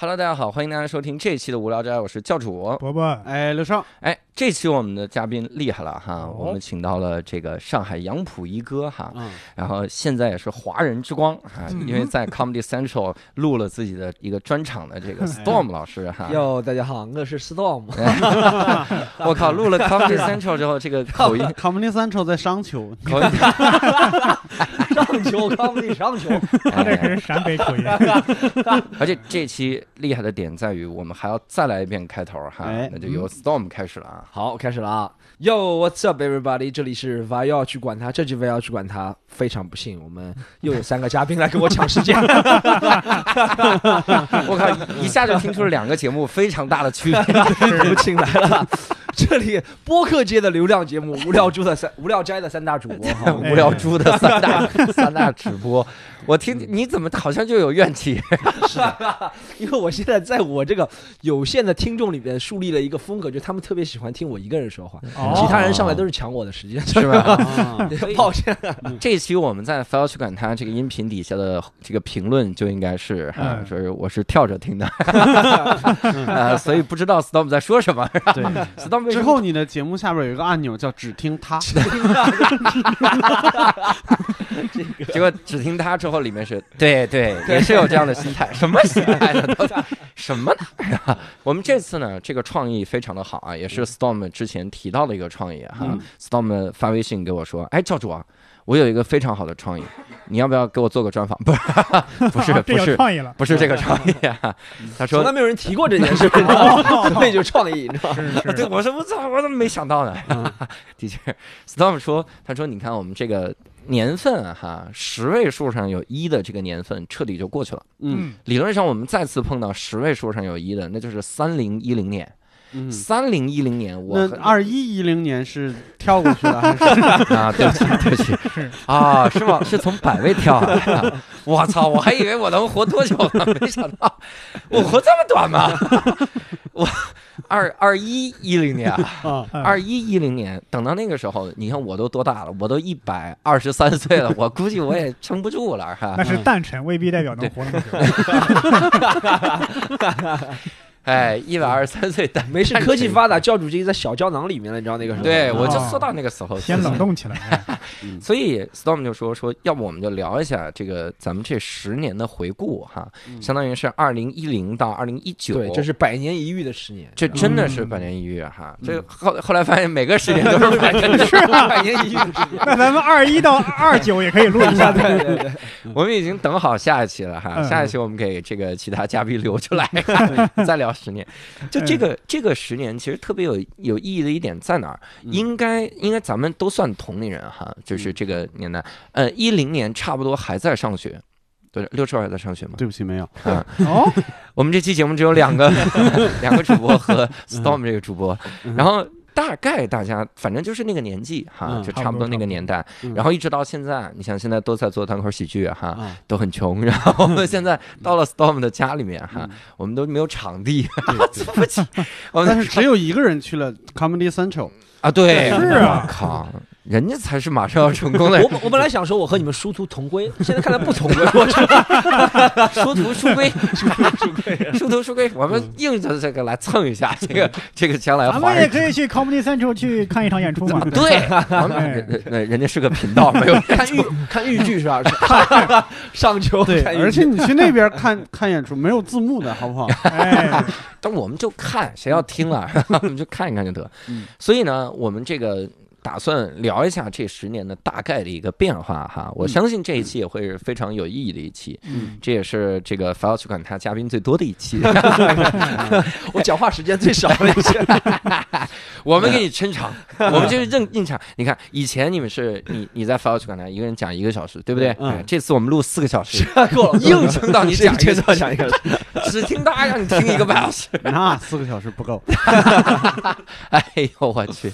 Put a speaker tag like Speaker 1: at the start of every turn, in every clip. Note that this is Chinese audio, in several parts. Speaker 1: Hello，大家好，欢迎大家收听这一期的无聊斋，我是教主。
Speaker 2: 伯伯，
Speaker 3: 哎，刘少，
Speaker 1: 哎，这期我们的嘉宾厉害了哈，
Speaker 2: 哦
Speaker 1: 我们请到了这个上海杨浦一哥哈，
Speaker 3: 嗯，
Speaker 1: 然后现在也是华人之光啊，因为在 Comedy Central 录了自己的一个专场的这个 Storm 老师哈。
Speaker 4: 哟，大家好，我是 Storm，
Speaker 1: 我靠，录了 Comedy Central 之后，这个口音
Speaker 3: Comedy Central 在商丘，
Speaker 1: 口音，
Speaker 4: 上球康利上球，
Speaker 2: 他这可
Speaker 1: 哎
Speaker 2: 是陕北口音。
Speaker 1: 而且这期厉害的点在于，我们还要再来一遍开头哈
Speaker 3: 哎，
Speaker 1: 那就由 Storm 开始了啊。
Speaker 4: 好，开始了啊！Yo, what's up, everybody？这里是 v 要去管他，这集 v 要去管他。非常不幸，我们又有三个嘉宾来跟我抢 时间。
Speaker 1: 我靠，一下就听出了两个节目非常大的区别。
Speaker 4: 有请来了， 这里播客界的流量节目《无聊猪》的三《无 聊斋》的三大主播， 哈
Speaker 1: 无聊猪的三大 三大直播，我听你怎么好像就有怨气？
Speaker 4: 因为我现在在我这个有限的听众里边树立了一个风格，就他们特别喜欢听我一个人说话，
Speaker 2: 哦
Speaker 4: 其 他人上来都是抢我的时间，
Speaker 1: 是吧？
Speaker 3: 啊
Speaker 4: 抱 歉。
Speaker 1: 这一期我们在 f i l 去管他这个音频底下的这个评论就应该是哈，
Speaker 2: 嗯
Speaker 1: 说是我是跳着听的， 啊，所以不知道 Storm 在说什么。
Speaker 3: 对。
Speaker 1: Storm 为什么
Speaker 3: 之后你的节目下边有一个按钮叫“只听他
Speaker 1: 结果只听他之后，里面是 对对，也是有这样的心态， 什么心态呢？都 什么呢？我们这次呢，这个创意非常的好啊，也是 Storm 之前提到的一个创意啊哈。Storm 发微信给我说：“哎，教主啊，我有一个非常好的创意，你要不要给我做个专访？” 不是，不是，
Speaker 2: 啊这
Speaker 1: 不
Speaker 2: 有
Speaker 1: 是，
Speaker 2: 创意了。
Speaker 1: 不 是这个创意啊。他
Speaker 4: 从来
Speaker 1: 说
Speaker 4: 没有人提过这 件事，你知道吗所以就创意，你知道吗？
Speaker 2: 是：“
Speaker 1: 啊对，
Speaker 2: 是，
Speaker 1: 我说我操，我怎么没想到呢？” 的确，Storm 说：“他说你看我们这个年份啊哈，十位数上有一的这个年份彻底就过去了。”
Speaker 3: 嗯
Speaker 2: 嗯，
Speaker 1: 理论上，我们再次碰到十位数上有一的，那就是三零一零年。
Speaker 3: 嗯，
Speaker 1: 三零一零年，我
Speaker 3: 那
Speaker 1: 很
Speaker 3: 二一一零年是跳过去的还是？
Speaker 1: 啊，对不起，对不起
Speaker 2: 是，
Speaker 1: 啊，是吗？是从百位跳下来的。我操，我还以为我能活多久呢，没想到我活这么短吗？ 我二二一一零年啊，
Speaker 2: 嗯
Speaker 1: 二一一零年，等到那个时候，你看我都多大了？我都一百二十三岁了，我估计我也撑不住了，哈。
Speaker 2: 那是诞辰，未必代表能活那么久。
Speaker 1: 哎，一百二十三岁但
Speaker 4: 没事，科技发达，教主就在小胶囊里面了，你知道那个时候？
Speaker 1: 对，我就
Speaker 2: 哦
Speaker 1: 说到那个时候，
Speaker 2: 先冷冻起来。哎
Speaker 1: 所以 Storm 就说说，要不我们就聊一下这个咱们这十年的回顾哈，
Speaker 3: 嗯
Speaker 1: 相当于是二零一零到二零一九，
Speaker 4: 对，这是百年一遇的十年，
Speaker 1: 这真的
Speaker 3: 嗯
Speaker 1: 是百年一遇哈。这后后来发现每个十年都是百年一遇，
Speaker 4: 百年一遇的十年。
Speaker 2: 那咱们二一到二九也可以录一 下。
Speaker 4: 对对对，
Speaker 1: 我们已经等好下一期了哈，
Speaker 2: 嗯
Speaker 1: 下一期我们给这个其他嘉宾留出来再聊十年。就这个这个十年其实特别有有意义的一点在哪儿？
Speaker 3: 嗯
Speaker 1: 应该应该咱们都算同龄人哈，就是这个年代，呃，一零年差不多还在上学，对，六兽还在上学吗？啊
Speaker 3: 对不起，没有。
Speaker 2: 哦，
Speaker 1: 我们这期节目只有两 个两个主播和 Storm 这个主播，然后大概大家反正就是那个年纪哈，
Speaker 3: 嗯
Speaker 1: 就差不多嗯那个年代
Speaker 3: 不多，
Speaker 1: 然后一直到现在，你像现在都在做单口喜剧哈，
Speaker 3: 啊，
Speaker 1: 都很穷，然后我们现在到了 Storm 的家里面哈
Speaker 3: 嗯，
Speaker 1: 我们都没有场地，
Speaker 3: 对对
Speaker 1: 对不起，我
Speaker 3: 但
Speaker 1: 们
Speaker 3: 是只有一个人去了 Comedy Central，
Speaker 1: 啊对，
Speaker 2: 是啊
Speaker 1: 我靠，人家才是马上要成功的
Speaker 4: 我，本我本来想说我和你们殊途同归，现在看来不同 归，我觉得
Speaker 1: 殊途殊 归，殊途殊归，我们硬着这个来蹭一下这个这个将来
Speaker 2: 咱
Speaker 1: 华
Speaker 2: 们也
Speaker 1: 人
Speaker 2: 可以去 Comedy Central 去看一场演 出嘛。
Speaker 1: 对，咱们人那哎 人家是个频道，没有
Speaker 4: 看豫看豫剧是吧？ 上球
Speaker 3: 对，
Speaker 4: 看豫剧
Speaker 3: 而且你去那边看看演出没有字幕的好不好？
Speaker 2: 哎，
Speaker 1: 但我们就看，谁要听了， 我们就看一看就得。
Speaker 3: 嗯
Speaker 1: 所以呢，我们这个打算聊一下这十年的大概的一个变化哈。我相信这一期也会是非常有意义的一期，
Speaker 3: 嗯，
Speaker 1: 这也是这个法要去管他嘉宾最多的一 期。
Speaker 4: 我讲话时间最少了一 些，
Speaker 1: 我们给你撑 场，我们就是硬硬场。你看，以前你们是你你在法要去管他一个人讲一个小时，对不对？
Speaker 3: 嗯
Speaker 1: 哎这次我们录四个小 时，
Speaker 4: 啊够了，啊硬撑到你讲
Speaker 1: 这
Speaker 4: 一
Speaker 1: 这
Speaker 4: 个讲一个，
Speaker 1: 只听他让你听一个半小时。
Speaker 3: 那四个小时不够。
Speaker 1: 哎呦我去！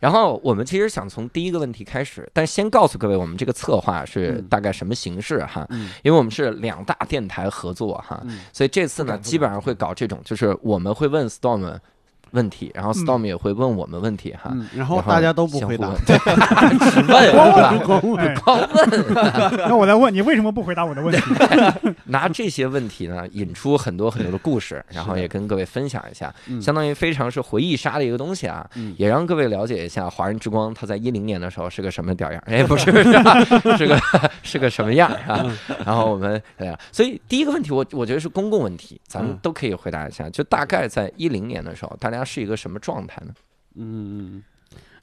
Speaker 1: 然后我们其实想从第一个问题开始，但先告诉各位，我们这个策划是
Speaker 3: 嗯
Speaker 1: 大概什么形式哈？
Speaker 3: 嗯
Speaker 1: 因为我们是两大电台合作哈，
Speaker 3: 嗯
Speaker 1: 所以这次呢，基本上会搞这种，就是我们会问 Storm。问题，然后 Storm 也会问我们问题哈，
Speaker 3: 嗯，然
Speaker 1: 然
Speaker 3: 后大家都不回答，
Speaker 1: 相互问， 只问是 吧？
Speaker 3: 光问
Speaker 2: 哎，
Speaker 1: 光问，
Speaker 2: 那我再问你，为什么不回答我的问题？
Speaker 1: 拿这些问题呢，引出很多很多的故事，然后也跟各位分享一下，
Speaker 3: 嗯
Speaker 1: 相当于非常是回忆杀的一个东西啊，
Speaker 3: 嗯
Speaker 1: 也让各位了解一下华人之光它在一零年的时候是个什么 屌样儿，哎，不是，是吧是个是个什么样儿啊？
Speaker 3: 嗯
Speaker 1: 然后我们哎呀，所以第一个问题我我觉得是公共问题，咱们
Speaker 3: 嗯
Speaker 1: 都可以回答一下，就大概在一零年的时候，大家是一个什么状态呢？
Speaker 3: 嗯，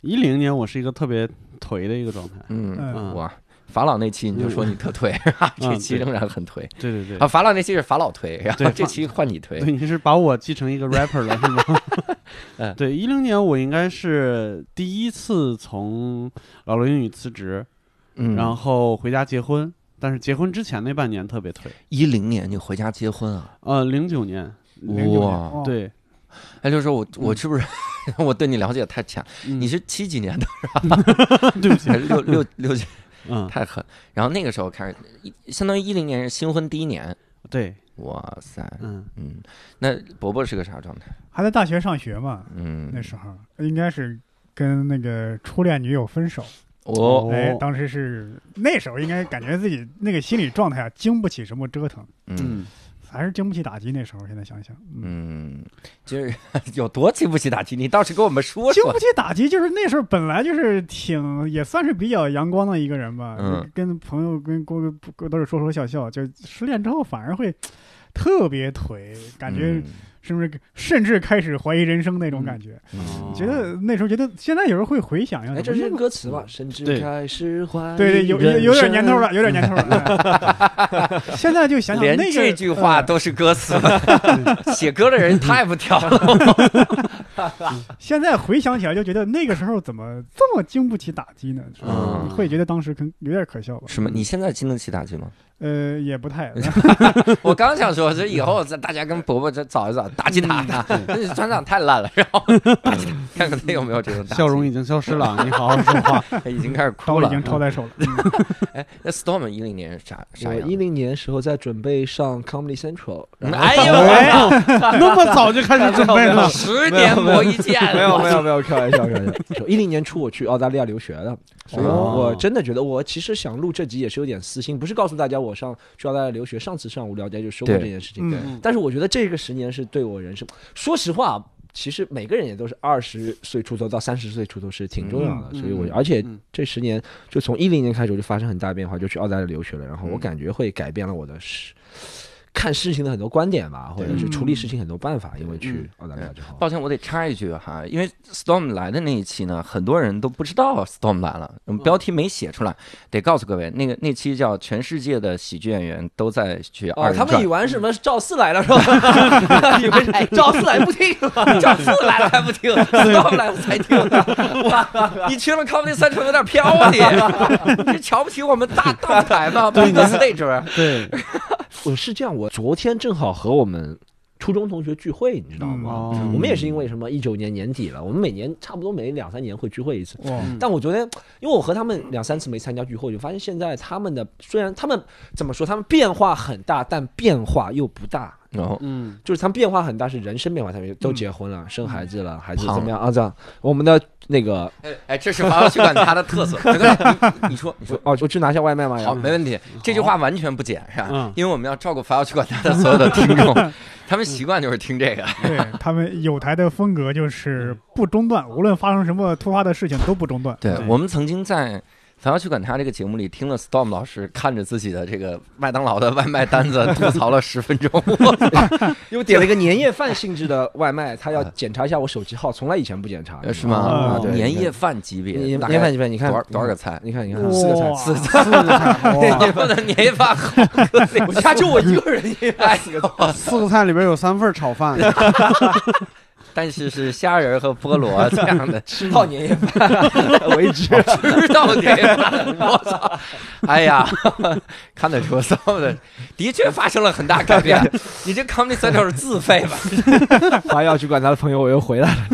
Speaker 3: 一零年我是一个特别颓的一个状态，
Speaker 1: 嗯，
Speaker 3: 嗯
Speaker 1: 哇。法老那期你就说你特颓， 这期
Speaker 3: 对
Speaker 1: 仍然很颓
Speaker 3: 对对对
Speaker 1: 啊！法老那期是法老颓，然后
Speaker 3: 对
Speaker 1: 这期换你颓，
Speaker 3: 对，你是把我记成一个 rapper 了是吗？
Speaker 1: 嗯
Speaker 3: 对，一零年我应该是第一次从老罗英语辞职，
Speaker 1: 嗯，
Speaker 3: 然后回家结婚，但是结婚之前那半年特别颓。
Speaker 1: 一零年你回家结婚啊？
Speaker 3: 呃，零九年，
Speaker 2: 09年
Speaker 1: 哇！
Speaker 2: 哦嗯
Speaker 3: 对，
Speaker 1: 哎，刘叔，我我是不 是我对你了解太浅？
Speaker 3: 嗯
Speaker 1: 你是七几年的？
Speaker 3: 对不起，
Speaker 1: 六六六几？
Speaker 3: 嗯，
Speaker 1: 太狠。然后那个时候开始，一相当于一零年是新婚第一年。
Speaker 3: 对，
Speaker 1: 哇塞，
Speaker 3: 嗯，
Speaker 1: 嗯，那伯伯是个啥状态？
Speaker 2: 还在大学上学嘛，
Speaker 1: 嗯，
Speaker 2: 那时候应该是跟那个初恋女友分手。
Speaker 1: 我
Speaker 2: 哎
Speaker 3: 哦，
Speaker 2: 当时是那时候应该感觉自己那个心理状态啊，经不起什么折腾，
Speaker 1: 嗯
Speaker 3: 嗯，
Speaker 2: 还是经不起打击。那时候现在想想，
Speaker 1: 嗯，就是有多经不起打击，你倒是跟我们说
Speaker 2: 经
Speaker 1: 说
Speaker 2: 不。起打击，就是那时候本来就是挺也算是比较阳光的一个人吧，
Speaker 1: 嗯
Speaker 2: 跟朋友跟哥哥都是说说笑笑，就失恋之后反而会特别颓，
Speaker 1: 嗯
Speaker 2: 感觉是不是甚至开始怀疑人生那种感觉？
Speaker 1: 嗯，嗯
Speaker 3: 哦
Speaker 2: 觉得那时候觉得现在有时候会回想呀，
Speaker 4: 哎，这
Speaker 2: 怎么
Speaker 4: 是
Speaker 2: 那个
Speaker 4: 歌词吧？甚至
Speaker 3: 对
Speaker 4: 开始怀疑
Speaker 2: 对对，有有有点年头
Speaker 4: 人
Speaker 2: 了，有点年头了。哎 现在就想想
Speaker 1: 连
Speaker 2: 那个
Speaker 1: 这句话
Speaker 2: 呃
Speaker 1: 都是歌词， 写歌的人太不挑了。
Speaker 2: 现在回想起来就觉得那个时候怎么这么经不起打击呢？是吧
Speaker 1: 嗯
Speaker 2: 会觉得当时可能有点可笑吧？
Speaker 1: 什么？你现在经得起打击吗？
Speaker 2: 呃，也不太。
Speaker 1: 我刚想说，这以后这大家跟伯伯这找一找，打击他，
Speaker 4: 嗯
Speaker 1: 这船长太烂了，然后打击他，看看他有没有这种打击
Speaker 3: 笑容已经消失了，你好好 说话。
Speaker 1: 已经开始哭
Speaker 2: 刀已
Speaker 1: 了。
Speaker 2: 经抄在手了。嗯
Speaker 1: 哎，那 Storm 一零年是啥啥
Speaker 4: 我
Speaker 1: 样
Speaker 4: 一？零年时候在准备上 Comedy Central，然后
Speaker 1: 哎呦，，
Speaker 3: 那么早就开始准备了
Speaker 1: 十年磨一剑，啊
Speaker 4: 没有没有没有，开玩笑开玩笑。一零年初我去澳大利亚留学的，所以
Speaker 1: 哦
Speaker 4: 我真的觉得我其实想录这集也是有点私心，不是告诉大家我上去澳大利亚留学。上次上无聊斋就说过
Speaker 1: 对
Speaker 4: 这件事情，
Speaker 2: 嗯，
Speaker 3: 嗯
Speaker 4: 但是我觉得这个十年是对我人生，说实话。其实每个人也都是二十岁出头到三十岁出头是挺重要的，
Speaker 3: 嗯
Speaker 4: 所以我
Speaker 1: 嗯
Speaker 4: 而且
Speaker 3: 嗯
Speaker 4: 这十年就从一零年开始我就发生很大变化，就去澳大利亚留学了，然后我感觉会改变了我的事，看事情的很多观点吧，或者是处理事情很多办法，因为去澳大利亚之后，
Speaker 1: 抱歉，我得插一句哈，因为 Storm 来的那一期呢，很多人都不知道 Storm 来了，我们标题没写出来，得告诉各位，那个那期叫“全世界的喜剧演员都在去二
Speaker 4: 哦，
Speaker 1: 人
Speaker 4: 他
Speaker 1: 转”，
Speaker 4: 们以为什么赵四来了是吧？ 以为是赵四来不听，
Speaker 1: 赵四来了还不听，赵来了才听。哇， 你去了 Comedy Central 有点飘啊 你！你瞧不起我们大大台吗？不一个 stage。
Speaker 3: 对，
Speaker 4: 我 是这样，我昨天正好和我们初中同学聚会，你知道吗？
Speaker 3: 哦，
Speaker 1: 嗯
Speaker 4: 我们也是因为什么一九年年底了，我们每年差不多每两三年会聚会一次。
Speaker 2: 哇，
Speaker 3: 嗯
Speaker 4: 但我昨天，因为我和他们两三次没参加聚会，我就发现现在他们的虽然他们怎么说，他们变化很大，但变化又不大。
Speaker 1: 然后
Speaker 3: 嗯，
Speaker 4: 就是他们变化很大，是人生变化，他们都结婚
Speaker 1: 嗯
Speaker 4: 了，生孩子了，孩子
Speaker 1: 胖
Speaker 4: 怎么样啊？这样，我们的那个，
Speaker 1: 哎，这是华要去管他的 特色。对对你你说，你说。
Speaker 4: 哦，我去拿下外卖嘛。然
Speaker 1: 好，
Speaker 4: 后
Speaker 1: 没问题。这句话完全不剪，是吧
Speaker 3: 哎嗯？
Speaker 1: 因为我们要照顾法要去管他的所有的听 众，他们习惯就是听这
Speaker 3: 嗯
Speaker 1: 个。
Speaker 2: 对他们有台的风格就是不中断，无论发生什么突发的事情都不中断。
Speaker 1: 对
Speaker 3: 对
Speaker 1: 我们曾经在。反要去管他这个节目里，听了 Storm 老师看着自己的这个麦当劳的外卖单子吐槽了十分钟，
Speaker 4: 又点了一个年夜饭性质的外卖，他要检查一下我手机号，从来以前不检查，
Speaker 1: 呃是吗
Speaker 2: 啊？
Speaker 4: 对
Speaker 1: 年夜饭级别，
Speaker 4: 年
Speaker 1: 大
Speaker 4: 年
Speaker 1: 概
Speaker 4: 饭你看，你看
Speaker 1: 多少多少个？菜？
Speaker 4: 你看，你看，
Speaker 2: 哇
Speaker 4: 四个菜，
Speaker 2: 四个
Speaker 3: 四个菜，哇
Speaker 1: 你不能年夜饭好啊喝 那
Speaker 4: 我
Speaker 1: 个
Speaker 4: 家就我一个人，一
Speaker 1: 哎
Speaker 4: 百四个菜。
Speaker 3: 四个菜里边有三份炒饭，
Speaker 1: 但是是虾仁儿和菠 萝这样的，
Speaker 4: 吃到年夜饭 为止。
Speaker 1: 知道年夜饭，我操！哎呀，看得出所有的的确发生了很大改变。 你这 Comedy Central 是自费吧？
Speaker 4: 华要去管他的朋友，我又回来了。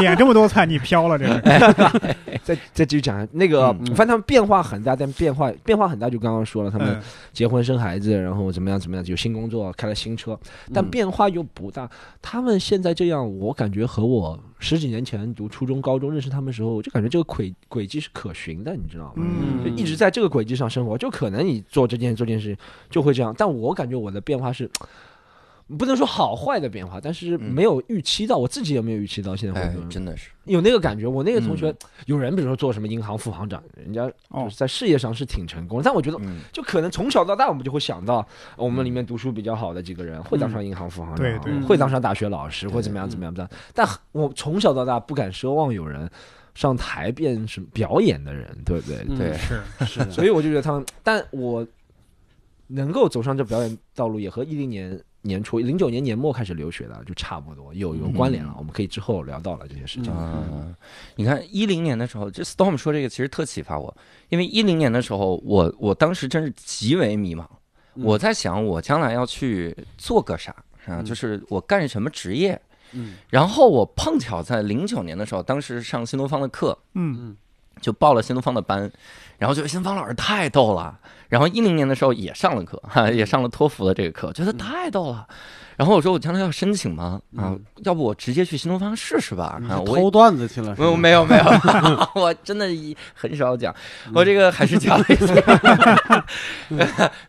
Speaker 2: 点这么多菜，你飘了这是。
Speaker 4: 再再继续讲那个，
Speaker 1: 嗯
Speaker 4: 反正他们变化很大，但变化变化很大，就刚刚说了，他们
Speaker 2: 嗯，
Speaker 4: 结婚生孩子，
Speaker 1: 嗯
Speaker 4: 然后怎么样怎么样，有新工作，开了新车，但变化又不大。他们现在这样，我感觉和我十几年前读初中、高中认识他们的时候，我就感觉这个轨轨迹是可循的，你知道吗？
Speaker 2: 嗯
Speaker 4: 就一直在这个轨迹上生活，就可能你做这件做这件事情就会这样。但我感觉我的变化是，不能说好坏的变化，但是
Speaker 1: 嗯
Speaker 4: 没有预期到，我自己也没有预期到现在
Speaker 1: 哎
Speaker 4: 会，
Speaker 1: 真的是，
Speaker 4: 有那个感觉。我那个同学
Speaker 1: 嗯，
Speaker 4: 有人比如说做什么银行副行长，人家就
Speaker 2: 哦
Speaker 4: 是在事业上是挺成功的，但我觉得
Speaker 1: 嗯，
Speaker 4: 就可能从小到大，我们就会想到呃我们里面读书比较好的几个人会当上银行副行长，
Speaker 2: 嗯对嗯对
Speaker 4: 会当上大学老师，
Speaker 1: 对
Speaker 4: 或怎么样怎么样怎么样。但我从小到大不敢奢望有人上台变什么表演的人，对不对？
Speaker 3: 嗯
Speaker 1: 对，
Speaker 2: 是
Speaker 3: 是，
Speaker 4: 所以我就觉得他们，但我能够走上这表演道路，也和一零年年初、零九年年末开始留学的就差不多有有关联了。
Speaker 1: 嗯
Speaker 4: 我们可以之后聊到了这些事情。
Speaker 3: 嗯
Speaker 2: 嗯
Speaker 1: 啊，你看一零年的时候，这 Storm 说这个其实特启发我，因为一零年的时候，我我当时真是极为迷茫，
Speaker 3: 嗯
Speaker 1: 我在想我将来要去做个啥啊，
Speaker 3: 嗯
Speaker 1: 就是我干什么职业。
Speaker 3: 嗯
Speaker 1: 然后我碰巧在零九年的时候，当时上新东方的课，
Speaker 2: 嗯
Speaker 3: 嗯
Speaker 1: 就报了新东方的班，然后觉得新东方老师太逗了。然后一零年的时候也上了课，哈，也上了托福的这个课，觉
Speaker 3: 嗯
Speaker 1: 得太逗了。然后我说我将来要申请吗？啊
Speaker 3: 嗯，
Speaker 1: 要不我直接去新东方试试吧？
Speaker 3: 你
Speaker 1: 啊，
Speaker 3: 是
Speaker 1: 我
Speaker 3: 偷段子去了
Speaker 1: 没
Speaker 3: 是
Speaker 1: 有嗯
Speaker 3: 吗？
Speaker 1: 没有没 有，我真的一很少讲，我这个还是讲了一下，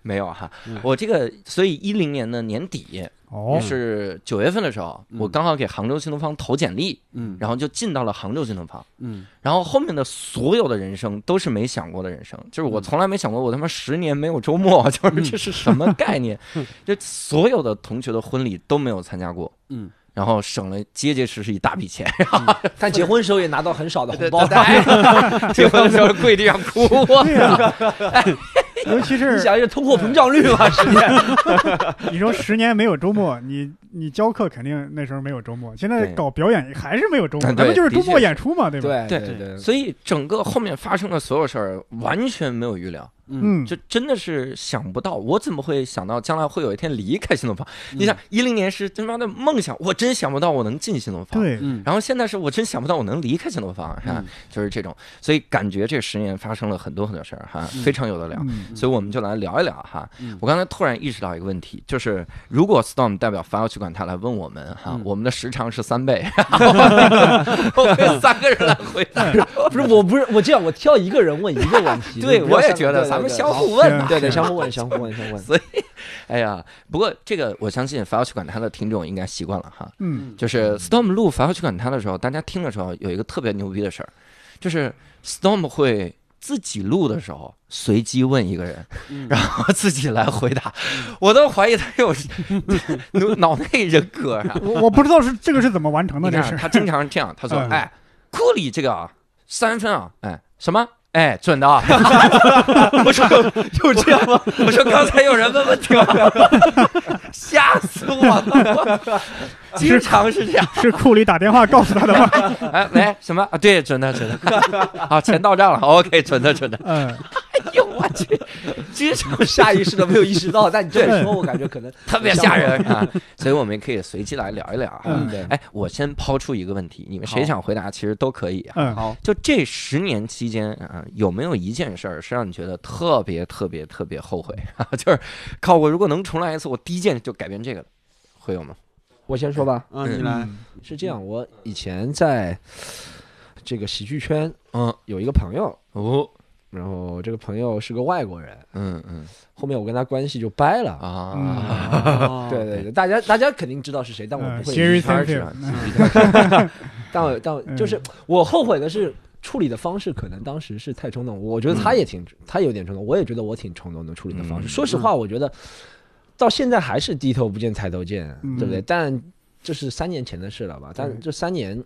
Speaker 1: 没有哈
Speaker 3: 嗯，
Speaker 1: 我这个所以一零年的年底，
Speaker 2: 哦，
Speaker 1: 是九月份的时候，
Speaker 3: 嗯
Speaker 1: 我刚好给杭州新东方投简历，
Speaker 3: 嗯
Speaker 1: 然后就进到了杭州新东方。
Speaker 3: 嗯
Speaker 1: 然后后面的所有的人生都是没想过的人生，就是
Speaker 3: 嗯
Speaker 1: 我从来没想过，我他妈十年没有周末， 就是这是什么概 念？就所有的同学的婚礼都没有参加过，
Speaker 3: 嗯，
Speaker 1: 然后省了结结实实一大笔钱，
Speaker 4: 但结婚时候也拿到很少的 红包，
Speaker 1: 结婚的时候跪地上哭，
Speaker 2: 对呀，尤其是
Speaker 4: 你想想通货膨胀率嘛，是不是？
Speaker 2: 你说十年没有周末，你你教课肯定那时候没有周末，现在
Speaker 1: 对
Speaker 2: 搞表演还是没有周末，
Speaker 1: 嗯
Speaker 2: 咱们
Speaker 1: 对
Speaker 2: 就是周
Speaker 1: 的确
Speaker 2: 末
Speaker 1: 是
Speaker 2: 演出嘛，对吧？
Speaker 4: 对
Speaker 1: 对
Speaker 3: 嗯
Speaker 4: 对，
Speaker 1: 所以整个后面发生的所有事儿完全没有预料，
Speaker 3: 嗯，
Speaker 2: 嗯，
Speaker 1: 就真的是想不到，我怎么会想到将来会有一天离开新东方？
Speaker 3: 嗯
Speaker 1: 你想，一零年是他妈的梦想，我真想不到我能进新东方。
Speaker 2: 对，
Speaker 3: 嗯
Speaker 1: 然后现在是我真想不到我能离开新东方，哈、
Speaker 3: 嗯
Speaker 1: 就是这种，所以感觉这十年发生了很多很多事儿，哈、
Speaker 3: 嗯
Speaker 1: 非常有的聊，
Speaker 2: 嗯
Speaker 1: 所以我们就来聊一聊哈。
Speaker 3: 嗯
Speaker 1: 我刚才突然意识到一个问题，就是如果 Storm 代表法药去管他来问我们哈，
Speaker 3: 嗯
Speaker 1: 我们的时长是三 倍，我们三个人来回答。
Speaker 4: 不是，我不是我这样，我挑一个人问一个问题。
Speaker 1: 对，
Speaker 4: 不要
Speaker 1: 我也
Speaker 4: 三
Speaker 1: 觉得
Speaker 4: 对
Speaker 1: 咱们
Speaker 4: 对
Speaker 1: 相
Speaker 4: 好
Speaker 1: 互问
Speaker 2: 行
Speaker 1: 吧。
Speaker 4: 对对相互问，相互问，相互 问。
Speaker 1: 哎呀，不过这个我相信法药去管他的听众应该习惯了哈。
Speaker 2: 嗯，
Speaker 1: 就是 Storm 录《法要去管他》的时候，大家听的时候有一个特别牛逼的事儿，就是 Storm 会自己录的时候随机问一个人，
Speaker 3: 嗯
Speaker 1: 然后自己来回答，我都怀疑他 有脑脑内人格啊！
Speaker 2: 我我不知道是这个是怎么完成的，
Speaker 1: 你
Speaker 2: 这
Speaker 1: 看
Speaker 2: 是
Speaker 1: 他经常是这样，他说
Speaker 2: 嗯：“
Speaker 1: 哎，库里这个啊，三分啊，哎什么？”哎，准的啊！ 我说有这样吗？我说刚才有人问问题吗？吓死我了！ 我经常是这样。
Speaker 2: 是库里打电话告诉他的吗？
Speaker 1: 哎，喂，什么啊？对，准的，准的。好，钱到账了，OK，准的， 准的。
Speaker 2: 嗯，
Speaker 1: 哎呦，我去，经常
Speaker 4: 下意识的没有意识到，但你这么说，我感觉可能
Speaker 1: 特别吓人啊，所以我们也可以随机来聊一聊啊
Speaker 2: 嗯。
Speaker 4: 对
Speaker 1: 哎，我先抛出一个问题，你们谁
Speaker 3: 好
Speaker 1: 想回答，其实都可以啊。
Speaker 2: 嗯
Speaker 3: 好，
Speaker 1: 就这十年期间啊，有没有一件事儿是让你觉得特别特别特别后悔？ 就是靠我如果能重来一次，我第一件就改变这个了，会有吗？
Speaker 4: 我先说吧，
Speaker 3: 嗯，你来，
Speaker 4: 是这样，我以前在这个喜剧圈
Speaker 1: 嗯，
Speaker 4: 有一个朋友，
Speaker 1: 哦，
Speaker 4: 然后这个朋友是个外国人，
Speaker 1: 嗯嗯
Speaker 4: 后面我跟他关系就掰了。
Speaker 1: 啊，
Speaker 3: 哦
Speaker 4: 对对对，大家大家肯定知道是谁，但我
Speaker 2: 嗯
Speaker 4: 不会
Speaker 2: ，Sherry
Speaker 4: 一下
Speaker 2: Sandfield，
Speaker 1: 圈是吧
Speaker 2: 嗯
Speaker 4: 但我但我
Speaker 2: 嗯
Speaker 4: 就是我后悔的是处理的方式，可能当时是太冲动。我觉得他也挺、他有点冲动，我也觉得我挺冲动的处理的方式。
Speaker 1: 嗯
Speaker 4: 说实话，我觉得到现在还是低头不见抬头见，
Speaker 2: 嗯
Speaker 4: 对不对？但这是三年前的事了吧？但
Speaker 2: 对
Speaker 4: 这三年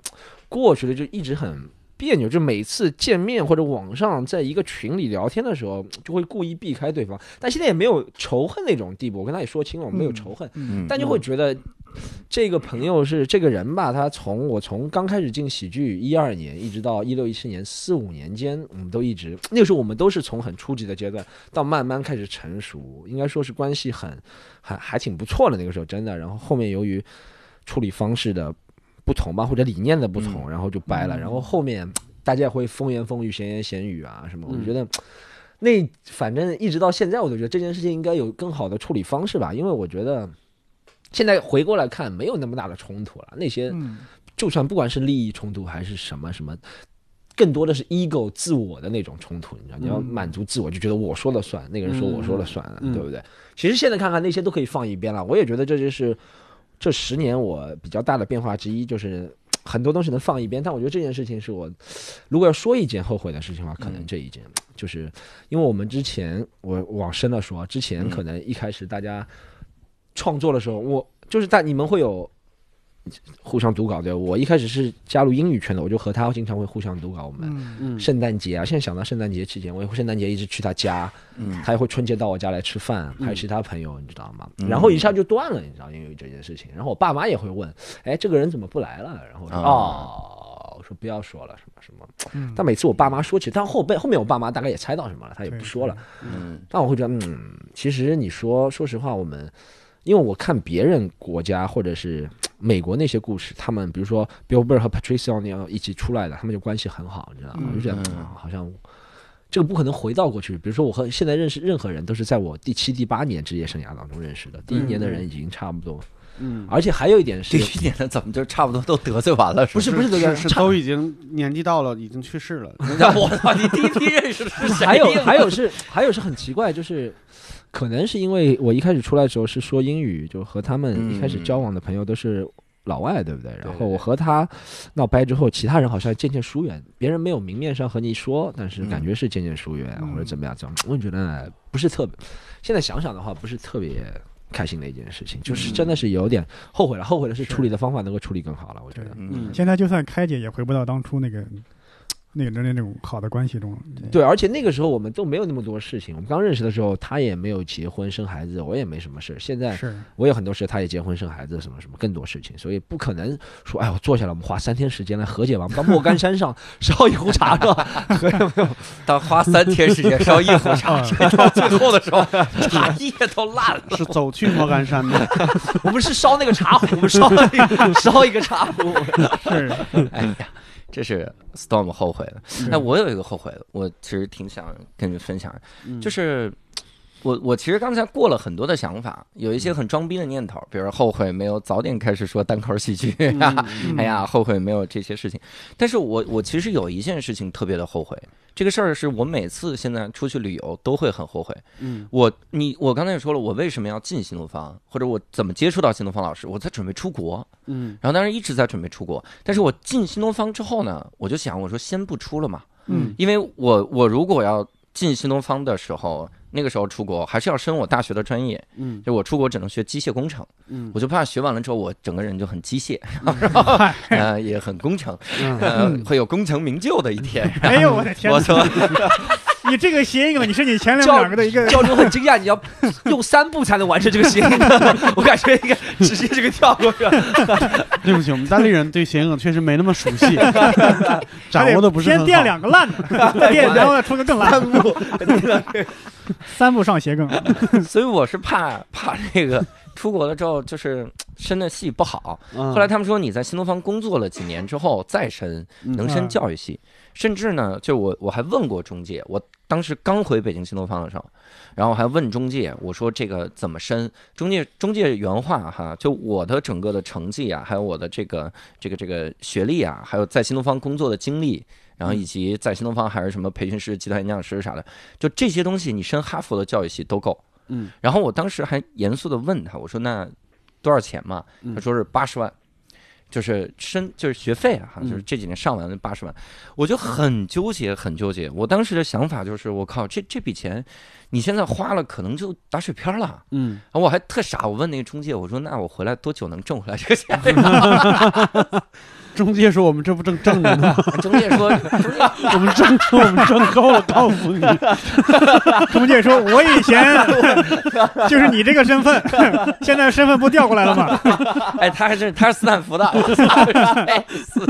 Speaker 4: 过去了，就一直很。别扭，就每次见面或者网上在一个群里聊天的时候，就会故意避开对方。但现在也没有仇恨那种地步，我跟他也说清了，我们没有
Speaker 2: 嗯
Speaker 4: 仇恨。
Speaker 1: 嗯
Speaker 4: 但就会觉得这个朋友是这个人吧，他从我从刚开始进喜剧一二年，一直到一六一七年四五年间，我们都一直那个时候我们都是从很初级的阶段到慢慢开始成熟，应该说是关系很很还挺不错的那个时候，真的。然后后面由于处理方式的不同吧，或者理念的不同，然后就掰了。
Speaker 2: 嗯
Speaker 4: 然后后面大家也会风言风语、闲言闲语啊什么，我
Speaker 3: 嗯
Speaker 4: 觉得。那反正一直到现在，我都觉得这件事情应该有更好的处理方式吧，因为我觉得现在回过来看，没有那么大的冲突了。那些
Speaker 2: 嗯，
Speaker 4: 就算不管是利益冲突还是什么什么，更多的是 ego 自我的那种冲突，你知道，你要满足自我，就觉得我说了算，那个人说我说了算了，
Speaker 3: 嗯
Speaker 4: 对不对？其实现在看看那些都可以放一边了，我也觉得这就是这十年我比较大的变化之一，就是。很多东西能放一边，但我觉得这件事情是我，如果要说一件后悔的事情的话，
Speaker 3: 嗯
Speaker 4: 可能这一件，就是因为我们之前我往深了说，之
Speaker 3: 嗯
Speaker 4: 前可能一开始大家创作的时候，我就是大你们会有互相读稿对吧？我一开始是加入英语圈的，我就和他经常会互相读稿。我们
Speaker 2: 嗯
Speaker 3: 嗯
Speaker 4: 圣诞节啊，现在想到圣诞节期间，我也会圣诞节一直去他家，
Speaker 1: 嗯
Speaker 4: 他也会春节到我家来吃饭，
Speaker 3: 嗯
Speaker 4: 还有其他朋友，你知道吗？
Speaker 1: 嗯
Speaker 4: 然后一下就断了，你知道，因为这件事情。然后我爸妈也会问，哎，这个人怎么不来了？然后我说
Speaker 1: 啊
Speaker 4: 哦，我说不要说了，什么什么。
Speaker 2: 嗯
Speaker 4: 但每次我爸妈说起，但后背后面我爸妈大概也猜到什么了，他也不说了。
Speaker 1: 嗯
Speaker 4: 但我会觉得，嗯，其实你说，说实话，我们因为我看别人国家或者是美国那些故事，他们比如说 Bill Burr 和 Patricia O'Neill 一起出来的，他们就关系很好，你知道吗？
Speaker 2: 嗯
Speaker 4: 我就觉得、
Speaker 1: 嗯
Speaker 4: 啊好像这个不可能回到过去。比如说，我和现在认识任何人，都是在我第七、第八年职业生涯当中认识的，第一年
Speaker 1: 嗯
Speaker 4: 的人已经差不多。
Speaker 3: 嗯，
Speaker 4: 而且还有一点
Speaker 1: 第
Speaker 4: 是，
Speaker 1: 一年的怎么就差不多都得罪完了？
Speaker 4: 不是不是这个
Speaker 3: 是都已经年纪到了，已经去世了。
Speaker 1: 我操！你第一批认识的 是谁？
Speaker 4: 还有还有是还有是很奇怪，就是可能是因为我一开始出来的时候是说英语，就和他们一开始交往的朋友都是老外，对不对？然后我和他闹掰之后，其他人好像渐渐疏远，别人没有明面上和你说，但是感觉是渐渐疏远、
Speaker 2: 嗯
Speaker 4: 或者怎么样，怎么样，我也觉得哎不是特别。现在想想的话，不是特别。开心的一件事情，就是真的是有点后悔了。后悔的是
Speaker 2: 是
Speaker 4: 处理的方法能够处理更好了，我觉得。
Speaker 1: 嗯
Speaker 2: 现在就算开解也回不到当初那个那个那那种好的关系中了。
Speaker 4: 对，而且那个时候我们都没有那么多事情。我们刚认识的时候，他也没有结婚生孩子，我也没什么事儿。现在
Speaker 2: 是，
Speaker 4: 我有很多事，他也结婚生孩子，什么什么更多事情，所以不可能说，哎，我坐下来，我们花三天时间来和解吧，我们到莫干山上烧一壶茶是吧？
Speaker 1: 他花三天时间烧一壶茶，到最后的时 候，茶叶都烂了。
Speaker 3: 是走去莫干山 的，
Speaker 4: 我们是烧那个茶壶，我们烧那个烧一个茶壶。
Speaker 2: 是，
Speaker 1: 哎呀，这是 Storm 后悔的。那我有一个后悔的，我其实挺想跟你分享的，
Speaker 3: 嗯
Speaker 1: 就是我我其实刚才过了很多的想法，有一些很装逼的念头，比如后悔没有早点开始说单口喜剧，
Speaker 3: 嗯
Speaker 1: 哎呀，后悔没有这些事情。但是我我其实有一件事情特别的后悔，这个事儿是我每次现在出去旅游都会很后悔。
Speaker 3: 嗯
Speaker 1: 我你我刚才也说了，我为什么要进新东方，或者我怎么接触到新东方老师？我在准备出国，
Speaker 3: 嗯
Speaker 1: 然后当时一直在准备出国，但是我进新东方之后呢，我就想我说先不出了嘛，
Speaker 2: 嗯
Speaker 1: 因为我我如果要进新东方的时候，那个时候出国还是要升我大学的专业，
Speaker 3: 嗯
Speaker 1: 就我出国只能学机械工程，
Speaker 3: 嗯
Speaker 1: 我就怕学完了之后我整个人就很机械， 然后呃也很工程，
Speaker 3: 嗯，
Speaker 1: 呃会有功成名就的一天。
Speaker 2: 哎呦我的天
Speaker 1: 我
Speaker 2: 哪！
Speaker 1: 说
Speaker 2: 你这个谐音梗，你是你前两
Speaker 4: 教
Speaker 2: 两个的一 个
Speaker 4: 教主很惊讶，你要用三步才能完成这个行为， 我感觉应该直接这个跳过去。
Speaker 3: 对不起，我们单立人对谐音梗确实没那么熟 悉，掌握的不是
Speaker 2: 还得先
Speaker 3: 很好。
Speaker 2: 垫两个烂的，再垫，然后再出个更烂， 三步上斜杠。
Speaker 1: 所以我是怕怕那个出国了之后就是深的系不好。
Speaker 3: 嗯，
Speaker 1: 后来他们说你在新东方工作了几年之后再深能深
Speaker 2: 嗯
Speaker 1: 教育系，甚至呢，就我我还问过中介，我当时刚回北京新东方的时候，然后还问中介，我说这个怎么深？中介中介原话哈，就我的整个的成绩啊，还有我的这个这个这个学历啊，还有在新东方工作的经历。然后
Speaker 3: 嗯
Speaker 1: 以及在新东方还是什么培训师、集团演讲师啥的，就这些东西，你升哈佛的教育系都够。
Speaker 3: 嗯，
Speaker 1: 然后我当时还严肃的问他，我说那多少钱嘛？
Speaker 3: 嗯
Speaker 1: 他说是八十万，就是申就是学费啊，
Speaker 3: 嗯
Speaker 1: 就是这几年上完了八十万，我就很纠结，很纠结。我当时的想法就是，我靠，这这笔钱你现在花了，可能就打水漂了。
Speaker 3: 嗯
Speaker 1: 然后我还特傻，我问那个中介，我说那我回来多久能挣回来这个钱？
Speaker 3: 中介说我们这不正正着呢，
Speaker 1: 中介说，中介
Speaker 3: 我们挣 我们挣够了，告诉你，
Speaker 2: 中介说：“我 以前就是你这个身份，现在身份不调过来了吗
Speaker 1: 哎，他还真是他是斯坦福的， 我操哎斯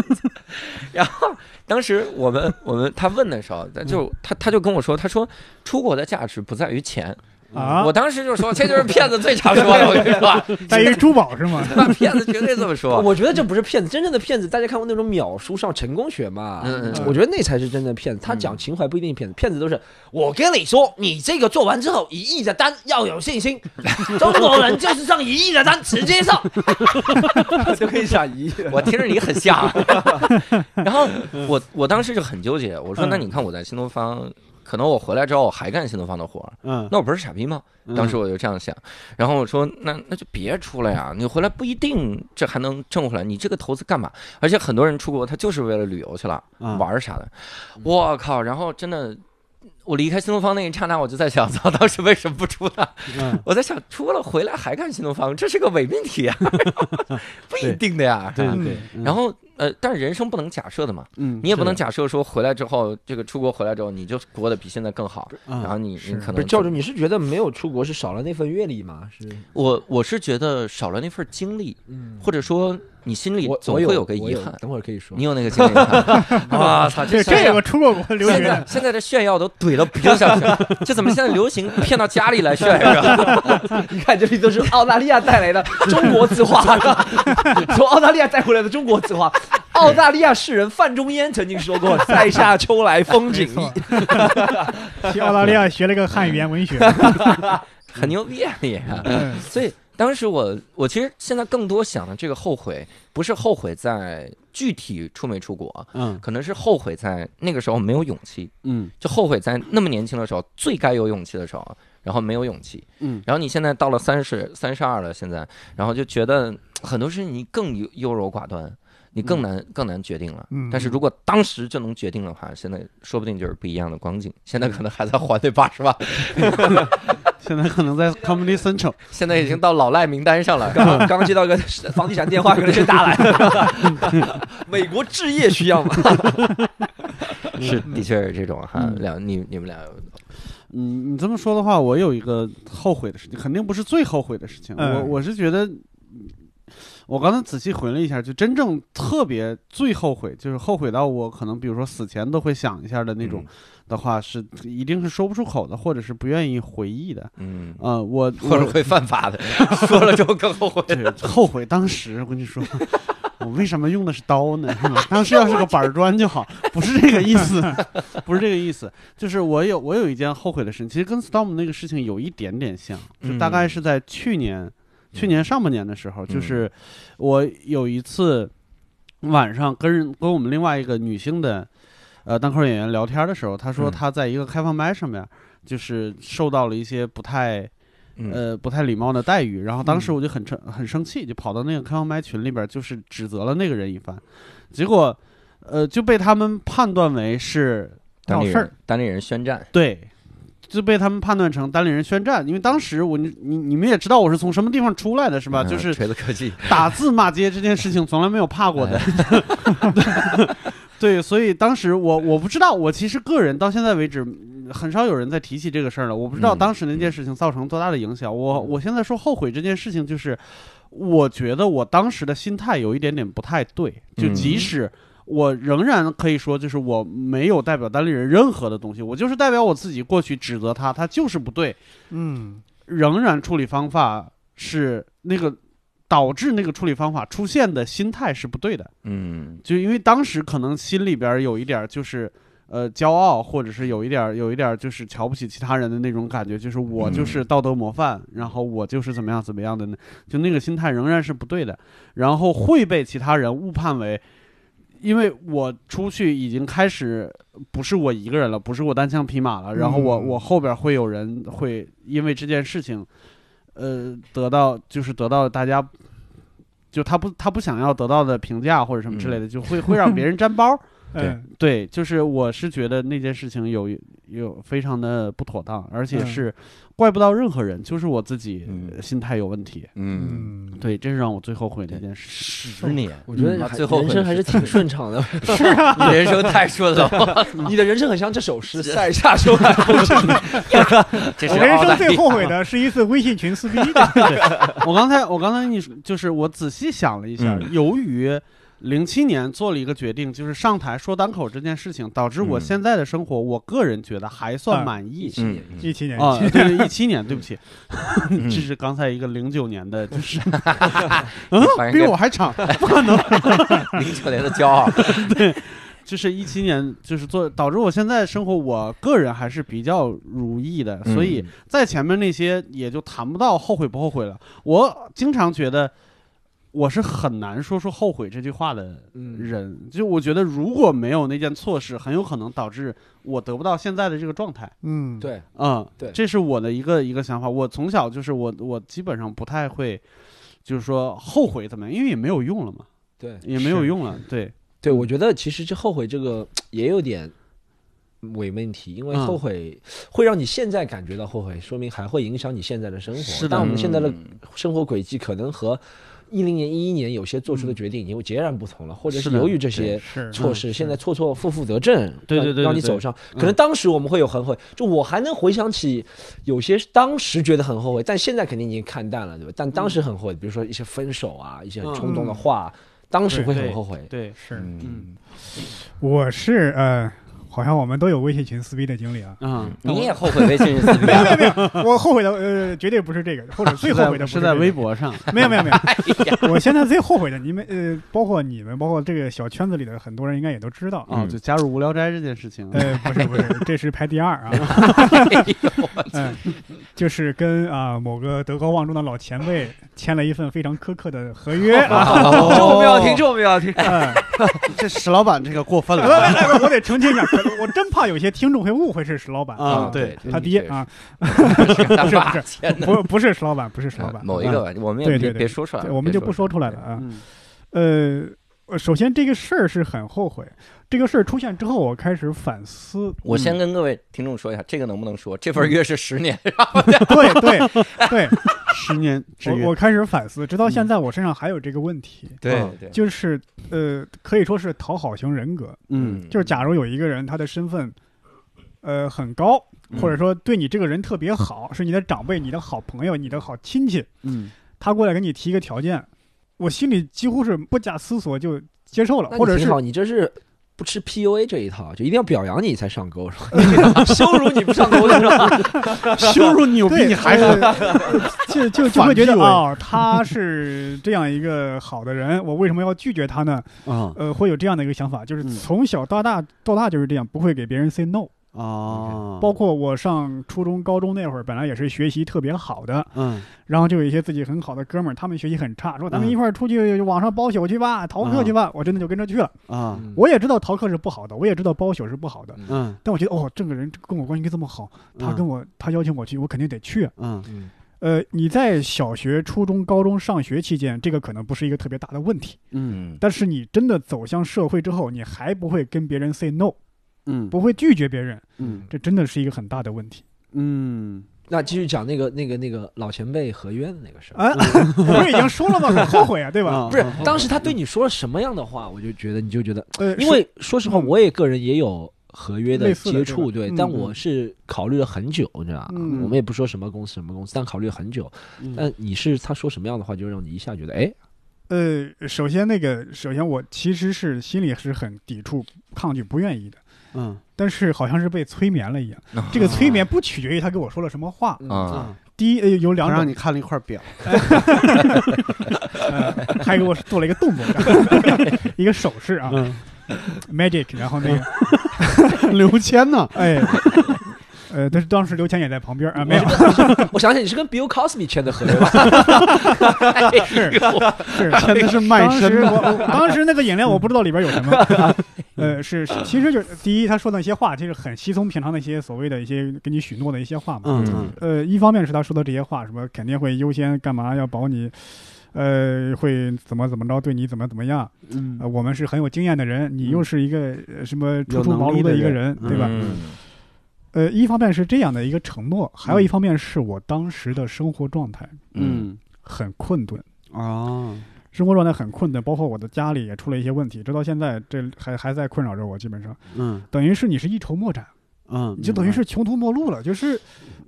Speaker 1: 然后当时我们我们他问的时候，他就他他就跟我说，他说出国的价值不在于钱，？”
Speaker 2: 啊
Speaker 1: 嗯我，当时就说，这就是骗子最常说的，我跟你 说，
Speaker 2: 在于珠宝是吗？
Speaker 1: 那骗子绝对这么说。
Speaker 4: 我觉得这不是骗子，真正的骗子，大家看过那种秒书上成功学嘛？
Speaker 1: 嗯嗯嗯
Speaker 2: 嗯
Speaker 4: 我觉得那才是真正的骗子。他讲情怀不一定骗子，骗子都是我跟你说，你这个做完之后一亿的单要有 信心，中国人就是上一亿的单直接上。
Speaker 5: 就可以上一亿了。
Speaker 1: 我听着你很像，啊然后我我当时就很纠结，我说那你看我在新东方，可能我回来之后我还干新东方的活儿，
Speaker 3: 嗯，
Speaker 1: 那我不是傻逼吗？当时我就这样想，然后我说那那就别出来呀，你回来不一定这还能挣回来，你这个投资干嘛？而且很多人出国他就是为了旅游去了，
Speaker 3: 嗯
Speaker 1: 玩儿啥的，我靠！然后真的。我离开新东方那一刹那，我就在想， 操，当时为什么不出来？
Speaker 3: 嗯，
Speaker 1: 我在想，出了回来还干新东方，这是个伪命题啊， 不一定的呀。
Speaker 3: 对
Speaker 1: 是吧
Speaker 3: 对对。嗯
Speaker 1: 然后呃，但是人生不能假设的嘛，
Speaker 3: 嗯，
Speaker 1: 你也不能
Speaker 3: 讲，
Speaker 1: 假设说回来之后，这个出国回来之后你就过得比现在更好，然后
Speaker 3: 嗯
Speaker 1: 你你
Speaker 2: 是
Speaker 1: 可
Speaker 4: 不
Speaker 1: 能
Speaker 4: 是教
Speaker 1: 就
Speaker 4: 主，你是觉得没有出国是少了那份阅历吗？是，
Speaker 1: 我我是觉得少了那份经历，
Speaker 4: 嗯，
Speaker 1: 或者说你心里
Speaker 4: 我
Speaker 1: 总
Speaker 4: 我
Speaker 1: 会
Speaker 4: 有
Speaker 1: 个
Speaker 4: 我
Speaker 1: 遗
Speaker 4: 有
Speaker 1: 憾。
Speaker 4: 等会儿可以说
Speaker 1: 你。有那个经 历吗？哇啊操，
Speaker 2: 对，
Speaker 1: 这
Speaker 2: 这
Speaker 1: 现
Speaker 2: 有
Speaker 1: 在
Speaker 2: 个出过国留学
Speaker 1: 现在
Speaker 2: 的，
Speaker 1: 现在的炫耀都怼到脖子上去了，这怎么现在流行骗到家里来炫耀啊？
Speaker 4: 你看，这里都是澳大利亚带 来的中国字画， 从澳大利亚带回来的中国字 画。澳大利亚诗人范仲淹曾经说过：“塞下秋来风景
Speaker 2: 没
Speaker 4: 异
Speaker 2: 错。去澳大利亚学了个汉语言文 学。
Speaker 1: 很牛逼啊你！
Speaker 2: 嗯
Speaker 1: 所以当时我我其实现在更多想的这个后悔，不是后悔在具体出没出国，
Speaker 3: 嗯
Speaker 1: 可能是后悔在那个时候没有勇气，
Speaker 3: 嗯
Speaker 1: 就后悔在那么年轻的时候最该有勇气的时候，然后没有勇气。
Speaker 3: 嗯
Speaker 1: 然后你现在到了三十三十二了，现在，然后就觉得很多事情你更优优柔寡断，你更难、更难决定了。
Speaker 2: 嗯
Speaker 1: 但是如果当时就能决定的话，现在说不定就是不一样的光景。现在可能还在还那八十 万，
Speaker 3: 现在可能在 Comedy Central，
Speaker 1: 现在已经到老赖名单上了。
Speaker 4: 刚刚接到一个房地产电话，可能是打来。 美国置业需要吗？
Speaker 1: 是，的确是这种哈。
Speaker 2: 嗯
Speaker 1: 两你你们俩有
Speaker 3: 嗯，你这么说的话，我有一个后悔的事情，肯定不是最后悔的事情。
Speaker 2: 嗯
Speaker 3: 我我是觉得，我刚才仔细回了一下，就真正特别最后悔，就是后悔到我可能比如说死前都会想一下的那种，
Speaker 1: 嗯
Speaker 3: 的话，是一定是说不出口的，或者是不愿意回忆的。
Speaker 1: 嗯，
Speaker 3: 呃，我
Speaker 1: 或者
Speaker 3: 我
Speaker 1: 会犯法 的，说了之后更后悔。
Speaker 3: 对 后悔当时，我跟你说。 我为什么用的是刀呢？是吧当时要是个板砖就好， 不是这个意思， 不是这个意思。就是我有我有一件后悔的事情，其实跟 Storm 那个事情有一点点像，就大概是在去年，去年上半年的时候，就是我有一次晚上跟人跟我们另外一个女性的呃单口演员聊天的时候，她说
Speaker 1: 嗯
Speaker 3: 她在一个开放麦上面，就是受到了一些不太
Speaker 1: 嗯
Speaker 3: 呃不太礼貌的待遇，然后当时我就很生很生气，就跑到那个开放麦群里边，就是指责了那个人一番，结果呃就被他们判断为是
Speaker 1: 当地
Speaker 2: 闹事
Speaker 1: 人
Speaker 2: 儿
Speaker 1: 当地人宣战，
Speaker 3: 对，就被他们判断成单立人宣战，因为当时我你你你们也知道我是从什么地方出来的是吧？
Speaker 1: 嗯
Speaker 3: 就是
Speaker 1: 锤子科技，
Speaker 3: 打字骂街这件事情从来没有怕过的。
Speaker 1: 哎
Speaker 3: 对，所以当时我我不知道，我其实个人到现在为止，嗯很少有人在提起这个事儿了。我不知道
Speaker 1: 嗯
Speaker 3: 当时那件事情造成多大的影响。我我现在说后悔这件事情，就是我觉得我当时的心态有一点点不太对，就
Speaker 1: 嗯
Speaker 3: 即使。我仍然可以说，就是我没有代表单立人任何的东西，我就是代表我自己过去指责他，他就是不对，
Speaker 2: 嗯，
Speaker 3: 仍然处理方法是那个导致那个处理方法出现的心态是不对的，
Speaker 1: 嗯
Speaker 3: 就因为当时可能心里边有一点儿就是。呃，骄傲，或者是有一点儿，有一点儿就是瞧不起其他人的那种感觉，就是我就是道德模范，然后我就是怎么样怎么样的呢？就那个心态仍然是不对的，然后会被其他人误判为，因为我出去已经开始不是我一个人了，不是我单枪匹马了，然后我
Speaker 2: 嗯
Speaker 3: 我后边会有人会因为这件事情，呃，得到就是得到大家。就他不，他不想要得到的评价或者什么之类的，
Speaker 1: 嗯
Speaker 3: 就会会让别人沾包，
Speaker 1: 对
Speaker 2: 嗯
Speaker 3: 对，就是我是觉得那件事情有有非常的不妥当，而且
Speaker 2: 嗯
Speaker 3: 是怪不到任何人，就是我自己
Speaker 1: 嗯
Speaker 3: 呃心态有问题。
Speaker 1: 嗯，
Speaker 2: 嗯，
Speaker 3: 对，这是让我最后悔的一件事。
Speaker 1: 十年，
Speaker 4: 我觉得
Speaker 1: 嗯
Speaker 4: 还
Speaker 1: 最后
Speaker 4: 人生还是挺顺畅的。
Speaker 1: 你 人生太顺了，
Speaker 4: 你的人生很像这首诗：“塞下秋来风景异。
Speaker 1: 这是
Speaker 2: 我人
Speaker 1: 奥黛
Speaker 2: 生最
Speaker 1: 丽。
Speaker 2: 后悔的是一次微信群 撕逼，
Speaker 3: 我刚才我刚才跟你说，就是我仔细想了一下，
Speaker 1: 嗯
Speaker 3: 由于零七年做了一个决定，就是上台说单口这件事情，导致我
Speaker 1: 嗯
Speaker 3: 现在的生活，我个人觉得还算
Speaker 2: 嗯
Speaker 3: 满意。
Speaker 1: 嗯，
Speaker 2: 一七年，
Speaker 3: 啊，对，一七年，对不起，
Speaker 1: 嗯
Speaker 3: 这是刚才一个零九年的，就是 嗯
Speaker 1: 好像
Speaker 3: 比
Speaker 1: 是
Speaker 3: 我还长，
Speaker 1: 零九年的骄傲，
Speaker 3: 就是一七年，就是做导致我现在生活，我个人还是比较如意的，所以
Speaker 1: 嗯
Speaker 3: 在前面那些也就谈不到后悔不后悔了。我经常觉得我是很难说出后悔这句话的
Speaker 4: 嗯，
Speaker 3: 人，就我觉得如果没有那件错事，很有可能导致我得不到现在的这个状态。
Speaker 2: 嗯，，
Speaker 4: 对，
Speaker 3: 嗯，
Speaker 4: 对
Speaker 3: 这是我的一个一个想法。我从小就是我我基本上不太会，就是说后悔怎么样，因为也没有用了嘛，
Speaker 4: 对，
Speaker 3: 也没有
Speaker 2: 是
Speaker 3: 用了。对，
Speaker 4: 对，我觉得其实这后悔这个也有点伪命题，因为
Speaker 3: 嗯
Speaker 4: 后悔会让你现在感觉到后悔，说明还会影响你现在的生活。
Speaker 3: 是的
Speaker 4: 但我们现在的
Speaker 1: 嗯
Speaker 4: 生活轨迹可能和一零年、一一年有些做出的决定已经截然不同了，或者
Speaker 3: 嗯是
Speaker 4: 是
Speaker 3: 的嗯
Speaker 4: 由于这些。
Speaker 2: 是
Speaker 4: 措施现在错错负负得正，
Speaker 3: 对
Speaker 4: 让
Speaker 3: 对对对
Speaker 4: 让你
Speaker 3: 对
Speaker 4: 走上。
Speaker 3: 嗯
Speaker 4: 可能当时我们会有很后悔，就我还能回想起有些当时觉得很后悔，但现在肯定已经看淡了，对吧？但当
Speaker 3: 嗯
Speaker 4: 时很后悔，比如说一些分手啊，一些很冲动的
Speaker 2: 嗯
Speaker 4: 话，当时
Speaker 2: 对
Speaker 4: 会
Speaker 3: 对
Speaker 4: 很后悔。
Speaker 3: 对，
Speaker 2: 是，
Speaker 1: 嗯，
Speaker 2: 我是呃，好像我们都有微信群撕逼的经历啊。
Speaker 3: 嗯，
Speaker 1: 你也后悔微信 私密
Speaker 2: 没有没有没有，我后悔的呃，绝对不是这个，或者最后悔的不
Speaker 3: 是
Speaker 2: 这
Speaker 3: 在
Speaker 2: 个
Speaker 3: 微。博上，
Speaker 2: 没有没有没
Speaker 1: 哎
Speaker 2: 有，我现在最后悔的，你们呃，包括你们，包括这个小圈子里的很多人，应该也都知道。
Speaker 3: 啊、
Speaker 1: 嗯
Speaker 3: 就加入无聊斋这件 事情，
Speaker 2: 呃，不是不是，这是排第二 啊，
Speaker 1: 哎
Speaker 2: 嗯，就是跟啊、某个德高望重的老前辈签了一份非常苛刻的合约
Speaker 1: 哦
Speaker 2: 啊，
Speaker 5: 这我们要听，这我们要听。
Speaker 2: 嗯，
Speaker 3: 这石老板这个过分
Speaker 2: 来
Speaker 3: 了啊
Speaker 2: 来来，我我得澄清一下，可能我真怕有些听众会误会是石老板，
Speaker 3: 啊！
Speaker 1: 对
Speaker 3: 对，，
Speaker 2: 他爹 啊，
Speaker 1: 他
Speaker 2: 是
Speaker 1: 爸
Speaker 2: 不是
Speaker 1: 天哪
Speaker 2: 不不是石老板，不是石老
Speaker 1: 啊
Speaker 2: 板，
Speaker 1: 某一个吧，我们也
Speaker 2: 嗯对
Speaker 1: 别
Speaker 2: 对对
Speaker 1: 别说出来
Speaker 2: 对
Speaker 1: 了，
Speaker 2: 我们就
Speaker 1: 别
Speaker 2: 不
Speaker 1: 说
Speaker 2: 说出来了啊。
Speaker 3: 嗯
Speaker 2: 呃，我首先这个事儿是很后悔，这个事儿出现之后，我开始反思。
Speaker 1: 我先跟各位听众说一下，这个能不能说？这
Speaker 2: 嗯
Speaker 1: 份约是十年，
Speaker 2: 对 对对，
Speaker 3: 十年之约
Speaker 2: 我我开始反思，直
Speaker 4: 嗯
Speaker 2: 到现在我身上还有这个问题，
Speaker 1: 对
Speaker 3: 嗯
Speaker 1: 对，
Speaker 2: 就是呃，可以说是讨好型人格，
Speaker 3: 嗯
Speaker 2: 就是假如有一个人他的身份。呃，很高，
Speaker 4: 嗯
Speaker 2: 或者说对你这个人特别 好，是你的长辈、你的好朋友、你的好亲戚，
Speaker 3: 嗯，
Speaker 2: 他过来给你提一个条件，我心里几乎是不假思索就接受了，
Speaker 4: 那
Speaker 2: 或者
Speaker 4: 你挺
Speaker 2: 是
Speaker 4: 好，你这是不吃 PUA 这一套，就一定要表扬你才上钩，是吧？ 羞辱你不上钩的是吧？
Speaker 3: 羞辱你，我比
Speaker 2: 对
Speaker 3: 你还狠，
Speaker 2: 呃就就就会觉得
Speaker 3: 反屁为
Speaker 2: 哦，他是这样一个好的人，我为什么要拒绝他呢？
Speaker 3: 嗯
Speaker 2: 呃，会有这样的一个想法，就是
Speaker 3: 嗯哦
Speaker 2: 从小到大到大就是这样，不会给别人 say no。
Speaker 3: 啊，
Speaker 2: 包括我上初中、高中那会儿，本来也是学习特别好的，
Speaker 3: 嗯
Speaker 2: 然后就有一些自己很好的哥们儿，他们学习很差，说咱们
Speaker 3: 嗯
Speaker 2: 一块儿出去网上包宿去吧，逃课去吧，我真的就跟着去了。
Speaker 3: 啊
Speaker 4: 嗯
Speaker 2: 我也知道逃课是不好的，我也知道包宿是不好的，
Speaker 3: 嗯，
Speaker 2: 但我觉得哦，这个人跟我关系这么好，他跟
Speaker 3: 我
Speaker 2: 我他邀请我去，我肯定得去啊。
Speaker 3: 嗯
Speaker 4: 嗯
Speaker 2: 呃，你在小学、初中、高中上学期间，这个可能不是一个特别大的问题，
Speaker 3: 嗯
Speaker 1: 嗯
Speaker 2: 但是你真的走向社会之后，你还不会跟别人 say no，
Speaker 3: 嗯
Speaker 2: 不会拒绝别人，
Speaker 3: 嗯
Speaker 2: 这真的是一个很大的问题。
Speaker 3: 嗯，
Speaker 4: 那继续讲那个那个那个老前辈合约的那个事儿。
Speaker 2: 啊，我不是已经说了吗？很后悔啊，对吧？
Speaker 3: 啊
Speaker 4: 不是，当时他对你说了什么样的话，我就觉得你就觉得，
Speaker 2: 呃，
Speaker 4: 因为说实话，我也个人也有合约
Speaker 2: 类似的
Speaker 4: 接触，
Speaker 2: 对
Speaker 4: 对
Speaker 2: 吧，
Speaker 4: 但
Speaker 2: 嗯
Speaker 4: 我是考虑了很久，你知道吧？
Speaker 2: 嗯
Speaker 4: 我们也不说什么公司什么公司，但考虑了很久。
Speaker 3: 嗯
Speaker 4: 但你是他说什么样的话，就让你一下觉得，哎，
Speaker 2: 呃，首先那个，首先我其实是心里是很抵触、抗拒、不愿意的，
Speaker 3: 嗯
Speaker 2: 但是好像是被催眠了一样。这个催眠不取决于他跟我说了什么话，
Speaker 4: 嗯
Speaker 1: 啊，
Speaker 3: 啊，
Speaker 2: 第一、呃、有两
Speaker 3: 我
Speaker 2: 种
Speaker 3: 让你看了一块表，
Speaker 2: 呃，还给我做了一个动作，一个手势啊
Speaker 3: 嗯，
Speaker 2: ，magic，然后那个，
Speaker 3: 刘谦呢？
Speaker 2: 哎，呃，但是当时刘谦也在旁边 啊，没有，
Speaker 4: 我想起你是跟 Bill Cosby 签的合约吧？
Speaker 2: 是是，
Speaker 3: 签哦的是卖
Speaker 2: 当时
Speaker 3: 身
Speaker 2: 我我当时那个饮料我不知道里边有什么， 呃，是是其实就是第一他说的那些话，就是很稀松平常的一些所谓的一些给你许诺的一些话嘛，
Speaker 3: 嗯
Speaker 1: 嗯
Speaker 2: 呃，一方面是他说的这些话，什么肯定会优先干嘛要保你。呃，会怎么怎么着，对你怎么怎么样？
Speaker 3: 嗯
Speaker 2: 呃，我们是很有经验的人，你又是一个、呃什么初
Speaker 3: 有
Speaker 2: 出
Speaker 3: 能
Speaker 2: 茅
Speaker 3: 力
Speaker 2: 庐的
Speaker 3: 的
Speaker 2: 一个人
Speaker 3: 人，
Speaker 2: 对吧？
Speaker 1: 嗯
Speaker 2: 呃，一方面是这样的一个承诺，还有
Speaker 3: 嗯
Speaker 2: 一方面是我当时的生活状态
Speaker 1: 嗯
Speaker 3: 嗯
Speaker 2: 很困顿，
Speaker 3: 啊
Speaker 2: 生活状态很困顿，包括我的家里也出了一些问题，直到现在这还还在困扰着我，基本上
Speaker 3: 嗯
Speaker 2: 等于是你是一筹莫展，
Speaker 3: 嗯，
Speaker 2: 你就等于是穷途末路了，就是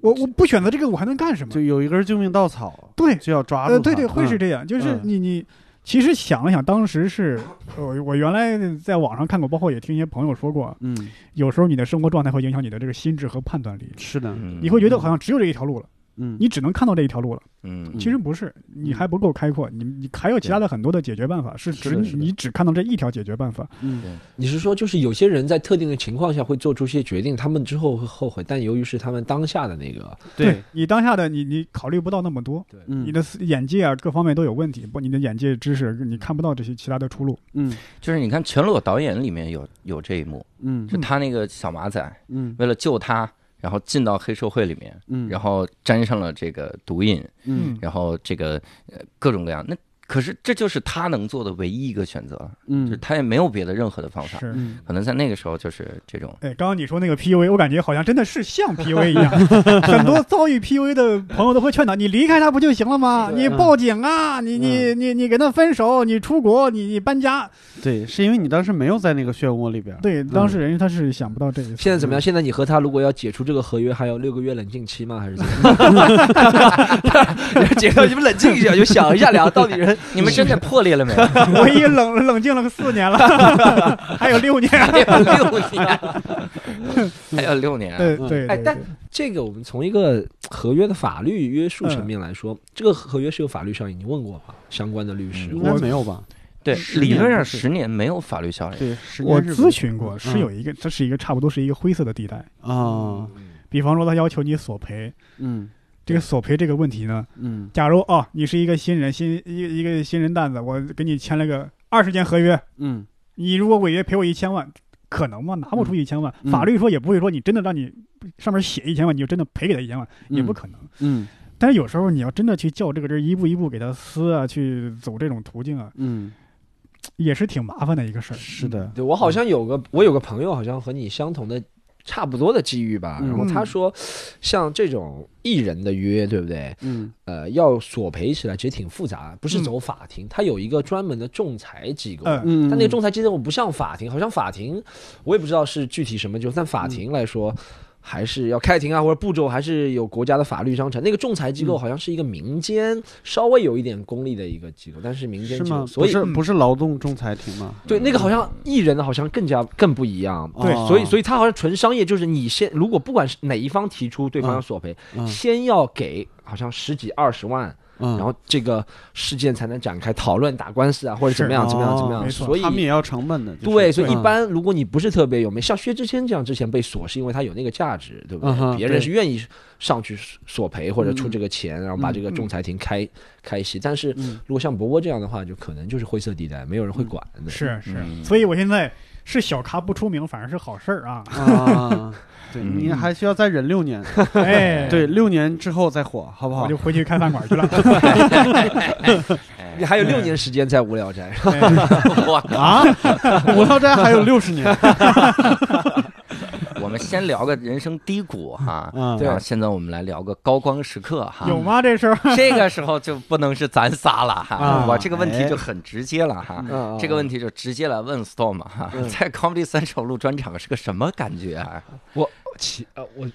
Speaker 2: 我我不选择这
Speaker 3: 嗯
Speaker 2: 个我还能干什么
Speaker 3: 就？有一根救命稻草，
Speaker 2: 对，
Speaker 3: 就要抓住
Speaker 2: 呃，
Speaker 3: 它，
Speaker 2: 对对，会是这
Speaker 3: 这
Speaker 2: 样，就是
Speaker 3: 嗯
Speaker 2: 你你。其实想了想，当时是呃我我原来在网上看过，包括也听一些朋友说过，
Speaker 3: 嗯，
Speaker 2: 有时候你的生活状态会影响你的这个心智和判断力，
Speaker 3: 是的，
Speaker 1: 嗯
Speaker 2: 你会觉得好像只有这一条路了，
Speaker 3: 嗯，
Speaker 2: 你只能看到这一条路了。
Speaker 1: 嗯
Speaker 2: 其实不是，你还不够开阔，你你还有其他的很多的解决办法，是指
Speaker 4: 是的
Speaker 2: 你
Speaker 4: 是的
Speaker 2: 你只看到这一条解决办法。
Speaker 3: 嗯
Speaker 4: 你是说，就是有些人在特定的情况下会做出一些决定，他们之后会后悔，但由于是他们当下的那个，
Speaker 2: 嗯
Speaker 3: 对，
Speaker 2: 你当下的你你考虑不到那么多，
Speaker 3: 嗯
Speaker 2: 你的思眼界啊各方面都有问题，不，你的眼界知识你看不到这些其他的出路。
Speaker 3: 嗯
Speaker 1: 就是你看《全裸导演》里面有有这一幕，
Speaker 3: 嗯
Speaker 1: 就他那个小马仔
Speaker 3: 嗯
Speaker 1: 为了救他，然后进到黑社会里面，
Speaker 3: 嗯，
Speaker 1: 然后沾上了这个毒瘾，
Speaker 3: 嗯
Speaker 1: 然后这个呃各种各样。那可是这就是他能做的唯一一个选择了，就是
Speaker 3: 嗯
Speaker 1: 他也没有别的任何的方法。
Speaker 2: 是。
Speaker 3: 嗯
Speaker 1: 可能在那个时候就是这种，
Speaker 2: 哎，刚刚你说那个 PUA，我感觉好像真的是像 PUA 一样，很多遭遇 PUA 的朋友都会劝导你离开他不就行了吗？
Speaker 4: 对
Speaker 2: 你报警啊，你你你你跟他分手，你出国，你你搬家。
Speaker 3: 对，是因为你当时没有在那个漩涡里边儿，
Speaker 2: 对，当事人他是想不到这一层。
Speaker 4: 现在怎么样？现在你和他如果要解除这个合约，还有六个月冷静期吗？还是怎么样？
Speaker 5: 解释你们冷静一下，就想一下俩到底 人
Speaker 1: 你们真的破裂了 没有？
Speaker 2: 我已冷冷静了四年了，还有六年。
Speaker 1: 还有六年，还有六年。啊
Speaker 2: 对
Speaker 3: 嗯
Speaker 2: 对，
Speaker 4: 哎
Speaker 2: 对
Speaker 4: 但
Speaker 2: 对
Speaker 4: 这个我们从一个合约的法律约束
Speaker 2: 嗯
Speaker 4: 层面来说，这个合约是有法律效应，你问过吗？相关的律师，
Speaker 3: 应该没有吧？
Speaker 1: 对，
Speaker 3: 十
Speaker 1: 理
Speaker 3: 年
Speaker 1: 论上
Speaker 3: 不是
Speaker 1: 十年没有法律效应。
Speaker 3: 对，十
Speaker 2: 我
Speaker 3: 年是
Speaker 2: 咨询过，是
Speaker 3: 嗯
Speaker 2: 有一个，这是一个差不多是一个灰色的地带。
Speaker 3: 啊，
Speaker 2: 比方说，他要求你索赔，
Speaker 3: 嗯
Speaker 2: 这个索赔这个问题呢，
Speaker 3: 嗯
Speaker 2: 假如哦，你是一个新人，新一一个新人蛋子，我给你签了个二十年合约，
Speaker 3: 嗯
Speaker 2: 你如果违约赔我一千万，可能吗？拿不出一千万，
Speaker 3: 嗯
Speaker 2: 法律说也不会说你真的让你上面写一千万，你就真的赔给他一千万，也不
Speaker 3: 嗯
Speaker 2: 可能。
Speaker 3: 嗯
Speaker 2: 但是有时候你要真的去较这个真儿，一步一步给他撕啊，去走这种途径啊，
Speaker 3: 嗯，
Speaker 2: 也是挺麻烦的一个事儿。
Speaker 3: 是的，
Speaker 4: 对我好像有个，我有个朋友好像和你相同的。差不多的机遇吧，
Speaker 3: 嗯
Speaker 4: 然后他说，像这种艺人的约，对不对？
Speaker 3: 嗯
Speaker 4: 呃，要索赔起来其实挺复杂，不是走法庭，他有一个专门的仲裁机构。
Speaker 2: 嗯
Speaker 3: 嗯，
Speaker 4: 但那个仲裁机构不像法庭，好像法庭我也不知道是具体什么就，
Speaker 3: 嗯
Speaker 4: 但法庭来说。还是要开庭啊，或者步骤还是有国家的法律章程。那个仲裁机构
Speaker 3: 嗯
Speaker 4: 好像是一个民间稍微有一点功利的一个机构，但是民间
Speaker 3: 是
Speaker 4: 机构，
Speaker 3: 吗？
Speaker 4: 所以
Speaker 3: 不是不嗯是劳动仲裁庭吗？
Speaker 4: 对那个好像艺人好像更加更不一样。
Speaker 2: 对
Speaker 4: 所以，
Speaker 3: 以
Speaker 4: 所以他好像纯商业，就是你先，如果不管是哪一方提出对方要索赔，先要给好像十几二十万，
Speaker 3: 哦嗯，
Speaker 4: 然后这个事件才能展开讨论、打官司啊，或者怎么样、
Speaker 3: 是
Speaker 4: 怎么样、
Speaker 3: 哦
Speaker 4: 怎么样。
Speaker 2: 没错
Speaker 4: 所以
Speaker 3: 他们也要成本的，就是
Speaker 4: 对，所以一
Speaker 3: 嗯
Speaker 4: 般如果你不是特别有名，像薛之谦这样之前被锁，是因为他有那个价值，对不
Speaker 3: 嗯哼
Speaker 4: 对？别人
Speaker 3: 对
Speaker 4: 是愿意索赔索赔或者出
Speaker 3: 嗯
Speaker 4: 这个钱，然后把这个仲裁庭开开席。但是
Speaker 3: 嗯。
Speaker 4: 如果像博博这样的话，就可能就是灰色地带，没有人会管的。
Speaker 2: 是是，
Speaker 1: 嗯
Speaker 2: 所以我现在是小咖不出名，反而是好事儿啊
Speaker 3: 啊，对
Speaker 1: 嗯
Speaker 3: 你还需要再忍六年，
Speaker 2: 哎，
Speaker 3: 对，，六年之后再火，好不好
Speaker 2: 我就？回去开饭馆去了。
Speaker 4: 你还有
Speaker 3: 嗯
Speaker 4: 六年时间在无聊斋，
Speaker 2: 哎
Speaker 1: 我
Speaker 3: 啊，无聊斋还有六 十年
Speaker 1: 我们先聊个人生低谷哈，
Speaker 3: 啊，
Speaker 1: 然后现在我们来聊个高光时刻哈。
Speaker 2: 有吗？这事儿？
Speaker 1: 这个时候就不能是咱仨了哈
Speaker 3: 啊，
Speaker 1: 我这个问题
Speaker 3: 哎
Speaker 1: 就很直接了哈。
Speaker 4: 嗯
Speaker 1: 这个问
Speaker 4: 题
Speaker 1: 题就直接来问 Storm 哈，
Speaker 3: 嗯
Speaker 1: 在 Comedy Central 录专场是个什么感觉啊？
Speaker 4: 起呃，我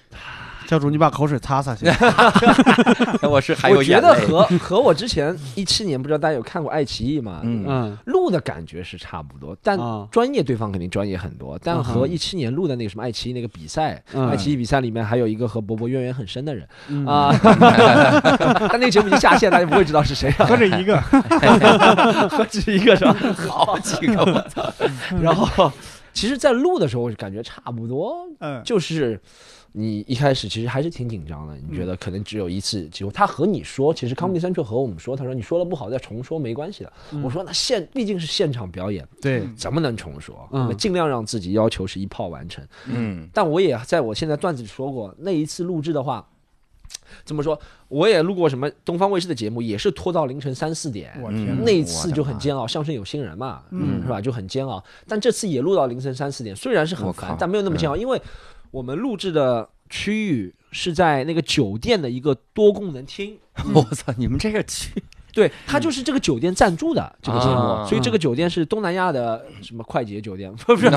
Speaker 3: 教主，你把口水擦擦去。嗯
Speaker 1: 我是还有
Speaker 4: 我觉
Speaker 1: 眼
Speaker 4: 得
Speaker 1: 泪，
Speaker 4: 和和我之前一七年不知道大家有看过爱奇艺吗？
Speaker 1: 嗯
Speaker 3: 嗯
Speaker 4: 录的感觉是差不多，但
Speaker 3: 啊
Speaker 4: 专业对方肯定专业很多，但
Speaker 3: 嗯
Speaker 4: 和
Speaker 3: 哼
Speaker 4: 一七年录的那个什么爱奇艺那个比赛，
Speaker 3: 嗯
Speaker 4: 爱奇艺比赛里面还有一个和博博渊源很深的人
Speaker 3: 嗯
Speaker 4: 啊， 但那个节目已经下线，大家不会知 道是谁了，
Speaker 2: 何止一个？
Speaker 4: 何止一个是吧？
Speaker 1: 好几个我操，
Speaker 3: 嗯
Speaker 4: 然后，其实，在录的时候，我就感觉差不多，
Speaker 2: 嗯，
Speaker 4: 就是你一开始其实还是挺紧张的，你觉得可能只有一次机会。他和你说，其实 Comedy Central 和我们说，他说你说的不好再重说没关系的。我说那现毕竟是现场表演，
Speaker 3: 对，
Speaker 2: 嗯
Speaker 4: 怎么能重说？
Speaker 3: 嗯
Speaker 4: 我们尽量让自己要求是一炮完成。
Speaker 1: 嗯
Speaker 4: 但我也在我现在段子里说过，那一次录制的话，怎么说？我也录过什么东方卫视的节目，也是拖到凌晨三四点。
Speaker 2: 我
Speaker 1: 嗯
Speaker 2: 天哪，
Speaker 4: 那一次就很煎熬，相声有新人嘛，
Speaker 2: 嗯
Speaker 4: 是吧？就很煎熬。但这次也录到凌晨三四点，虽然是很
Speaker 1: 我靠嗯
Speaker 4: 烦，但没有那么煎熬，因为我们录制的区域是在那个酒店的一个多功能厅，
Speaker 1: 我操，你们这个去
Speaker 4: 对他就是这个酒店赞助的这个节目，
Speaker 1: 嗯啊
Speaker 4: 所以这个酒店是东南亚的什么快捷酒店，不是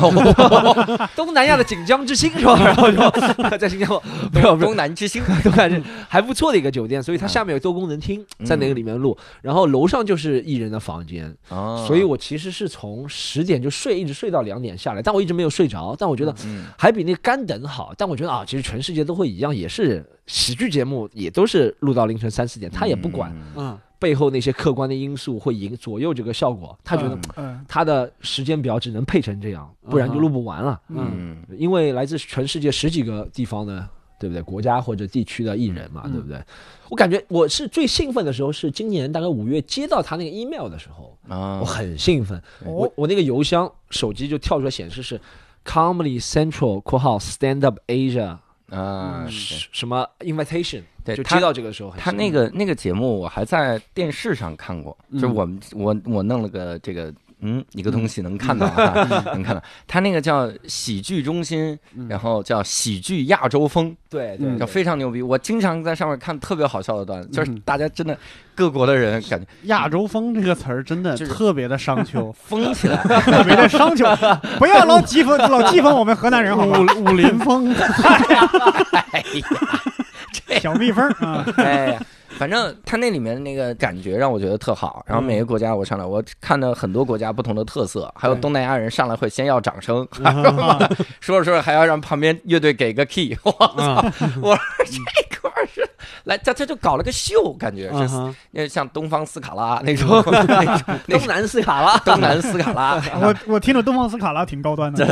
Speaker 4: 东南亚的锦江之星是吧？然 后就在新加坡，不要不要
Speaker 1: 东。嗯南之星，
Speaker 4: 东南是还不错的一个酒店，所以它下面有多功能厅，在
Speaker 1: 嗯
Speaker 4: 那个里面录，然后楼上就是艺人的房间，
Speaker 1: 哦
Speaker 4: 所以我其实是从十点就睡，一直睡到两点下来，但我一直没有睡着，但我觉得
Speaker 1: 嗯
Speaker 4: 还比那个干等好。但我觉得啊，其实全世界都会一样，也是喜剧节目也都是录到凌晨三四点，他也不管
Speaker 1: 嗯
Speaker 3: 嗯
Speaker 4: 背后那些客观的因素会影左右这个效果，他觉得
Speaker 2: 嗯嗯
Speaker 4: 他的时间表只能配成这样，不然就录不完了。
Speaker 2: 嗯
Speaker 1: 嗯
Speaker 4: 因为来自全世界十几个地方的，对不对？国家或者地区的艺人嘛，
Speaker 3: 嗯
Speaker 4: 对不对？我感觉我是最兴奋的时候是今年大概五月接到他那个 email 的时候，
Speaker 1: 啊
Speaker 4: 我很兴奋。我
Speaker 2: 哦
Speaker 4: 我那个邮箱手机就跳出来显示是 Comedy Central（ 括号 Stand Up Asia）
Speaker 1: 啊，是
Speaker 4: 什么 invitation，
Speaker 1: 对
Speaker 4: 嗯就
Speaker 1: 他
Speaker 4: 接到这个时候很
Speaker 1: 他
Speaker 4: 兴
Speaker 1: 那
Speaker 4: 奋，
Speaker 1: 个那个节目，我还在电视上看过，
Speaker 4: 嗯
Speaker 1: 就是我们我我弄了个这个嗯一个东西能看到啊，
Speaker 4: 嗯
Speaker 1: 能看到。他那个叫喜剧中心，然后叫喜剧亚洲风，
Speaker 4: 对对
Speaker 1: 就
Speaker 4: 对
Speaker 1: 非常牛逼。我经常在上面看特别好笑的段子，就是
Speaker 3: 嗯
Speaker 1: 大家真的各国的人感觉
Speaker 3: 亚洲风这个词儿真的
Speaker 1: 就是，
Speaker 3: 特别的商 丘
Speaker 1: 疯起 来，
Speaker 2: 特别的商榷，不要老讥讽老讥讽我们河南人好吗？
Speaker 3: 武武林 风，
Speaker 2: 小蜜蜂啊，
Speaker 1: 哎呀，反正他那里面那个感觉让我觉得特好。然后
Speaker 4: 嗯
Speaker 1: 每个国家我上来，我看到很多国家不同的特色，还有东南亚人上来会先要掌 声，
Speaker 4: 啊
Speaker 1: 说着说着还要让旁边乐队给个 key。我操！
Speaker 4: 啊
Speaker 1: 我说这哥们儿是来，他他就搞了个秀，感觉
Speaker 4: 啊
Speaker 3: 嗯
Speaker 1: 是
Speaker 3: 哼
Speaker 1: 那像东方斯卡拉那种，那种那
Speaker 4: 东
Speaker 1: 种
Speaker 4: 南斯卡拉啊
Speaker 1: 东南斯卡拉，哎
Speaker 2: 我我听着东方斯卡拉挺高端的，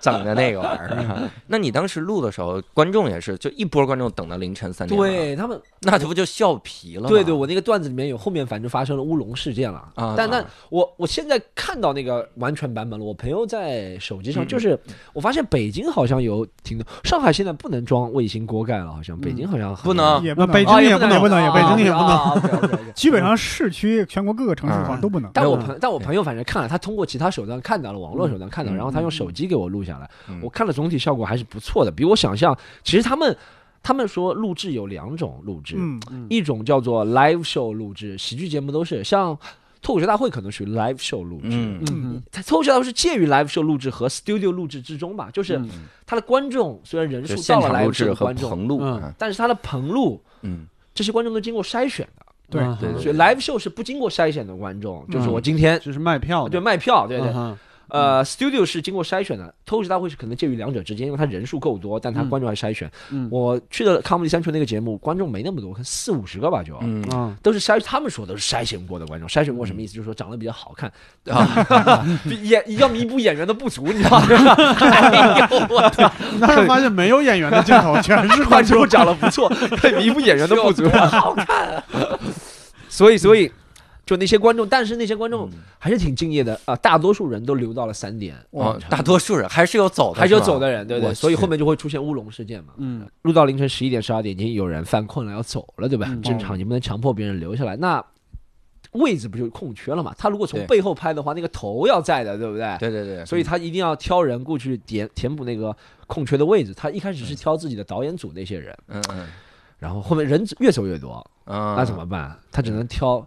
Speaker 1: 整的那个玩意儿。啊那你当时录的时候，观众也是就一波观众等到凌晨三点，，
Speaker 4: 对他们，
Speaker 1: 那这不就笑皮了吗？
Speaker 4: 对对，我那个段子里面有后面反正发生了乌龙事件了
Speaker 1: 啊
Speaker 4: 但但我我现在看到那个完全版本了，我朋友在手机上就是，我发现北京好像有挺多，上海现在不能装卫星锅盖了，好像北京好像很
Speaker 1: 不能
Speaker 2: 也不
Speaker 3: 那
Speaker 2: 能
Speaker 3: 北
Speaker 4: 啊
Speaker 3: 京也
Speaker 4: 不
Speaker 2: 能
Speaker 3: 不能，
Speaker 2: 也
Speaker 3: 北京也
Speaker 4: 啊
Speaker 3: 不能。
Speaker 4: 啊，OK，OK，OK。
Speaker 2: 基本上市区全国各个城市好像都不能。
Speaker 4: 但我
Speaker 3: 嗯
Speaker 4: 朋但我朋友反正看了，他通过其他手段看到了，网络手段看到，
Speaker 1: 嗯
Speaker 4: 然后他用手机给我录下来
Speaker 1: 嗯，
Speaker 4: 我看了总体效果还是不错的，比我想象。其实他们他们说录制有两种录制，
Speaker 2: 嗯，
Speaker 4: 一种叫做 live show 录制，喜剧节目都是像脱口秀大会可能属于 live show 录制。
Speaker 1: 嗯。
Speaker 3: 嗯
Speaker 4: 它脱口秀大会是介于 live show 录制和 studio 录制之中吧，就是
Speaker 3: 嗯
Speaker 4: 他的观众虽然人
Speaker 1: 嗯就
Speaker 4: 数
Speaker 1: 现
Speaker 4: 到了
Speaker 1: 场录
Speaker 4: live show
Speaker 1: 制
Speaker 4: 的
Speaker 1: 和
Speaker 4: 观众，
Speaker 1: 棚录，
Speaker 3: 嗯
Speaker 1: 啊
Speaker 4: 但是他的棚录
Speaker 1: 嗯，
Speaker 4: 这些观众都经过筛选的，
Speaker 2: 对
Speaker 3: 嗯
Speaker 1: 对对
Speaker 4: 所以 live show 是不经过筛选的观众，
Speaker 1: 嗯
Speaker 4: 就是我今天
Speaker 3: 就是卖票
Speaker 1: 哦
Speaker 3: 的，
Speaker 4: 对卖票，对对
Speaker 3: 嗯，哼
Speaker 4: 呃，studio 是经过筛选的，脱口秀大会是可能介于两者之间，因为它人数够多，但它
Speaker 3: 嗯
Speaker 4: 观众还筛选。
Speaker 3: 嗯
Speaker 4: 我去的 Comedy Central 那个节目，观众没那么多，可能四五十个吧就，
Speaker 1: 嗯
Speaker 3: 嗯，
Speaker 4: 都是筛，他们说都是筛选过的观众。筛选过什么意思？就是说长得比较好看，
Speaker 1: 啊，
Speaker 4: 演要弥补演员的不足，你知道吗？哎呦我天，
Speaker 3: 你当时发现没有演员的镜头，全是
Speaker 4: 观
Speaker 3: 观众
Speaker 4: 众。长得不错，可以弥补演员的不 足，好看、啊 所以，所以。就那些观众，但是那些观众
Speaker 1: 嗯
Speaker 4: 还是挺敬业的啊、大多数人都留到了三点，
Speaker 1: 哦，大多数人还是有走的，
Speaker 4: 还是有
Speaker 1: 吧
Speaker 4: 走的人，对不
Speaker 1: 我
Speaker 4: 对？所以
Speaker 1: 去
Speaker 4: 后面就会出现乌龙事件嘛。
Speaker 3: 嗯，
Speaker 4: 录到凌晨十一点、十二点，已经有人犯困了要走了，对吧？很正常，你不能强迫别人留下来。那位置不就空缺了嘛？他如果从
Speaker 1: 对
Speaker 4: 背后拍的话，那个头要在的，对不对？
Speaker 1: 对对对，
Speaker 4: 所以他一定要挑人过去填填补那个空缺的位置。他一开始是挑自己的导演组那些人，
Speaker 1: 嗯嗯
Speaker 4: 然后后面人越走越多，
Speaker 1: 嗯，
Speaker 4: 那怎么办？他只能挑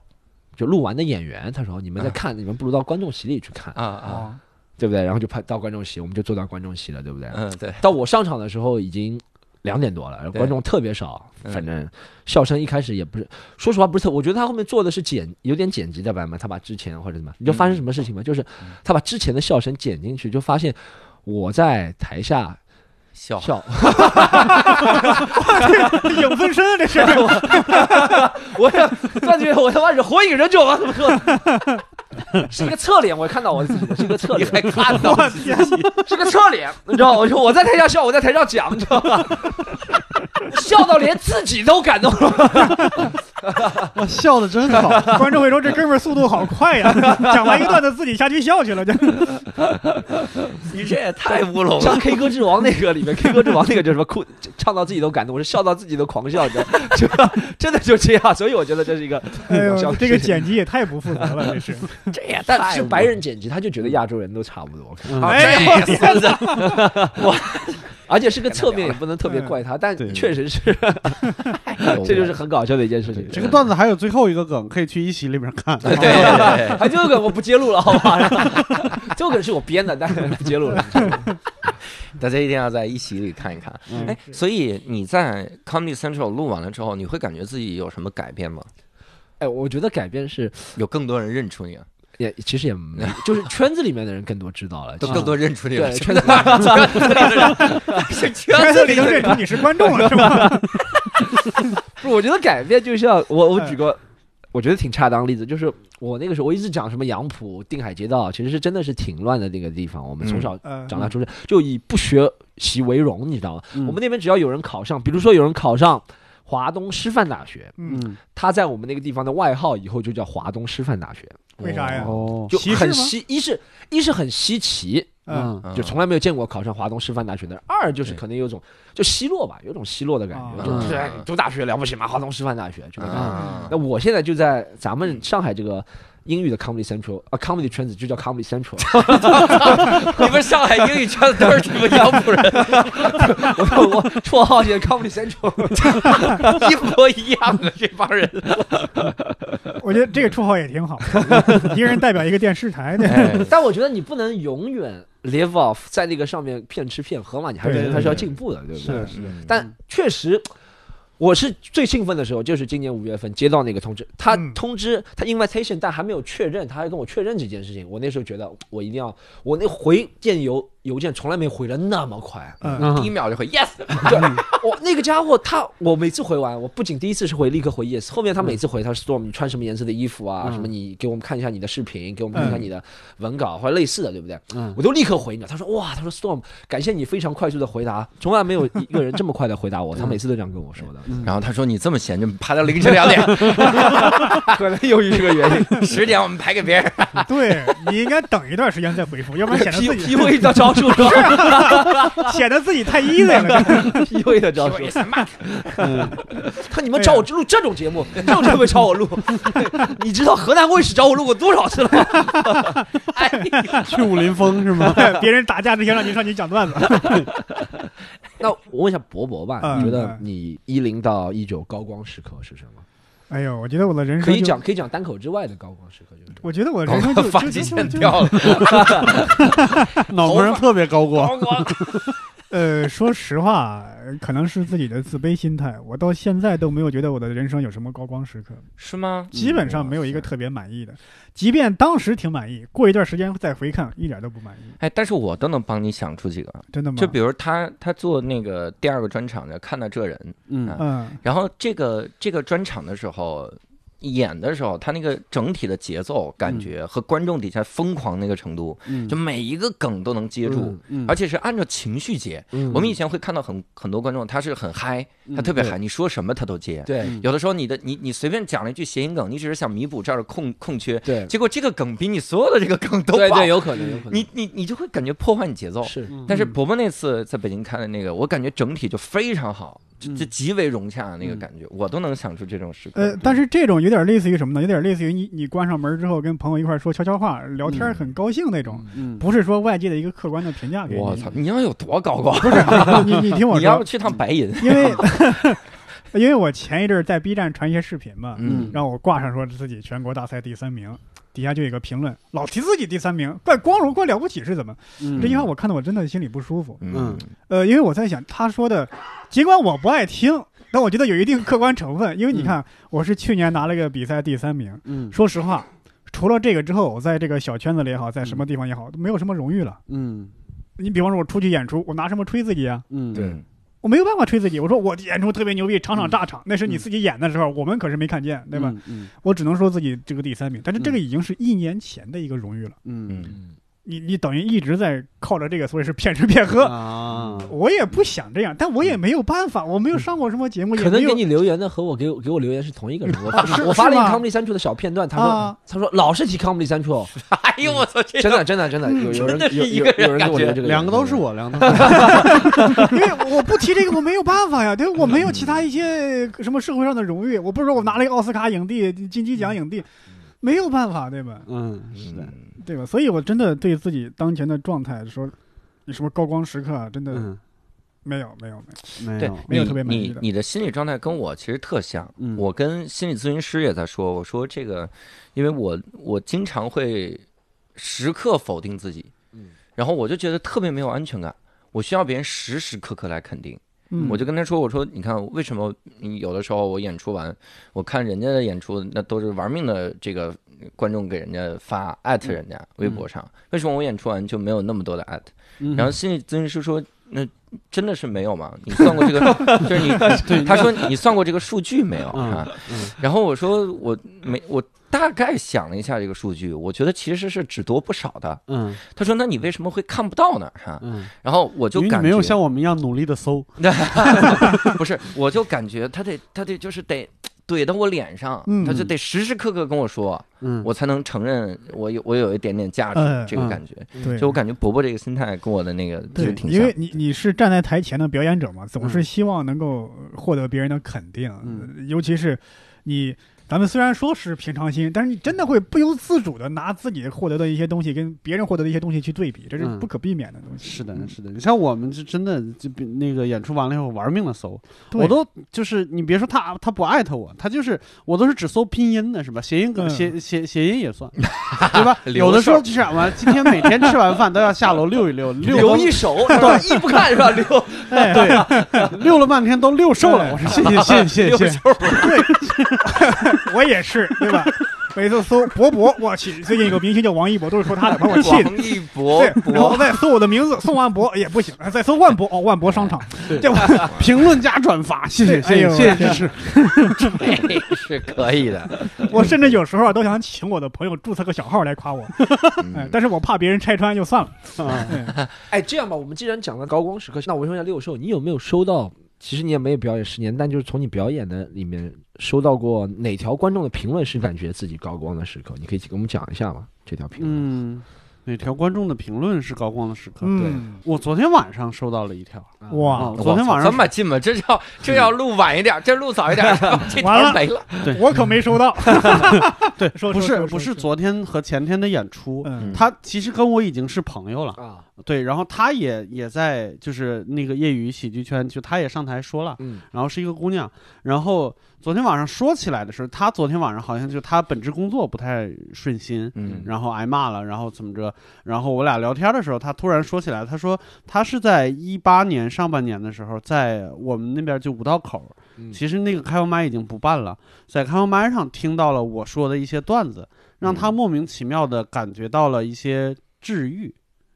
Speaker 4: 就录完的演员。他说：“哦你们在看，你们不如到观众席里去看，
Speaker 1: 啊啊？
Speaker 4: 对不对？”然后就拍到观众席，我们就坐到观众席了，对不对？
Speaker 1: 嗯对，
Speaker 4: 到我上场的时候已经两点多了，
Speaker 1: 对
Speaker 4: 观众特别少，
Speaker 1: 嗯
Speaker 4: 反正笑声一开始也不是，说实话不是特，我觉得他后面做的是剪有点剪辑的版本，他把之前或者什么，你
Speaker 1: 嗯
Speaker 4: 就发生什么事情吗？就是他把之前的笑声剪进去，就发现我在台下
Speaker 1: 笑
Speaker 4: 笑，
Speaker 2: 影分身啊这是，
Speaker 4: 我也感觉我他妈是火影忍者吗？怎么说？ 是一个侧脸，我看到我自己的是一个侧
Speaker 1: 你
Speaker 4: 脸，
Speaker 1: 还看到
Speaker 4: 是个侧脸，你知道吗？我就我在台下笑，我在台上讲，你知道吗？ 笑到连自己都感动了。
Speaker 3: 哇，笑的真 好。
Speaker 2: 观众会说这哥们儿速度好快呀，讲完一个段子自己下去笑去了，就
Speaker 1: 你这也太乌龙了，
Speaker 4: 像 K 歌之王那个里面，K 歌之王那个叫什么哭，唱到自己都感动，我是笑到自己都狂笑，你知道吗，就真的就这样，所以我觉得这是一个
Speaker 2: 哎
Speaker 4: 搞笑
Speaker 2: 呦，
Speaker 4: 的
Speaker 2: 这个
Speaker 4: 事情
Speaker 2: 剪辑也太不负责了，这是。
Speaker 1: 这也太
Speaker 4: 但是
Speaker 1: 乌
Speaker 4: 白人剪辑，他就觉得亚洲人都差不多，
Speaker 3: 嗯
Speaker 1: 龙了，哎，孙子，
Speaker 4: 而且是个侧面，也不能特别怪他，但
Speaker 3: 嗯 对
Speaker 4: 确实是，这就是很搞笑的一件事情。
Speaker 3: 这个段子还有最后一个梗，可以去一席里边看。
Speaker 1: 对对对，
Speaker 5: 还这个我不揭露了，好 吧？这个是我编的，但是不揭露 了。
Speaker 1: 大家一定要在一席里看一看。
Speaker 3: 嗯
Speaker 1: 哎，所以你在 Comedy Central 录完了之后，你会感觉自己有什么改变吗？
Speaker 4: 哎，我觉得改变是
Speaker 1: 有更多人认出你，啊，
Speaker 4: 也其实也没就是圈子里面的人更多知道了，
Speaker 1: 都
Speaker 4: 其实
Speaker 1: 更多认出你了
Speaker 4: 对，，
Speaker 1: 就
Speaker 4: 圈子里面
Speaker 1: 是
Speaker 2: 圈
Speaker 1: 圈
Speaker 2: 子
Speaker 1: 子
Speaker 2: 里
Speaker 1: 里
Speaker 2: 都
Speaker 1: 的
Speaker 2: 认
Speaker 1: 人。
Speaker 2: 出你是观众了，是吧？
Speaker 4: 不是，我觉得改变就像我我举个。我觉得挺恰当的例子，就是我那个时候我一直讲什么杨浦、定海街道，其实是真的是挺乱的那个地方。我们从小
Speaker 2: 嗯，
Speaker 4: 长大出生，就以不学习为荣，你知道吗？
Speaker 3: 嗯
Speaker 4: 我们那边只要有人考上，比如说有人考上华东师范大学，
Speaker 2: 嗯，
Speaker 3: 嗯
Speaker 4: 他在我们那个地方的外号以后就叫华东师范大学，
Speaker 2: 为啥呀？
Speaker 3: 哦
Speaker 4: 就
Speaker 2: 歧视
Speaker 4: 很
Speaker 2: 吗
Speaker 4: 稀，一是一是很稀奇，
Speaker 2: 嗯，
Speaker 1: 哦
Speaker 3: 嗯
Speaker 4: 就从来没有见过考上华东师范大学的人；二就是
Speaker 1: 对
Speaker 4: 可能有种就奚落吧，有种奚落的感觉，
Speaker 2: 啊
Speaker 4: 就就是
Speaker 1: 嗯
Speaker 4: 哎你读大学了不起吗？华东师范大学就是这
Speaker 3: 嗯
Speaker 4: 样。
Speaker 1: 啊
Speaker 4: 那我现在就在咱们上海这个英语的 Comedy Central 啊，Comedy 圈子就叫 Comedy Central，
Speaker 1: 你们上海英语圈子都是什么杨浦 人？
Speaker 4: 我我绰号叫 Comedy Central，
Speaker 1: 一模一样的这帮人。
Speaker 2: 嗯我觉得这个绰号也挺好，一个人代表一个电视台的。
Speaker 1: 哎
Speaker 4: 但我觉得你不能永远 live off 在那个上面骗吃骗喝嘛，你还是
Speaker 2: 对
Speaker 4: 觉得它
Speaker 3: 对
Speaker 4: 是要
Speaker 3: 对
Speaker 4: 进步的，对不对？
Speaker 3: 是
Speaker 1: 嗯
Speaker 4: 但确实，我是最兴奋的时候，就是今年五月份接到那个通知，他
Speaker 2: 嗯
Speaker 4: 通知他 invitation，但还没有确认，他还跟我确认这件事情。我那时候觉得我一定要，我那回电邮邮件从来没回的那么快。啊
Speaker 2: 嗯，
Speaker 1: 第一
Speaker 3: 嗯
Speaker 1: 秒就会 yes，
Speaker 4: 我那个家伙他，我每次回完，我不仅第一次是回立刻回 yes，后面他每次回他说你穿什么颜色的衣服啊，
Speaker 3: 嗯
Speaker 4: 什么你给我们看一下你的视频，给我们看一下
Speaker 2: 嗯
Speaker 4: 你的文稿或者类似的，对不对？
Speaker 3: 嗯
Speaker 4: 我就立刻回你了。他说哇，他说 Storm，感谢你非常快速的回答，从来没有一个人这么快的回答我，他每次都这样跟我说的。
Speaker 1: 然后他说：“你这么闲，就爬到凌晨两点，
Speaker 4: 可能由于这个 原因，
Speaker 1: 十点我们排给别人。
Speaker 2: 对你应该等一段时间再回复，要不 然显得
Speaker 4: P
Speaker 2: 自
Speaker 4: P
Speaker 2: 己
Speaker 4: U A 的招数是 吧
Speaker 2: 显得自己太 easy 了。
Speaker 4: ？P U A 的招数，
Speaker 3: 嗯
Speaker 4: 看你们找我录这种节 目，这种节目找我录， 你知道河南卫视找我录过多少次了吗？
Speaker 3: 去武林风是 吗？
Speaker 2: 别人打架之前让你上去讲段子，
Speaker 4: 那我问一下博博吧，
Speaker 2: 嗯
Speaker 4: 你觉得你一零到一九高光时刻是什么？
Speaker 2: 哎呦，我觉得我的人生
Speaker 4: 可以
Speaker 2: 就
Speaker 4: 讲，可以讲单口之外的高光时刻，就是嗯
Speaker 2: 我觉得我的人生就
Speaker 1: 发
Speaker 2: 就
Speaker 1: 际
Speaker 2: 就
Speaker 1: 线
Speaker 2: 就就
Speaker 1: 掉了，
Speaker 3: 脑门上特别高光，
Speaker 1: 光光。
Speaker 2: 呃，说实话，可能是自己的自卑心态，我到现在都没有觉得我的人生有什么高光时刻，
Speaker 1: 是吗？
Speaker 2: 基本上
Speaker 1: 嗯
Speaker 2: 没有一个特别满意的。即便当时挺满意，过一段时间再回看，一点都不满意。
Speaker 1: 哎，但是我都能帮你想出几个。
Speaker 2: 真的吗？
Speaker 1: 就比如他，他做那个第二个专场的《看到这人》，
Speaker 3: 嗯
Speaker 2: 嗯
Speaker 1: 然后这个这个专场的时候。演的时候，他那个整体的节奏感觉和观众底下疯狂那个程度，
Speaker 3: 嗯
Speaker 1: 就每一个梗都能接住，
Speaker 3: 嗯
Speaker 1: 而且是按照情绪接。
Speaker 4: 嗯
Speaker 1: 我们以前会看到很很多观众，他是很嗨，他特别嗨，你说什么他都接。
Speaker 4: 对
Speaker 1: 有的时候你的你你随便讲了一句谐音梗，你只是想弥补这儿的空空缺，
Speaker 4: 对
Speaker 1: 结果这个梗比你所有的这个梗都
Speaker 4: 对
Speaker 1: 棒
Speaker 4: 对，有可能，有可能
Speaker 1: 你你你就会感觉破坏你节奏。
Speaker 4: 是
Speaker 3: 嗯
Speaker 1: 但是伯伯那次在北京看的那个，我感觉整体就非常好，
Speaker 4: 嗯
Speaker 1: 就就极为融洽的那个感觉，我都能想出这种时刻。
Speaker 2: 呃，但是这种有点类似于什么呢？有点类似于你你关上门之后跟朋友一块儿说悄悄话、聊天儿，很高兴那种，
Speaker 3: 嗯
Speaker 2: 不是说外界的一个客观的评价给你。
Speaker 1: 我操，你要有多高光？
Speaker 2: 你你听我
Speaker 1: 你要不
Speaker 2: 说，
Speaker 1: 去趟白银？
Speaker 2: 因为 因为我前一阵儿在 B 站传一些视频嘛，
Speaker 1: 嗯，
Speaker 2: 让我挂上说自己全国大赛第三名，底下就有一个评论，老提自己第三名，怪光荣，怪了不起是怎么？
Speaker 3: 嗯
Speaker 2: 这句话我看得我真的心里不舒服。
Speaker 1: 嗯
Speaker 2: 呃，因为我在想他说的，尽管我不爱听，但我觉得有一定客观成分，因为你看我是去年拿了个比赛第三名，
Speaker 3: 嗯
Speaker 2: 说实话。除了这个之后，我在这个小圈子里也好，在什么地方也好，都没有什么荣誉了。
Speaker 3: 嗯
Speaker 2: 你比方说，我出去演出，我拿什么吹自己啊？
Speaker 3: 嗯
Speaker 1: 对，
Speaker 2: 我没有办法吹自己。我说我演出特别牛逼，场场炸场，那是你自己演的时候，我们可是没看见，对吧？？
Speaker 3: 嗯
Speaker 2: 我只能说自己这个第三名，但是这个
Speaker 3: 嗯
Speaker 2: 已经是一年前的一个荣誉了。
Speaker 3: 嗯
Speaker 1: 嗯，
Speaker 2: 你你等于一直在靠着这个，所以是骗吃骗喝。
Speaker 3: 啊，
Speaker 2: 我也不想这样，但我也没有办法，我没有上过什么节目，也
Speaker 4: 可能
Speaker 2: 没
Speaker 4: 给
Speaker 2: 有啊
Speaker 4: 你留言的和我给我给我留言是同一个人，我发
Speaker 2: 是
Speaker 4: 我发了一个
Speaker 2: 是吗
Speaker 4: comedy 三处的小片段，他说
Speaker 2: 啊
Speaker 4: 他说老是提 comedy 三处，哦
Speaker 1: 哎呦我操，这
Speaker 4: 真的真的真的有有人
Speaker 1: 真的是
Speaker 4: 有
Speaker 1: 一
Speaker 4: 有
Speaker 1: 个人
Speaker 4: 有人给我留这个，
Speaker 3: 两个都是。我，两个都是
Speaker 2: 因为我不提这个，我没有办法呀，对，我没有其他一些什么社会上的荣誉，我不是说我拿了一个奥斯卡影帝、金鸡奖影帝，没有办法，对吧？
Speaker 3: 嗯是的，
Speaker 2: 对吧？所以我真的对自己当前的状态说，有什么高光时刻啊，真的
Speaker 3: 嗯
Speaker 2: 没有没有没
Speaker 3: 没
Speaker 1: 对
Speaker 3: 有，
Speaker 2: 嗯没有
Speaker 1: 你
Speaker 2: 特别满意
Speaker 1: 你
Speaker 2: 的
Speaker 1: 你的心理状态跟我其实特像，
Speaker 3: 嗯
Speaker 1: 我跟心理咨询师也在说，我说这个，因为我我经常会时刻否定自己，
Speaker 4: 嗯，
Speaker 1: 然后我就觉得特别没有安全感，我需要别人时时刻刻来肯定。
Speaker 2: 有，嗯
Speaker 1: 我就跟他说：“我说，你看，为什么你有的时候我演出完，我看人家的演出，那都是玩命的这个观众给人家发艾
Speaker 2: 嗯
Speaker 1: 特人家微博上，为什么我演出完就没有那么多的艾特？
Speaker 3: 嗯
Speaker 1: 然后心理咨询师说，那真的是没有吗？ 你算过这 个，就是你，他说你算过这个数据没有
Speaker 3: 嗯
Speaker 1: 啊
Speaker 3: 嗯？
Speaker 1: 然后我说我没，我大概想了一下这个数据，我觉得其实是只多不少的。
Speaker 3: 嗯
Speaker 1: 他说，那你为什么会看不到呢？哈，
Speaker 3: 嗯，
Speaker 1: 然后我就
Speaker 3: 因为
Speaker 1: 感
Speaker 3: 你没有
Speaker 1: 觉
Speaker 3: 像我们一样努力的搜，
Speaker 1: 不是，我就感觉他得他得就是得怼到我脸上，
Speaker 2: 嗯
Speaker 1: 他就得时时刻刻跟我说，
Speaker 3: 嗯，哎
Speaker 1: 我才能承认我有我有一点点价值，
Speaker 2: 嗯
Speaker 1: 这个感觉。
Speaker 2: 对，
Speaker 1: 所以我感觉伯伯这个心态跟我的那个其
Speaker 2: 对
Speaker 1: 实，挺
Speaker 2: 因
Speaker 1: 像
Speaker 2: 为。你你是站在台前的表演者嘛，总是
Speaker 3: 嗯
Speaker 2: 希望能够呃获得别人的肯定，
Speaker 3: 嗯
Speaker 2: 呃尤其是你。咱们虽然说是平常心，但是你真的会不由自主的拿自己获得的一些东西跟别人获得的一些东西去对比，这是
Speaker 3: 嗯
Speaker 2: 不可避免的东西。
Speaker 3: 是的，是的，你像我们就真的就比那个演出完了以后玩命的搜，
Speaker 2: 对
Speaker 3: 我都就是你别说他他不艾特我，他就是我都是只搜拼音的是吧？谐音梗
Speaker 2: 嗯
Speaker 3: 谐谐谐音也算，对吧？
Speaker 1: 留
Speaker 3: 有的
Speaker 1: 手
Speaker 3: 时候就是完，今天每天吃完饭都要下楼溜 一溜，溜
Speaker 5: 留
Speaker 3: 了
Speaker 5: 一手是吧？一不看是吧？留
Speaker 3: 对，溜了半天都溜瘦了。
Speaker 2: 对
Speaker 3: 我 说谢谢谢
Speaker 1: 哎
Speaker 3: 谢谢谢谢，
Speaker 2: 我也是，对 吧？每次搜博博，我去，最近有个明星叫王一博，都是说他的，把我气 的。
Speaker 1: 王一博
Speaker 2: 对，然后再搜我的名字宋万博也不行，再搜万博哦，万博商场，这我
Speaker 3: 评论加转发，谢谢谢
Speaker 2: 对哎
Speaker 3: 谢
Speaker 2: 呦
Speaker 3: 谢
Speaker 2: 我
Speaker 3: 谢支持。
Speaker 1: 是可以的，
Speaker 2: 我甚至有时候啊都想请我的朋友注册个小号来夸我，哎
Speaker 1: 嗯，
Speaker 2: 但是我怕别人拆穿就算了。
Speaker 3: 啊
Speaker 2: 哎
Speaker 4: 哎，这样吧，我们既然讲了高光时刻，那我问一下六兽，你有没有收到？其实你也没有表演十年，但就是从你表演的里面收到过哪条观众的评论是感觉自己高光的时刻？你可以给我们讲一下吗？这条评论，
Speaker 3: 嗯，哪条观众的评论是高光的时刻？
Speaker 2: 嗯，
Speaker 3: 我昨天晚上收到了一条，
Speaker 4: 啊
Speaker 2: 哇，
Speaker 3: 昨天晚
Speaker 1: 这
Speaker 3: 上
Speaker 1: 么近吗？这要这要录晚一点，这录早一点，这
Speaker 2: 完了
Speaker 1: 条没了。
Speaker 3: 对
Speaker 2: 我可没收到。
Speaker 3: 对
Speaker 2: 说，
Speaker 3: 不
Speaker 2: 说
Speaker 3: 是
Speaker 2: 说
Speaker 3: 不是
Speaker 2: 说
Speaker 3: 昨天和前天的演出，
Speaker 2: 嗯
Speaker 3: 他其实跟我已经是朋友了，
Speaker 4: 啊，
Speaker 3: 对，然后他也也在就是那个业余喜剧圈，就他也上台说了，
Speaker 4: 嗯
Speaker 3: 然后是一个姑娘，然后昨天晚上说起来的时候，他昨天晚上好像就他本职工作不太顺心。
Speaker 1: 嗯
Speaker 3: 然后挨骂了，然后怎么着？然后我俩聊天的时候，他突然说起来，他说他是在一八年上半年的时候，在我们那边就五道口，
Speaker 4: 嗯
Speaker 3: 其实那个开放麦已经不办了，在开放麦上听到了我说的一些段子，让他
Speaker 1: 嗯
Speaker 3: 莫名其妙的感觉到了一些治愈。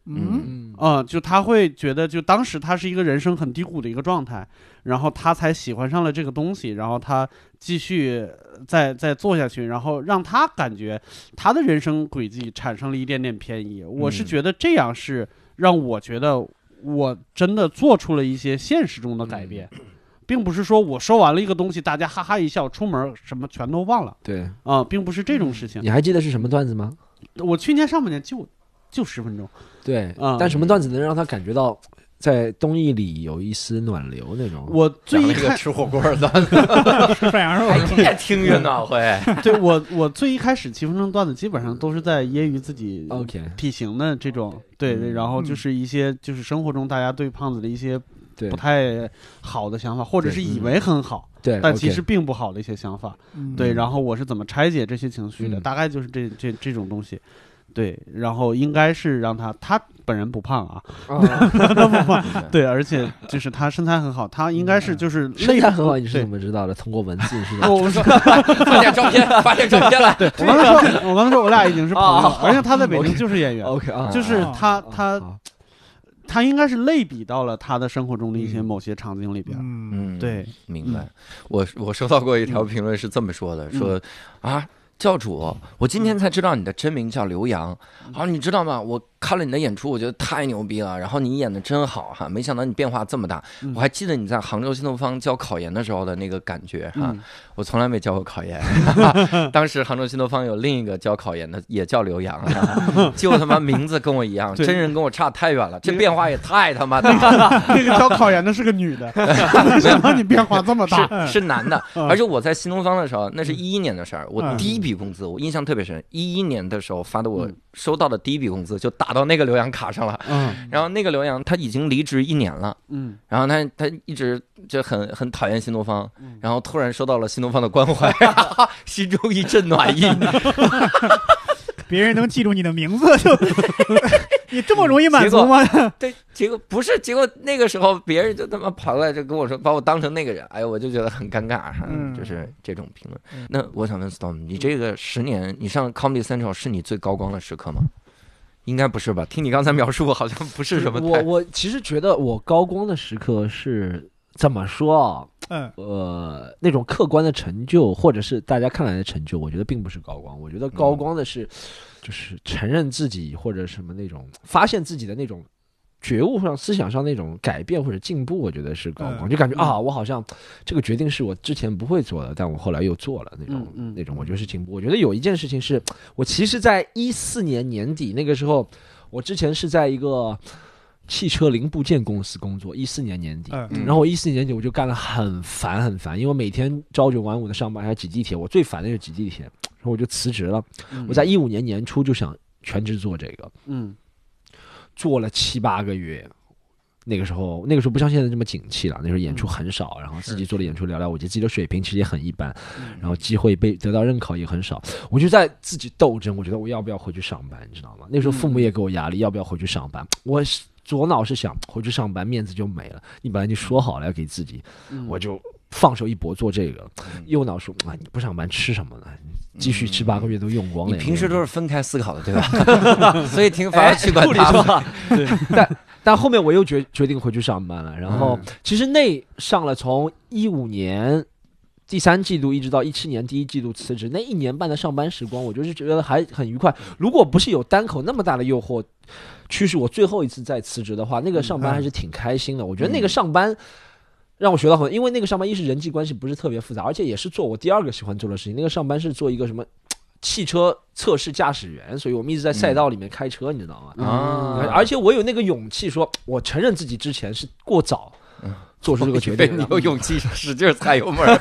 Speaker 2: 嗯，
Speaker 4: 嗯
Speaker 3: 嗯、就他会觉得，就当时他是一个人生很低谷的一个状态，然后他才喜欢上了这个东西，然后他继续呃再再做下去，然后让他感觉他的人生轨迹产生了一点点偏移。我是
Speaker 1: 嗯
Speaker 3: 觉得这样是让我觉得我真的做出了一些现实中的改变，
Speaker 1: 嗯
Speaker 3: 并不是说我说完了一个东西，大家哈哈一笑，出门什么全都忘了
Speaker 4: 对，
Speaker 3: 啊、并不是这
Speaker 1: 嗯
Speaker 3: 种事情。
Speaker 4: 你还记得是什么段子吗？
Speaker 3: 我去年上半年就就十分
Speaker 1: 哦
Speaker 3: 钟，
Speaker 4: 对，
Speaker 3: 啊
Speaker 4: 但什么段子能让他感觉到在东艺里有一丝暖流那种？
Speaker 3: 我最
Speaker 1: 讲
Speaker 3: 一
Speaker 1: 了一
Speaker 3: 开
Speaker 1: 个吃火锅的，
Speaker 2: 吃涮羊肉
Speaker 1: 哎， 你也听云暖会，
Speaker 3: 对我，我最一开始七分钟段子基本上都是在揶揄自己
Speaker 4: OK，
Speaker 3: 体型的这种，对，对
Speaker 1: 嗯
Speaker 3: 然后就是一些就是生活中大家对胖子的一些
Speaker 4: 对
Speaker 3: 不太好的想法，或者是
Speaker 4: 对嗯
Speaker 3: 以为很好，
Speaker 4: 对，
Speaker 3: 但
Speaker 4: OK
Speaker 3: 其实并不好的一些想法，
Speaker 2: 嗯
Speaker 3: 对，然后我是怎么拆解这些情绪的，
Speaker 4: 嗯
Speaker 3: 大概就是这这这种东西。对，然后应该是让他，他本人不胖啊，
Speaker 4: 啊
Speaker 3: 他不胖，对，而且就是他身材很好，他应该是就是
Speaker 4: 身
Speaker 3: 类
Speaker 4: 材很好，你是
Speaker 3: 对
Speaker 4: 怎么知道的？通过文字是 吧？
Speaker 3: 我
Speaker 1: 发点照片，发点照片来。
Speaker 3: 对我刚才说，我刚才说我俩已经是朋友了
Speaker 4: 啊，
Speaker 3: 而且他在北京就是演员，
Speaker 4: OK 啊，
Speaker 3: 就是
Speaker 2: 啊
Speaker 3: 他
Speaker 4: 啊
Speaker 3: 他
Speaker 4: 啊
Speaker 3: 他应该是类比到了他的生活中的一些某些场景里边。
Speaker 2: 嗯，
Speaker 1: 嗯，
Speaker 3: 对，
Speaker 1: 明白。我我收到过一条评论是这么说的：
Speaker 3: 嗯
Speaker 1: 说啊，教主，我今天才知道你的真名叫刘洋。
Speaker 3: 嗯
Speaker 1: 啊，你知道吗？我看了你的演出，我觉得太牛逼了。然后你演的真好哈，没想到你变化这么大。
Speaker 3: 嗯
Speaker 1: 我还记得你在杭州新东方教考研的时候的那个感觉哈。
Speaker 3: 嗯
Speaker 1: 我从来没教过考 研，当时杭州新东方有另一个教考研的，也叫刘洋啊， 就他妈名字跟我一样，
Speaker 3: 对
Speaker 1: 真人跟我差太远了，这
Speaker 3: 那个
Speaker 1: 变化也太他妈大了。
Speaker 3: 那个教考研的是个女 的，为什么你变化这么大？
Speaker 1: 是是男的，
Speaker 3: 嗯
Speaker 1: 而且我在新东方的时候，那是一一年的事儿，我
Speaker 2: 嗯
Speaker 1: 第一笔工资我印象特别深，一一年的时候发的我
Speaker 3: 嗯
Speaker 1: 收到的第一笔工资就打到那个刘洋卡上了。
Speaker 3: 嗯
Speaker 1: 然后那个刘洋他已经离职一年了，
Speaker 3: 嗯
Speaker 1: 然后他他一直就很很讨厌新东方
Speaker 3: 嗯，
Speaker 1: 然后突然收到了新东方的关怀， 心中一阵暖意。
Speaker 2: 别人能记住你的名字 就，你这么容易满
Speaker 1: 结
Speaker 2: 足
Speaker 1: 果
Speaker 2: 吗？
Speaker 1: 对，结果不是，结果那个时候别人就他妈跑过来就跟我说，把我当成那个人，哎呦，我就觉得很尴尬，
Speaker 2: 嗯
Speaker 1: 就是这种评论。
Speaker 2: 嗯
Speaker 1: 那我想问 Storm，你这个十年，你上 Comedy Central 是你最高光的时刻吗？应该不是吧？听你刚才描述，好像不是什么
Speaker 4: 我
Speaker 1: 太。
Speaker 4: 我其实觉得我高光的时刻是怎么说啊？
Speaker 2: 嗯
Speaker 4: 呃，那种客观的成就，或者是大家看来的成就，我觉得并不是高光。我觉得高光的是，就是承认自己或者什么那种发现自己的那种觉悟上、思想上那种改变或者进步，我觉得是高
Speaker 2: 嗯
Speaker 4: 光。就感觉啊，我好像这个决定是我之前不会做的，但我后来又做了那种、
Speaker 3: 嗯嗯
Speaker 4: 那种，我觉得是进步。我觉得有一件事情是我其实，在一四年年底那个时候，我之前是在一个汽车零部件公司工作，一四年年底。
Speaker 2: 嗯
Speaker 1: 嗯
Speaker 4: 然后我一四年底我就干了很烦很烦，因为我每天朝九晚五的上班，还挤地铁，我最烦的就是挤地铁，然后我就辞职了。
Speaker 3: 嗯
Speaker 4: 我在一五年年初就想全职做这个，
Speaker 3: 嗯
Speaker 4: 做了七八个月。那个时候，那个时候不像现在这么景气了，那时候演出很少，然后自己做了演出聊聊，我觉得自己的水平其实也很一般，然后机会被得到认可也很少，我就在自己斗争，我觉得我要不要回去上班，你知道吗？那时候父母也给我压力，要不要回去上班？我是左脑是想回去上班，面子就没了，你本来就说好了要给自己，
Speaker 3: 嗯
Speaker 4: 我就放手一搏做这个。
Speaker 1: 嗯
Speaker 4: 右脑说啊，你不上班吃什么呢？继续吃八个月都用光
Speaker 1: 你
Speaker 4: 了。
Speaker 1: 平时都
Speaker 4: 是，
Speaker 1: 是分开思考的，对吧？ 所以挺
Speaker 2: 哎
Speaker 4: 哎
Speaker 1: 反而去管他 们。
Speaker 4: 但后面我又决决定回去上班了。然
Speaker 1: 嗯
Speaker 4: 后、其实那上了从一五年第三季度一直到一七年第一季度辞职那一年半的上班时光，我就是觉得还很愉快。如果不是有单口那么大的诱惑驱使我最后一次再辞职的话，那
Speaker 1: 嗯
Speaker 4: 个上班还是挺开心的。我觉得那个上班。让我学到很多，因为那个上班一是人际关系不是特别复杂，而且也是做我第二个喜欢做的事情。那个上班是做一个什么汽车测试驾驶员，所以我们一直在赛道里面开车，你知道吗？
Speaker 1: 啊
Speaker 4: 嗯而且我有那个勇气说，我承认自己之前是过早
Speaker 1: 嗯
Speaker 4: 做出这个决 定。嗯
Speaker 1: 你有勇气使劲踩油门 儿。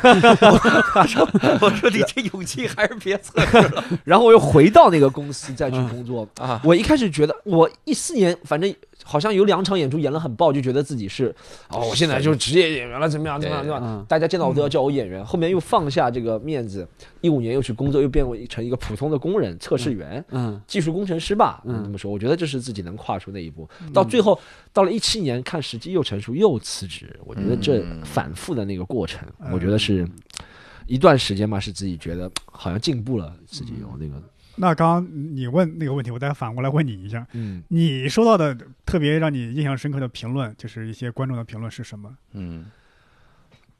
Speaker 1: 我说，我说你这勇气还是别测
Speaker 4: 然后然后我又回到那个公 司再去工作。
Speaker 1: 啊。
Speaker 4: 我一开始觉得，我一四年反正好像有两场演出演得很爆，就觉得自己是哦，我现在就是职业演员了，怎么样怎么样
Speaker 1: 对
Speaker 4: 怎么样。
Speaker 3: 嗯
Speaker 4: 大家见到我都要叫我演员，后面又放下这个面子，一五年又去工作，又变为成一个普通的工人、测试员、
Speaker 3: 嗯
Speaker 4: 技术工程师吧。
Speaker 3: 嗯
Speaker 4: 这么说，我觉得这是自己能跨出那一步。到最后，到了一七年，看时机又成熟，又辞职。我觉得这
Speaker 1: 嗯
Speaker 4: 反复的那个过程，
Speaker 2: 嗯
Speaker 4: 我觉得是一段时间吧，是自己觉得好像进步了，自己有那个
Speaker 2: 那刚刚你问那个问题，我再反过来问你一下，
Speaker 4: 嗯
Speaker 2: 你收到的特别让你印象深刻的评论，就是一些观众的评论是什么？
Speaker 1: 嗯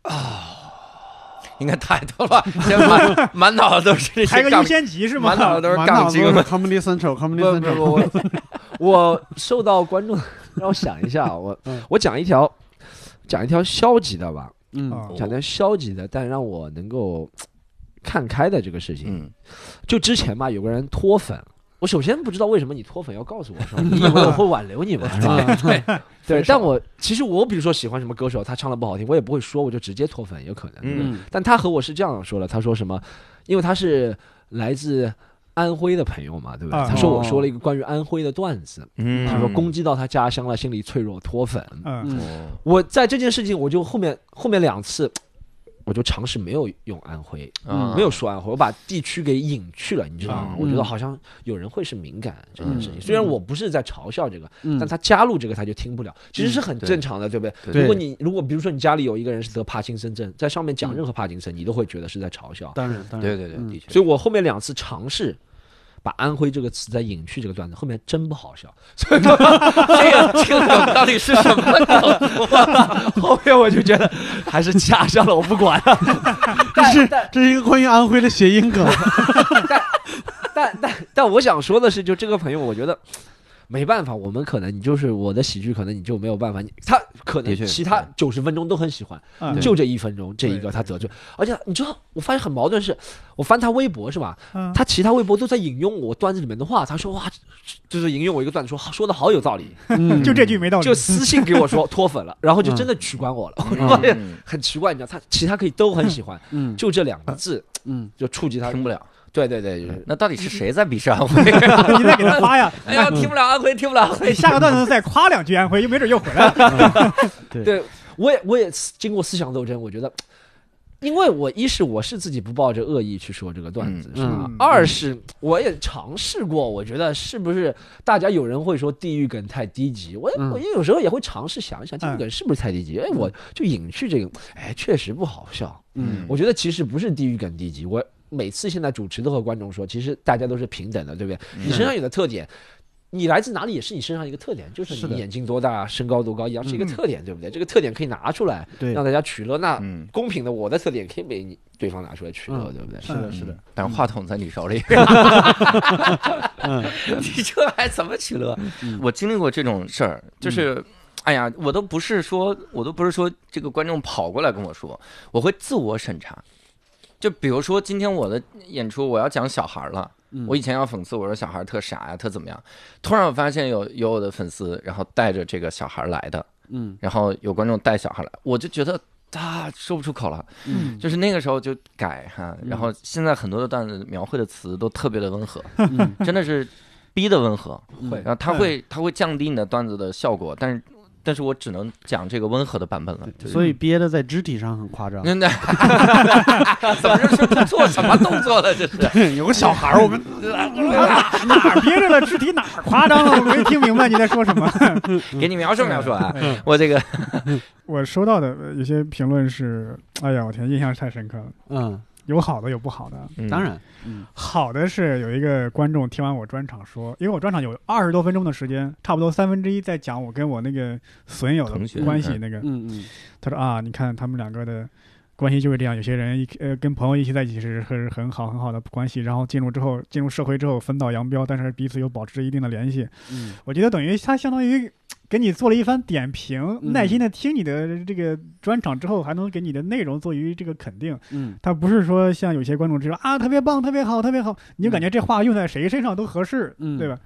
Speaker 1: 啊，应该太多了，现在满满脑子都是这
Speaker 2: 开
Speaker 1: 些
Speaker 2: 个
Speaker 1: 杠
Speaker 2: 优，先级是吗
Speaker 1: 满？脑子都是
Speaker 3: 满
Speaker 1: 杠
Speaker 3: 脑子
Speaker 1: 精
Speaker 3: 都是
Speaker 1: 了。
Speaker 3: Comedy Central，Comedy
Speaker 4: 不不
Speaker 3: Central，
Speaker 4: 不，我我受到观众，让我想一下，我
Speaker 3: 嗯
Speaker 4: 我讲一条讲一条消极的吧，
Speaker 3: 嗯
Speaker 2: 啊
Speaker 1: 哦
Speaker 4: 讲一条消极的，但让我能够看开的这个事情。
Speaker 1: 嗯，
Speaker 4: 就之前嘛，有个人脱粉。我首先不知道为什么你脱粉要告诉我说，你以为我会挽留你们是吧？ 对，但我其实我比如说喜欢什么歌手，他唱的不好听，我也不会说，我就直接脱粉，有可能。
Speaker 1: 嗯
Speaker 3: 嗯
Speaker 4: 但他和我是这样说的，他说什么？因为他是来自安徽的朋友嘛，对不对？
Speaker 2: 啊
Speaker 4: 他说我说了一个关于安徽的段子，
Speaker 1: 嗯
Speaker 4: 他说攻击到他家乡了，心里脆弱，脱粉。
Speaker 2: 嗯
Speaker 1: 哦
Speaker 4: 我在这件事情，我就后面后面两次，我就尝试没有用安徽，
Speaker 1: 啊
Speaker 4: 没有说安徽，我把地区给隐去了，你知道吗？
Speaker 2: 啊
Speaker 4: 我觉得
Speaker 3: 嗯
Speaker 4: 好像有人会是敏感这件事情，
Speaker 1: 嗯
Speaker 4: 虽然我不是在嘲笑这个，
Speaker 3: 嗯，
Speaker 4: 但他加入这个他就听不了，其实是很
Speaker 1: 嗯对
Speaker 4: 正常的，对不对？
Speaker 1: 对
Speaker 4: 如果你如果比如说你家里有一个人是得帕金森症，在上面讲任何帕金森，你都会觉得是在嘲笑。
Speaker 3: 当然当
Speaker 1: 对
Speaker 3: 然
Speaker 1: 嗯对对，
Speaker 3: 嗯
Speaker 1: 的确，
Speaker 4: 所以我后面两次尝试把安徽这个词再隐去这个段子，后面真不好笑。
Speaker 1: 这个这个梗到底是什么梗？
Speaker 4: 后面 我就觉得还是加上了，我不管了。
Speaker 3: 这是这是一个关于安徽的谐音梗，
Speaker 4: 但但但我想说的是，就这个朋友，我觉得。没办法，我们可能你就是我的喜剧，可能你就没有办法。你他可
Speaker 1: 的确
Speaker 4: 能其他九十分钟都很喜欢，
Speaker 2: 嗯，
Speaker 4: 就这一分钟这一个
Speaker 2: 对
Speaker 4: 他得罪，而且你知道我发现很矛盾是，我翻他微博是吧？
Speaker 2: 嗯
Speaker 4: 他其他微博都在引用我段子里面的话，他说哇，就是引用我一个段子说说的好有道理，
Speaker 3: 嗯
Speaker 2: 就这句没道理
Speaker 4: 就。私信给我说脱粉了，然后就真的取关我了， 我发现很奇怪，你知道他其他可以都很喜欢，
Speaker 3: 嗯
Speaker 4: 就这两个字
Speaker 3: 嗯
Speaker 4: 就触及他
Speaker 1: 听不了，
Speaker 4: 对对对，就是
Speaker 1: 那到底是谁在鄙视安徽？
Speaker 2: 你再给他发呀，
Speaker 1: 哎呀，听不了安徽，听不了安徽
Speaker 2: 你。下个段子再夸两句安徽，又没准又回来了。
Speaker 4: 我也我也思经过思想斗争，我觉得，因为我一是我是自己不抱着恶意去说这个段子，
Speaker 3: 嗯
Speaker 4: 是吧？
Speaker 2: 嗯
Speaker 4: 二是我也尝试过，我觉得是不是大家有人会说地域梗太低级，我、
Speaker 3: 嗯
Speaker 4: 我也有时候也会尝试想一想地域梗是不是太低级，哎，我就隐去这个，哎，确实不好笑。
Speaker 1: 嗯
Speaker 4: 我觉得其实不是地域梗低级，我每次现在主持都和观众说，其实大家都是平等的，对不对？
Speaker 1: 嗯
Speaker 4: 你身上有的特点。你来自哪里也是你身上一个特点，就是
Speaker 3: 是
Speaker 4: 你
Speaker 3: 的
Speaker 4: 眼睛多大、身高多高一样是一个
Speaker 2: 嗯
Speaker 4: 特点，对不对？这个特点可以拿出来，
Speaker 3: 对
Speaker 4: 嗯让大家取乐。那
Speaker 1: 嗯，
Speaker 4: 公平的，我的特点可以被你对方拿出来取乐，对不对？嗯
Speaker 3: 是的，是的，，
Speaker 1: 但话筒在你手里，
Speaker 3: 嗯
Speaker 1: 你这还怎么取乐？我经历过这种事儿，就是，
Speaker 3: 嗯
Speaker 1: 哎呀，我都不是说，我都不是说这个观众跑过来跟我说，我会自我审查。就比如说今天我的演出，我要讲小孩儿了，
Speaker 3: 嗯
Speaker 1: 我以前要讽刺我说小孩儿特傻呀、特怎么样，突然我发现有有我的粉丝，然后带着这个小孩儿来的，
Speaker 3: 嗯
Speaker 1: 然后有观众带小孩儿来，我就觉得啊说不出口了。
Speaker 3: 嗯
Speaker 1: 就是那个时候就改哈，然后现在很多的段子描绘的词都特别的温和，
Speaker 3: 嗯
Speaker 1: 真的是逼的温和。
Speaker 3: 会
Speaker 1: 然后它会它会降低你的段子的效果，但是但是我只能讲这个温和的版本了。
Speaker 3: 对所以憋的在肢体上很夸张。
Speaker 1: 真的， 怎么这是做什么动作了？这是
Speaker 3: 有个小孩儿，我们
Speaker 2: 嗯 哪儿憋着了？肢体哪儿夸张啊了？我没听明白你在说什么。
Speaker 1: 给你描述描述啊！
Speaker 3: 嗯
Speaker 1: 我这个
Speaker 2: 我收到的呃有些评论是，哎呀，我天，印象太深刻了。
Speaker 3: 嗯，
Speaker 2: 有好的，有不好的。
Speaker 1: 嗯
Speaker 3: 当然，嗯
Speaker 2: 好的是有一个观众听完我专场说，因为我专场有二十多分钟的时间，差不多三分之一在讲我跟我那个损友
Speaker 1: 同学
Speaker 2: 的关系。那个
Speaker 3: 嗯嗯
Speaker 2: 他说啊，你看他们两个的关系就是这样，有些人一呃跟朋友一起在一起是是很好很好的关系，然后进入之后进入社会之后分道扬镳，但是彼此又保持着一定的联系。
Speaker 3: 嗯
Speaker 2: 我觉得等于他相当于给你做了一番点评，
Speaker 3: 嗯
Speaker 2: 耐心的听你的这个专场之后，还能给你的内容做于这个肯定。
Speaker 3: 嗯，
Speaker 2: 他不是说像有些观众只说啊特别棒、特别好、特别好，你就感觉这话用在谁身上都合适，
Speaker 3: 嗯
Speaker 2: 对吧？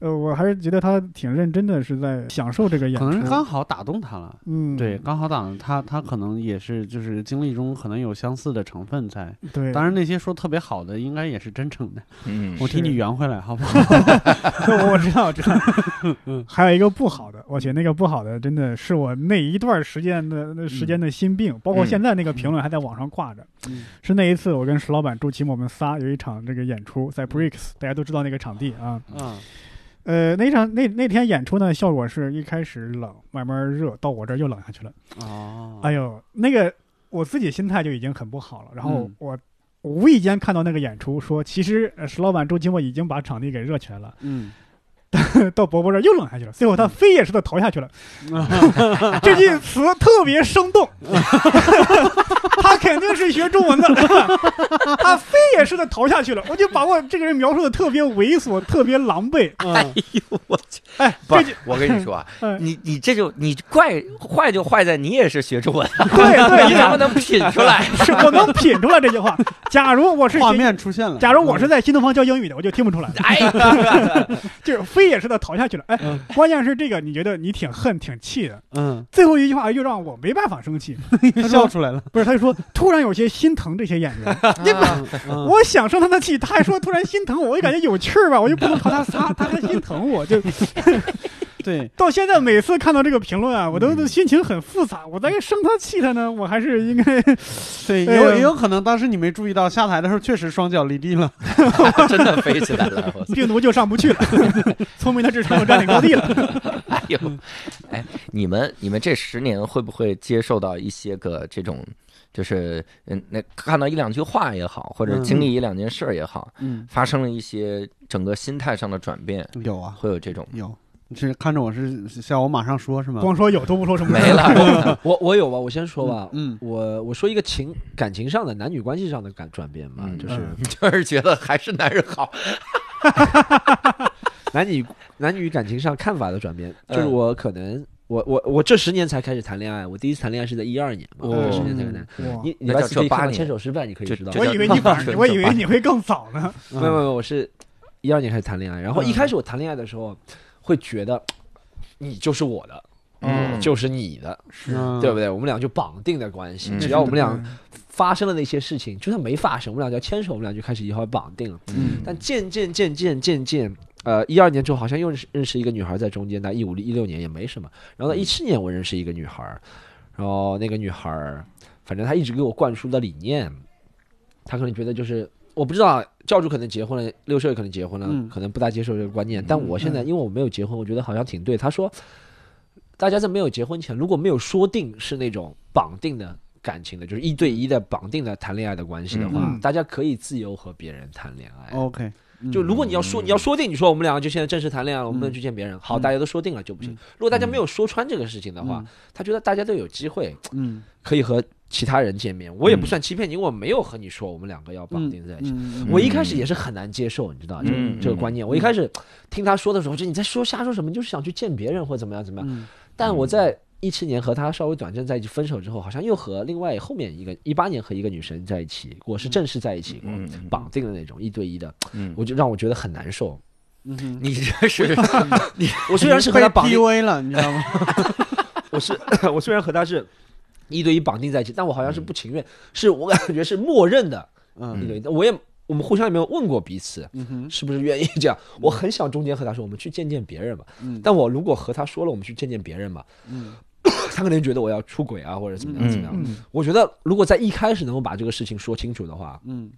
Speaker 2: 呃，我还是觉得他挺认真的，是在享受这个演
Speaker 3: 可能是
Speaker 2: 出。
Speaker 3: 刚好打动他了。
Speaker 2: 嗯，
Speaker 3: 对，刚好打动他，他可能也是就是经历中可能有相似的成分在。
Speaker 2: 对，
Speaker 3: 当然，那些说特别好的，应该也是真诚的。
Speaker 1: 嗯
Speaker 3: 我替你
Speaker 2: 是
Speaker 3: 圆回来，好不好？
Speaker 2: 我知道，我知道。
Speaker 3: 嗯
Speaker 2: 还有一个不好的，我觉得那个不好的真的是我那一段时间的那时间的心病，包括现在那个评论还在网上挂着。
Speaker 3: 嗯
Speaker 2: 是那一次我跟石老板、朱奇墨我们仨有一场这个演出，在 Bricks，大家都知道那个场地啊。
Speaker 3: 嗯
Speaker 2: 呃，那一场那那天演出呢，效果是一开始冷，慢慢热，到我这儿又冷下去了。
Speaker 3: 哦，
Speaker 2: 哎呦，那个我自己心态就已经很不好了，然后
Speaker 3: 嗯
Speaker 2: 我。我无意间看到那个演出，说其实呃石老板、朱奇墨已经把场地给热起来了，
Speaker 3: 嗯，
Speaker 2: 到伯伯这儿又冷下去了，最后他飞也似的逃下去了。
Speaker 3: 啊
Speaker 2: 这句词特别生动， 他肯定是学中文的， 他飞也似的逃下去了。我就把我这个人描述的特别猥琐，特别狼狈。
Speaker 3: 嗯
Speaker 1: 我去，
Speaker 2: 哎，
Speaker 1: 不
Speaker 2: 这句
Speaker 1: 是，我跟你 说啊，
Speaker 2: 嗯
Speaker 1: 你你这就你怪坏就坏在你也是学中文，
Speaker 2: 对对
Speaker 1: 你能不
Speaker 2: 对，
Speaker 1: 能品出 来？
Speaker 2: 是我能品出来这句话。假如我是
Speaker 3: 画
Speaker 2: 新
Speaker 3: 面嗯出现了。
Speaker 2: 假如我是在新东方教英语的，我就听不出来，
Speaker 1: 哎，
Speaker 2: 就是飞也似的逃下去了。哎
Speaker 3: 嗯，
Speaker 2: 关键是这个，你觉得你挺恨挺气的，
Speaker 3: 嗯，
Speaker 2: 最后一句话又让我没办法生气。
Speaker 3: 嗯笑出来 了。
Speaker 2: 不是，他就说突然有些心疼这些演员，你把
Speaker 3: 我
Speaker 2: 我想生他的气，他还说突然心疼我，我就感觉有趣儿吧，我就不能朝他撒，他还心疼我，就
Speaker 3: 对，
Speaker 2: 到现在每次看到这个评论啊，我都心情很复杂。我在生他气他呢，我还是应该
Speaker 3: 对，
Speaker 2: 哎
Speaker 3: 有
Speaker 2: 呀
Speaker 3: 也有可能当时你没注意到，下台的时候确实双脚离地了。
Speaker 1: 真的飞起来了！我
Speaker 2: 病毒就上不去了， 聪明的智商又占领高地了。
Speaker 1: 哎呦，哎，你们你们这十年会不会接受到一些个这种，就是嗯，那看到一两句话也好，或者
Speaker 3: 嗯
Speaker 1: 经历一两件事儿也好，
Speaker 3: 嗯，
Speaker 1: 发生了一些整个心态上的转变，
Speaker 3: 有啊，
Speaker 1: 会有 这种吗？
Speaker 3: 有。你是看着我是想我马上说是吗？
Speaker 2: 光说有都不说什么，
Speaker 1: 没了，
Speaker 4: 我我有吧，啊我先说吧，
Speaker 3: 嗯，
Speaker 4: 我我说一个情感情上的男女关系上的感转变吧，
Speaker 1: 嗯
Speaker 4: 就是
Speaker 1: 就是觉得还是男人好。
Speaker 4: 男女男女感情上看法的转变，
Speaker 1: 嗯
Speaker 4: 就是我可能我我我这十年才开始谈恋爱，我第一次谈恋爱是在一二年嘛，
Speaker 1: 哦
Speaker 4: 这十年才谈恋爱。
Speaker 2: 哇
Speaker 4: 你你
Speaker 1: 那
Speaker 4: 来
Speaker 1: 叫
Speaker 4: 自己
Speaker 1: 这八
Speaker 4: 看到
Speaker 1: 年
Speaker 4: 牵手失败，你可以
Speaker 1: 这
Speaker 4: 知道
Speaker 1: 这。
Speaker 2: 我以为你晚，我以为你会更早呢。
Speaker 3: 嗯
Speaker 4: 没有没有没有，我是一二年开始谈恋爱，然后一开始我谈恋爱的时候会觉得你就是我的，
Speaker 1: 嗯
Speaker 4: 就是你的，
Speaker 3: 嗯
Speaker 4: 对不对？我们俩就绑定的关系，
Speaker 1: 嗯
Speaker 4: 只要我们俩发生了那些事情，就算没发生，我们俩只要牵手，我们俩就开始以后绑定了。
Speaker 3: 嗯
Speaker 4: 但渐渐渐渐渐渐，呃，一二年之后好像又认识认识一个女孩在中间，但一五一六年也没什么。
Speaker 3: 嗯
Speaker 4: 然后到一七年我认识一个女孩儿，然后那个女孩儿，反正她一直给我灌输的理念，她可能觉得就是。我不知道教主可能结婚了，六兽也可能结婚了，
Speaker 3: 嗯
Speaker 4: 可能不大接受这个观念。但我现在因为我没有结婚，我觉得好像挺对。他说，大家在没有结婚前，如果没有说定是那种绑定的感情的，就是一对一的绑定的谈恋爱的关系的话，
Speaker 2: 嗯
Speaker 4: 大家可以自由和别人谈恋爱。
Speaker 3: ，OK，嗯
Speaker 4: 就如果你要说你要说定，你说我们两个就现在正式谈恋爱了，我们不能
Speaker 3: 嗯
Speaker 4: 去见别人。好，
Speaker 3: 嗯
Speaker 4: 大家都说定了就不行。如果大家没有说穿这个事情的话，他觉得大家都有机会
Speaker 3: 嗯
Speaker 4: 可以和其他人见面。我也
Speaker 1: 嗯
Speaker 4: 不算欺骗你，因为我没有和你说我们两个要绑定在一起。
Speaker 3: 嗯
Speaker 4: 我一开始也是很难接受，你知道这个
Speaker 1: 嗯
Speaker 4: 这个观念。我一开始听他说的时候，我觉得你在说瞎说什么，你就是想去见别人或者怎么样怎么样。
Speaker 3: 嗯
Speaker 4: 但我在一七年和他稍微短暂在一起分手之后，好像又和另外后面一个一八年和一个女生在一起过，是正式在一起过，
Speaker 1: 嗯
Speaker 4: 绑定的那种一对一的，
Speaker 1: 嗯，
Speaker 4: 我就让我觉得很难受。
Speaker 3: 嗯哼
Speaker 1: 你这是
Speaker 4: 我 虽然是和他绑
Speaker 3: 被
Speaker 4: 定，
Speaker 3: PUA 了，你知道吗？
Speaker 4: 我是 我虽然和他是一对一绑定在一起，但我好像是不情愿，是我感觉是默认的一
Speaker 3: 嗯
Speaker 4: 对一，我也我们互相也没有问过彼此。
Speaker 3: 嗯哼，
Speaker 4: 是不是愿意这样？我很想中间和他说，我们去见见别人吧。
Speaker 3: 嗯
Speaker 4: 但我如果和他说了，我们去见见别人吧，
Speaker 3: 嗯
Speaker 4: 他可能觉得我要出轨啊，或者怎么样
Speaker 1: 嗯
Speaker 4: 怎么样。
Speaker 2: 嗯
Speaker 4: 我觉得如果在一开始能够把这个事情说清楚的话，
Speaker 3: 嗯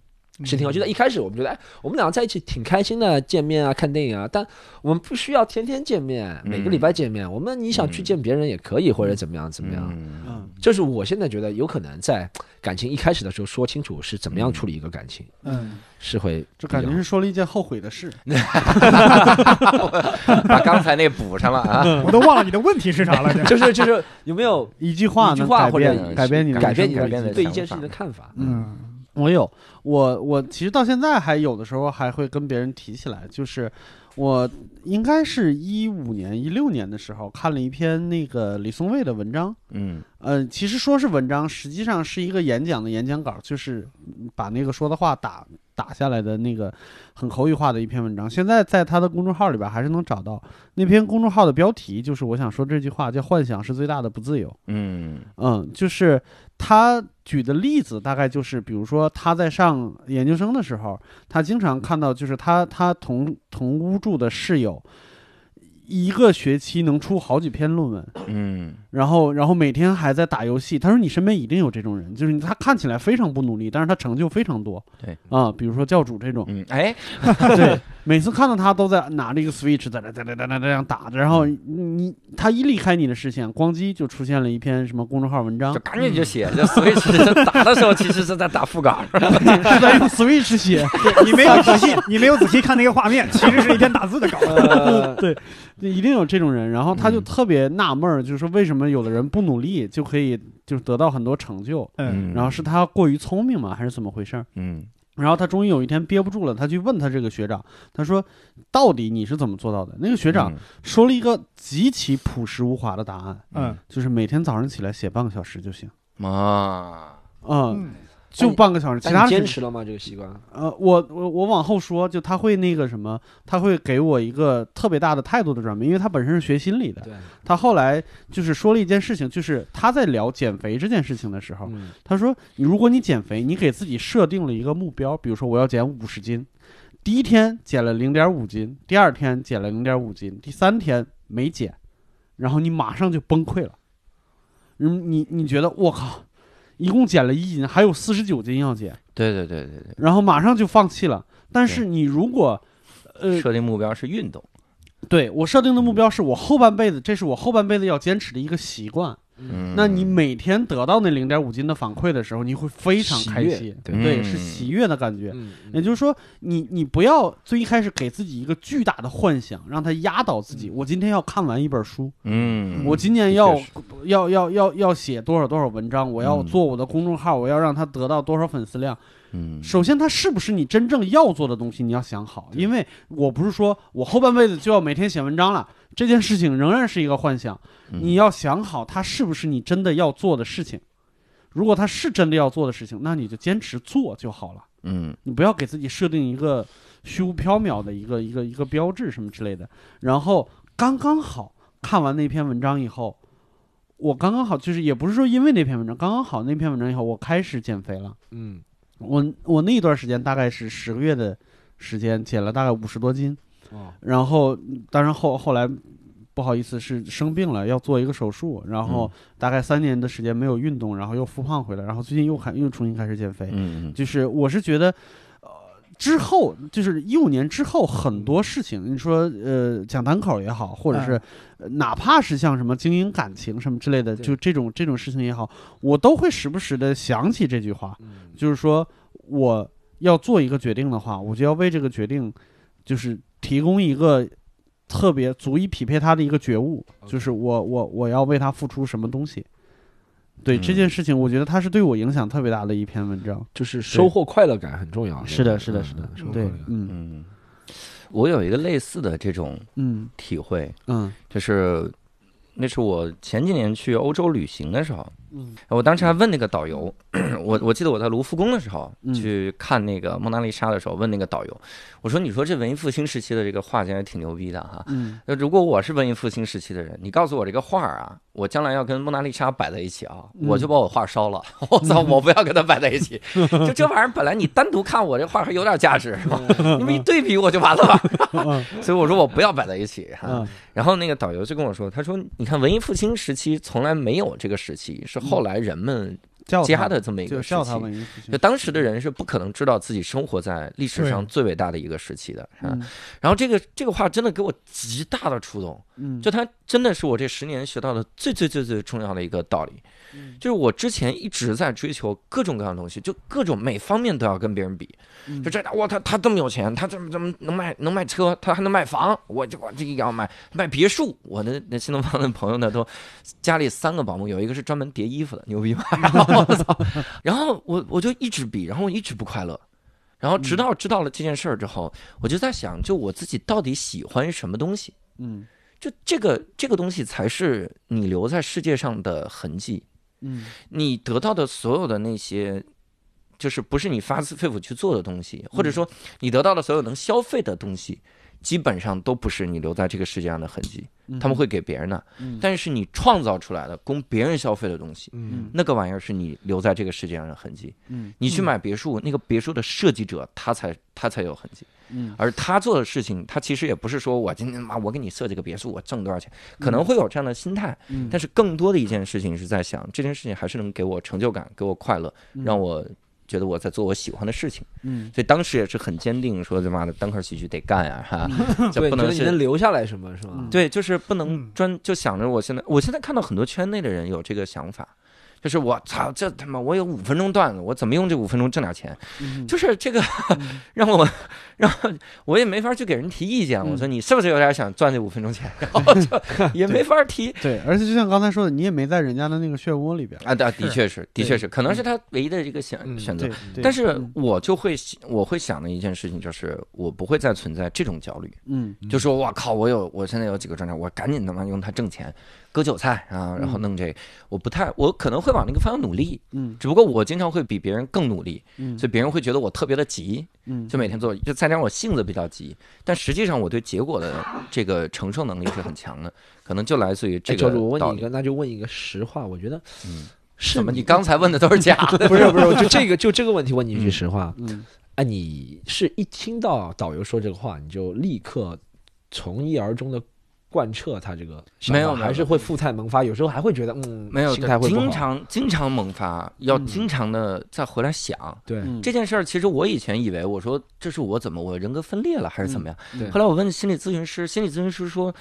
Speaker 4: 是挺好。就在一开始，我们觉得，哎，我们两个在一起挺开心的，见面啊，看电影啊。但我们不需要天天见面，每个礼拜见面。我们你想去见别人也可以，或者怎么样怎么样。
Speaker 1: 嗯
Speaker 3: 嗯
Speaker 4: 这是我现在觉得有可能在感情一开始的时候说清楚是怎么样处理一个感情，
Speaker 3: 嗯，
Speaker 4: 是会
Speaker 3: 这感觉是说了一件后悔的事。
Speaker 1: 把刚才那补上了 啊。
Speaker 2: 嗯我都忘了你的问题是啥了。这
Speaker 4: 就是就是有没有
Speaker 3: 一句话
Speaker 4: 一句
Speaker 3: 能
Speaker 4: 话
Speaker 3: 改
Speaker 4: 或 者
Speaker 3: 变改变你的
Speaker 4: 改
Speaker 3: 人生
Speaker 4: 变你的
Speaker 1: 改变的
Speaker 4: 对一
Speaker 1: 想
Speaker 4: 件事情
Speaker 1: 法
Speaker 4: 的看法。
Speaker 2: 嗯
Speaker 3: 我有，我我其实到现在还有的时候还会跟别人提起来，就是我应该是一五年、一六年的时候看了一篇那个李松蔚的文章。
Speaker 1: 嗯
Speaker 3: 呃，其实说是文章，实际上是一个演讲的演讲稿，就是把那个说的话打打下来的那个很口语化的一篇文章。现在在他的公众号里边还是能找到那篇公众号的标题，就是我想说这句话叫“幻想是最大的不自由”。
Speaker 1: 嗯
Speaker 3: 嗯，就是他举的例子大概就是，比如说他在上研究生的时候，他经常看到就是他他同同屋住的室友，一个学期能出好几篇论文，
Speaker 1: 嗯
Speaker 3: 然后然后每天还在打游戏。他说你身边一定有这种人，就是他看起来非常不努力，但是他成就非常多。
Speaker 1: 对
Speaker 3: 啊，比如说教主这种，
Speaker 1: 嗯，哎，
Speaker 3: 对，每次看到他都在拿着一个 Switch 在那在那在那这样打着，然后你他一离开你的视线，咣叽就出现了一篇什么公众号文章
Speaker 1: 就，赶紧就写，就所以是这打的时候其实是在打副稿。
Speaker 3: 是在用 Switch 写，
Speaker 2: 你没有仔细，你没有仔细看那个画面，其实是一篇打字的稿。
Speaker 4: 呃，
Speaker 3: 一定有这种人。然后他就
Speaker 1: 嗯
Speaker 3: 特别纳闷儿，就是说为什么有的人不努力就可以就是得到很多成就？
Speaker 2: 嗯
Speaker 3: 然后是他过于聪明吗？还是怎么回事儿？
Speaker 1: 嗯
Speaker 3: 然后他终于有一天憋不住了，他去问他这个学长，他说：“到底你是怎么做到的？”那个学
Speaker 4: 嗯
Speaker 3: 长说了一个极其朴实无华的答案，
Speaker 2: 嗯
Speaker 3: 就是每天早上起来写半个小时就行，
Speaker 1: 啊，
Speaker 3: 嗯，
Speaker 2: 嗯
Speaker 3: 就半个小时，其
Speaker 4: 但
Speaker 3: 他
Speaker 4: 你坚
Speaker 3: 事
Speaker 4: 持了吗？这个习惯？
Speaker 3: 呃，我我我往后说，就他会那个什么，他会给我一个特别大的态度的转变，因为他本身是学心理的，
Speaker 4: 对，
Speaker 3: 他后来就是说了一件事情，就是他在聊减肥这件事情的时候，
Speaker 4: 嗯，
Speaker 3: 他说，你如果你减肥，你给自己设定了一个目标，比如说我要减五十斤，第一天减了零点五斤，第二天减了零点五斤，第三天没减，然后你马上就崩溃了，嗯，你你觉得我靠，一共减了一斤，还有四十九斤要减，
Speaker 1: 对对对对
Speaker 3: 然后马上就放弃了。但是你如果，呃
Speaker 1: 对，，设定目标是运动。
Speaker 3: 对我设定的目标是我后半辈子，这是我后半辈子要坚持的一个习惯。
Speaker 1: 嗯，
Speaker 3: 那你每天得到那零点五斤的反馈的时候，你会非常开
Speaker 4: 喜
Speaker 3: 心，
Speaker 1: 对
Speaker 3: 对，
Speaker 1: 嗯
Speaker 3: 是喜悦的感觉。
Speaker 4: 嗯，
Speaker 3: 也就是说，你你不要最一开始给自己一个巨大的幻想，让它压倒自己。我今天要看完一本书，
Speaker 1: 嗯，
Speaker 3: 我今年
Speaker 1: 的
Speaker 3: 要
Speaker 1: 确是
Speaker 3: 要要要要写多少多少文章，我要
Speaker 1: 嗯
Speaker 3: 做我的公众号，我要让它得到多少粉丝量。
Speaker 1: 嗯
Speaker 3: 首先，它是不是你真正要做的东西，你要想好。因为我不是说我后半辈子就要每天写文章了，这件事情仍然是一个幻想。
Speaker 1: 嗯
Speaker 3: 你要想好，它是不是你真的要做的事情。如果它是真的要做的事情，那你就坚持做就好了。
Speaker 1: 嗯
Speaker 3: 你不要给自己设定一个虚无缥缈的一个一个一个标志什么之类的。然后刚刚好看完那篇文章以后，我刚刚好，就是也不是说因为那篇文章，刚刚好那篇文章以后，我开始减肥了。
Speaker 4: 嗯，
Speaker 3: 我我那一段时间大概是十个月的时间，减了大概五十多斤，
Speaker 4: 哦，
Speaker 3: 然后当然后后来不好意思是生病了，要做一个手术，然后大概三年的时间没有运动，然后又复胖回来，然后最近又还又重新开始减肥，
Speaker 1: 嗯
Speaker 3: 就是我是觉得。呃之后就是一五年之后，很
Speaker 4: 嗯
Speaker 3: 多事情，你说呃讲单口也好，或者是呃哪怕是像什么经营感情什么之类的，
Speaker 4: 对
Speaker 3: 就这种这种事情也好，我都会时不时的想起这句话，
Speaker 4: 嗯
Speaker 3: 就是说我要做一个决定的话，我就要为这个决定，就是提供一个特别足以匹配他的一个觉悟，
Speaker 4: OK
Speaker 3: 就是我我我要为他付出什么东西。对
Speaker 1: 嗯
Speaker 3: 这件事情，我觉得它是对我影响特别大的一篇文章。
Speaker 4: 就是收获快乐感很重要。
Speaker 3: 是的
Speaker 4: 对
Speaker 3: 是的
Speaker 4: 嗯
Speaker 3: 是的
Speaker 4: 嗯收获快
Speaker 3: 对
Speaker 4: 乐感，
Speaker 3: 嗯
Speaker 1: 嗯，我有一个类似的这种
Speaker 3: 嗯
Speaker 1: 体会，
Speaker 3: 嗯
Speaker 1: 就是那是我前几年去欧洲旅行的时候，
Speaker 3: 嗯
Speaker 1: 我当时还问那个导游， 我我记得我在卢浮宫的时候
Speaker 3: 嗯
Speaker 1: 去看那个蒙娜丽莎的时候，问那个导游，我说你说这文艺复兴时期的这个画家也挺牛逼的哈。
Speaker 3: 嗯
Speaker 1: 那如果我是文艺复兴时期的人，你告诉我这个画儿啊，我将来要跟蒙娜丽莎摆在一起啊，
Speaker 3: 嗯
Speaker 1: 我就把我画烧了。 我操，我不要跟她摆在一 起。就这玩意儿，本来你单独看我这画还有点价值，是吧？
Speaker 3: 嗯
Speaker 1: 你们一对比我就完了吧。 所以我说我不要摆在一起。哈。
Speaker 3: 嗯
Speaker 1: 然后那个导游就跟我说，他说你看文艺复兴时期从来没有这个时期，是后来人们
Speaker 3: 叫
Speaker 1: 加
Speaker 3: 他
Speaker 1: 的这么一
Speaker 3: 嗯就
Speaker 1: 个时
Speaker 3: 叫他
Speaker 1: 期。
Speaker 3: 文艺复兴
Speaker 1: 就当时的人是不可能知道自己生活在历史上最伟大的一个时期的，啊
Speaker 3: 嗯
Speaker 1: 然后这个这个话真的给我极大的触动，
Speaker 3: 嗯
Speaker 1: 就它真的是我这十年学到的最最最最重要的一个道理，
Speaker 3: 嗯
Speaker 1: 就是我之前一直在追求各种各样的东西，就各种每方面都要跟别人比，
Speaker 3: 嗯
Speaker 1: 就这哇他他这么有钱，他怎么怎么能卖能卖车，他还能卖房，我就我这个也要卖卖别墅，我的那新东方的朋友呢都 家里三个保姆，有一个是专门叠衣服的，牛逼 吧？然后我操，然后我我就一直比，然后我一直不快乐。然后直
Speaker 3: 嗯
Speaker 1: 到知道了这件事儿之后，我就在想，就我自己到底喜欢什么东西？
Speaker 3: 嗯
Speaker 1: 就这个这个东西才是你留在世界上的痕迹，
Speaker 3: 嗯
Speaker 1: 你得到的所有的那些，就是不是你发自肺腑去做的东西，或
Speaker 3: 嗯
Speaker 1: 者说你得到的所有能消费的东西，基本上都不是你留在这个世界上的痕迹，
Speaker 3: 嗯
Speaker 1: 他们会给别人的
Speaker 3: 嗯，
Speaker 1: 但是你创造出来的供别人消费的东西。
Speaker 4: 嗯
Speaker 1: 那个玩意儿是你留在这个世界上的痕迹。
Speaker 3: 嗯
Speaker 1: 你去买别墅，那个别墅的设计者他才他才有痕迹。
Speaker 3: 嗯
Speaker 1: 而他做的事情，他其实也不是说我今天妈我给你设计个别墅，我挣多少钱，
Speaker 4: 嗯
Speaker 1: 可能会有这样的心态，
Speaker 3: 嗯
Speaker 1: 但是更多的一件事情是在想，这件事情还是能给我成就感，给我快乐，
Speaker 4: 嗯
Speaker 1: 让我觉得我在做我喜欢的事情。
Speaker 3: 嗯
Speaker 1: 所以当时也是很坚定说，他妈的单口喜剧得干呀、 哈，这
Speaker 4: 嗯对，
Speaker 1: 不
Speaker 4: 你
Speaker 1: 能
Speaker 4: 觉得你能
Speaker 1: 是。
Speaker 4: 留下来什么是吧哎
Speaker 3: 嗯？
Speaker 1: 对，就是不能
Speaker 2: 嗯
Speaker 1: 专就想着我现在，我现在看到很多圈内的人有这个想法，就是我操，这他妈我有五分钟段子，我怎么用这五分钟挣点钱？
Speaker 3: 嗯
Speaker 1: 就是这个 让我让我也没法去给人提意
Speaker 3: 嗯
Speaker 1: 见。我说你是不是有点想赚这五分钟钱？然后 就也没法提
Speaker 3: 对，而且就像刚才说的，你也没在人家的那个漩涡里边。
Speaker 1: 啊。的的确是，的确是，可能是他唯一的这个
Speaker 4: 嗯
Speaker 1: 选选择
Speaker 3: 对。，对嗯
Speaker 1: 但是我就会我会想的一件事情就是，我不会再存在这种焦虑，
Speaker 3: 嗯
Speaker 1: 就说我靠，我有我现在有几个专场，我赶紧他妈用它挣钱，割韭菜啊，然后弄这个。我不太，我可能会往那个方向努力，
Speaker 3: 嗯
Speaker 1: 只不过我经常会比别人更努力，
Speaker 3: 嗯
Speaker 1: 所以别人会觉得我特别的急。
Speaker 3: 嗯
Speaker 1: 就每天做，就再加上我性子比较急，但实际上我对结果的这个承受能力是很强的，可能就来自于这
Speaker 4: 哎教
Speaker 1: 个
Speaker 4: 主，我
Speaker 1: 道
Speaker 4: 问你一
Speaker 1: 理。
Speaker 4: 个，那就问一个实话，我觉得
Speaker 1: 嗯，
Speaker 4: 是
Speaker 1: 怎么你刚才问的都是假的？
Speaker 4: 不是不是，我就这个就这个问题问你一句实话，
Speaker 3: 嗯
Speaker 4: 哎，你是一听到导游说这个话，你就立刻从一而终的贯彻他这个想法，
Speaker 1: 没有没有
Speaker 4: 还是会复态萌发，有时候还会觉得嗯，
Speaker 1: 没有
Speaker 4: 心态
Speaker 1: 的，
Speaker 4: 会不好
Speaker 1: 经常经常萌发，要
Speaker 3: 嗯
Speaker 1: 经常的再回来想。
Speaker 4: 对，
Speaker 3: 嗯
Speaker 1: 这件事儿其实我以前以为，我说这是我怎么我人格分裂了还是怎么样？
Speaker 4: 嗯对
Speaker 1: 后来我问心理咨询师，心理咨询师说，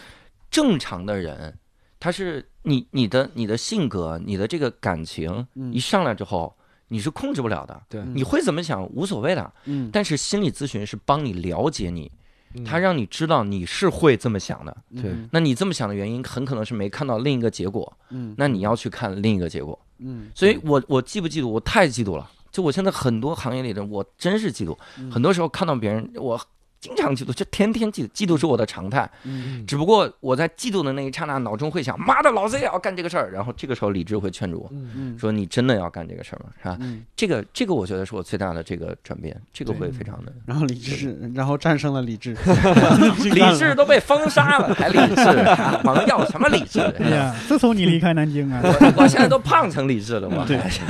Speaker 1: 正常的人他是你你的你的性格、你的这个感情
Speaker 3: 嗯
Speaker 1: 一上来之后，你是控制不了的。
Speaker 4: 对嗯
Speaker 1: 你会怎么想无所谓的，
Speaker 3: 嗯
Speaker 1: 但是心理咨询是帮你了解你，
Speaker 4: 嗯
Speaker 1: 他让你知道你是会这么想的。
Speaker 4: 对
Speaker 3: 嗯
Speaker 1: 那你这么想的原因，很可能是没看到另一个结果，
Speaker 3: 嗯
Speaker 1: 那你要去看另一个结果。
Speaker 3: 嗯
Speaker 1: 所以我我嫉不嫉妒？我太嫉妒了。就我现在很多行业里的，我真是嫉妒。
Speaker 3: 嗯
Speaker 1: 很多时候看到别人，我经常嫉妒，这天天嫉妒，嫉妒是我的常态。
Speaker 3: 嗯
Speaker 1: 只不过我在嫉妒的那一刹那，脑中会想：妈的，老子也要干这个事儿。然后这个时候，理智会劝住我
Speaker 3: 嗯
Speaker 1: 说：“你真的要干这个事儿吗？”是吧？
Speaker 3: 嗯，
Speaker 1: 这个这个，我觉得是我最大的这个转变，这个会非常的。
Speaker 3: 然后理智，然后战胜了 理智，
Speaker 1: 理智都被封杀了，还理智？啊我们要什么理智？
Speaker 2: 哎呀，自从你离开南京 啊，
Speaker 1: 我我现在都胖成理智了，我
Speaker 3: 对
Speaker 1: 还是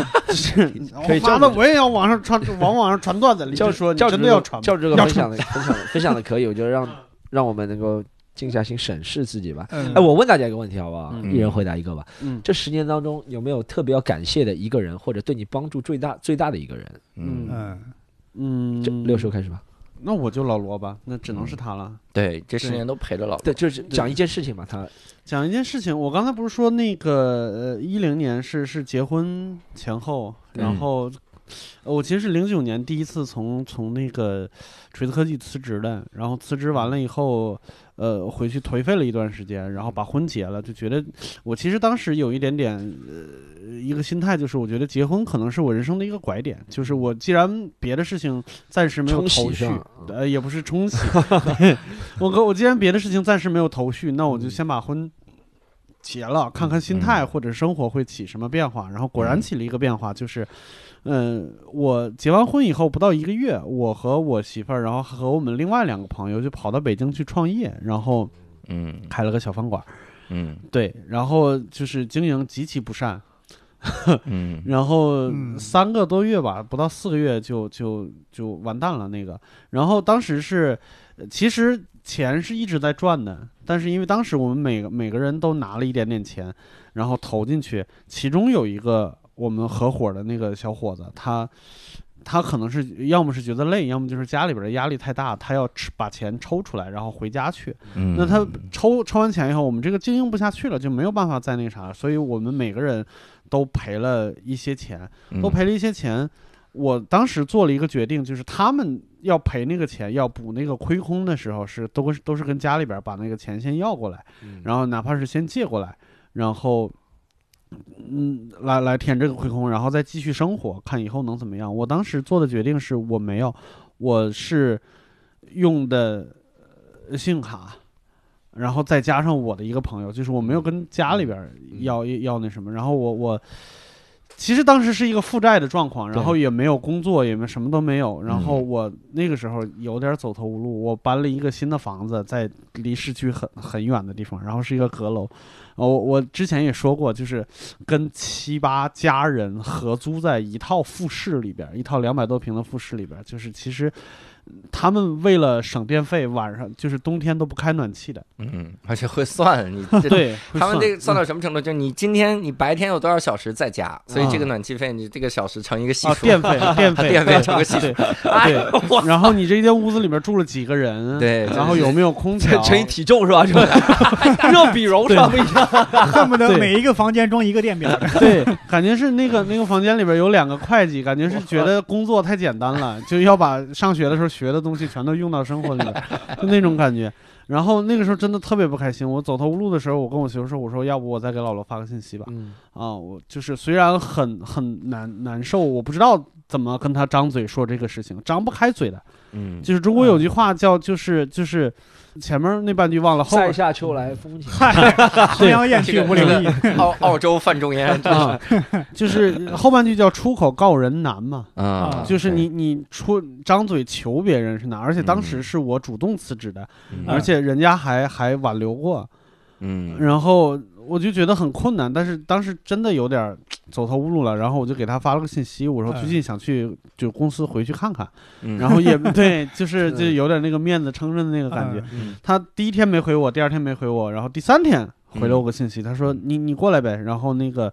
Speaker 3: 可以，妈的，我也要往上传，往网上传段子。李
Speaker 4: 教
Speaker 3: 志说：“你
Speaker 4: 教主
Speaker 3: 真的要传吗
Speaker 4: 教主这个
Speaker 3: 要
Speaker 4: 分
Speaker 3: 传
Speaker 4: 享的分享的分享的可以，我觉得让让我们能够静下心审视自己吧。
Speaker 2: 嗯
Speaker 4: 哎，我问大家一个问题好不好？
Speaker 3: 嗯
Speaker 4: 一人回答一个吧。
Speaker 3: 嗯
Speaker 4: 这十年当中有没有特别要感谢的一个人，或者对你帮助最大最大的一个人？
Speaker 1: 嗯，
Speaker 2: 嗯，
Speaker 3: 嗯
Speaker 4: 这，六嗯叔开始吧。
Speaker 3: 那我就老罗吧，那只能是他了。
Speaker 1: 对，这十
Speaker 3: 对
Speaker 1: 年都陪着老
Speaker 4: 对，就是讲一件事情嘛，他
Speaker 3: 讲一件事情，我刚才不是说那个呃，一零年是是结婚前后，
Speaker 1: 对
Speaker 4: 嗯
Speaker 3: 然后、呃我其实是零九年第一次从从那个锤子科技辞职的，然后辞职完了以后，呃，回去颓废了一段时间，然后把婚结了，就觉得我其实当时有一点点呃一个心态，就是我觉得结婚可能是我人生的一个拐点，就是我既然别的事情暂时没有
Speaker 4: 冲洗
Speaker 3: 头绪
Speaker 4: 上，
Speaker 3: 呃，也不是冲洗， 我跟我既然别的事情暂时没有头绪，那我就先把婚结了，看看心态或者生活会起什么变化。然后果然起了一个变化，就是，嗯，我结完婚以后不到一个月，我和我媳妇儿，然后和我们另外两个朋友就跑到北京去创业，然后
Speaker 1: 嗯
Speaker 3: 开了个小饭馆儿，
Speaker 1: 嗯
Speaker 3: 对，然后就是经营极其不善，
Speaker 1: 嗯
Speaker 3: 然后
Speaker 2: 嗯
Speaker 3: 三个多月吧，不到四个月就就就完蛋了那个。然后当时是，呃其实钱是一直在赚的，但是因为当时我们每个每个人都拿了一点点钱，然后投进去，其中有一个我们合伙的那个小伙子，他。他可能是要么是觉得累，要么就是家里边的压力太大，他要吃把钱抽出来，然后回家去。
Speaker 1: 嗯
Speaker 3: 那他抽抽完钱以后，我们这个经营不下去了，就没有办法再那个啥，所以我们每个人都赔了一些钱，
Speaker 1: 嗯
Speaker 3: 都赔了一些钱。我当时做了一个决定，就是他们要赔那个钱，要补那个亏空的时候，是都是都是跟家里边儿把那个钱先要过来，
Speaker 4: 嗯
Speaker 3: 然后哪怕是先借过来，然后。嗯，来来填这个亏空，然后再继续生活，看以后能怎么样。我当时做的决定是我没有，我是用的呃信用卡，然后再加上我的一个朋友，就是我没有跟家里边儿要、要那什么，然后我我其实当时是一个负债的状况，然后也没有工作，也没什么都没有，然后我那个时候有点走投无路，我搬了一个新的房子，在离市区很很远的地方，然后是一个阁楼，呃我我之前也说过，就是跟七八家人合租在一套复式里边儿，一套两百多平的复式里边儿，就是其实。他们为了省电费，晚上就是冬天都不开暖气的。
Speaker 1: 嗯，而且会算你这。
Speaker 3: 对，啊嗯
Speaker 1: 他们这
Speaker 3: 这
Speaker 1: 个算到什么程度？就是你今天你白天有多少小时在家，所以这个暖气费你这个小时乘一个系
Speaker 3: 啊
Speaker 1: 数，
Speaker 3: 电费，电费，
Speaker 1: 电费乘哎个系数
Speaker 3: 对，啊对。然后你这间屋子里面住了几个人？
Speaker 1: 对
Speaker 3: 然后有没有 空调？
Speaker 5: 乘以体重是吧？ 是吧？热比容上不一样。
Speaker 2: 啊恨不得
Speaker 3: 对
Speaker 2: 每一个房间装一个电表。
Speaker 3: 对，感觉是那个那个房间里边有两个会计，感觉是觉得工作太简 单了，就要把上学的时候学的东西全都用到生活里边，就那种感觉。然后那个时候真的特别不开心，我走投无路的时候，我跟我媳妇说，我说要不我再给老罗发个信息吧，
Speaker 4: 嗯
Speaker 3: 啊，我就是虽然很很难难受，我不知道怎么跟他张嘴说这个事情，张不开嘴的。
Speaker 1: 嗯，
Speaker 3: 就是中国有句话叫就是就是前面那半句忘了，后
Speaker 4: 塞
Speaker 3: 边
Speaker 4: 下秋来风情。
Speaker 2: 嗨，衡阳雁去无留意。
Speaker 1: 澳澳洲范仲 淹
Speaker 3: 啊，就是后半句叫出口告人难嘛。
Speaker 1: 啊
Speaker 3: 就是你，你出张嘴求别人是难，而且当时
Speaker 1: 嗯
Speaker 3: 是我主动辞职的，
Speaker 1: 嗯
Speaker 3: 而且人家还还挽留过，
Speaker 1: 嗯
Speaker 3: 然后我就觉得很困难，但是当时真的有点儿走投无路了，然后我就给他发了个信息，我说
Speaker 2: 嗯
Speaker 3: 最近想去就公司回去看看，
Speaker 1: 嗯，
Speaker 3: 然 后也对，就是就有点那个面子撑着的那个感觉。
Speaker 1: 嗯
Speaker 3: 他第一天没回我，第二天没回我，然后第三天回了我个信息，他
Speaker 1: 嗯
Speaker 3: 说你你过来呗，然后那个。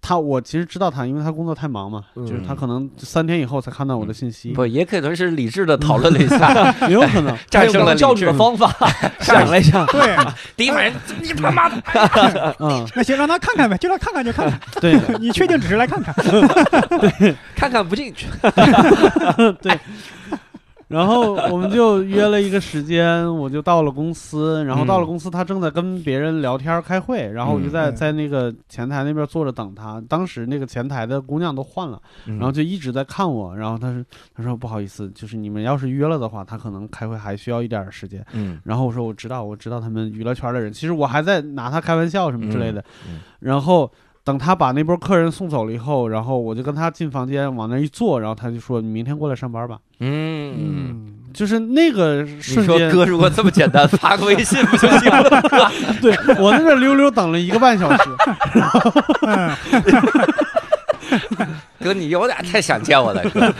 Speaker 3: 他我其实知道他，因为他工作太忙嘛，就是他可能三天以后才看到我的信
Speaker 1: 嗯
Speaker 3: 息，
Speaker 1: 不也可能是理智的讨论了一下，
Speaker 3: 也 嗯有可能。
Speaker 1: 战 胜了
Speaker 5: 教
Speaker 1: 理
Speaker 5: 主
Speaker 1: 智
Speaker 5: 的。方法，想了一下，
Speaker 2: 对，
Speaker 1: 第一反应，你他妈的，
Speaker 3: 嗯，
Speaker 2: 那行，让他看看呗，就让看看就看看。
Speaker 3: 对
Speaker 2: 你确定只是来看看？
Speaker 5: 看看不进去。
Speaker 3: 对。然后我们就约了一个时间，我就到了公司，然后到了
Speaker 1: 嗯
Speaker 3: 公司，他正在跟别人聊天儿开会，然后我就
Speaker 1: 嗯
Speaker 3: 在
Speaker 2: 嗯
Speaker 3: 在那个前台那边坐着等他。当时那个前台的姑娘都换了，
Speaker 1: 然
Speaker 3: 嗯然后就一直在看我，然后他说他说不好意思，就是你们要是约了的话，他可能开会还需要一点儿时间。
Speaker 1: 嗯
Speaker 3: 然后我说我知道，我知道他们娱乐圈的人，其实我还在拿他开玩笑什么之类的。
Speaker 1: 嗯嗯
Speaker 3: 然后等他把那波客人送走了以后，然后我就跟他进房间往那一坐，然后他就说：“你明天过来上班吧。
Speaker 1: 嗯。”
Speaker 3: 就是那个
Speaker 1: 你
Speaker 3: 瞬
Speaker 1: 说
Speaker 3: 间，
Speaker 1: 哥如果这么简单，发个微信不就行 了？
Speaker 3: 对我在这溜溜等了一个半小时，
Speaker 1: 哥，你有点太想见我了，哥。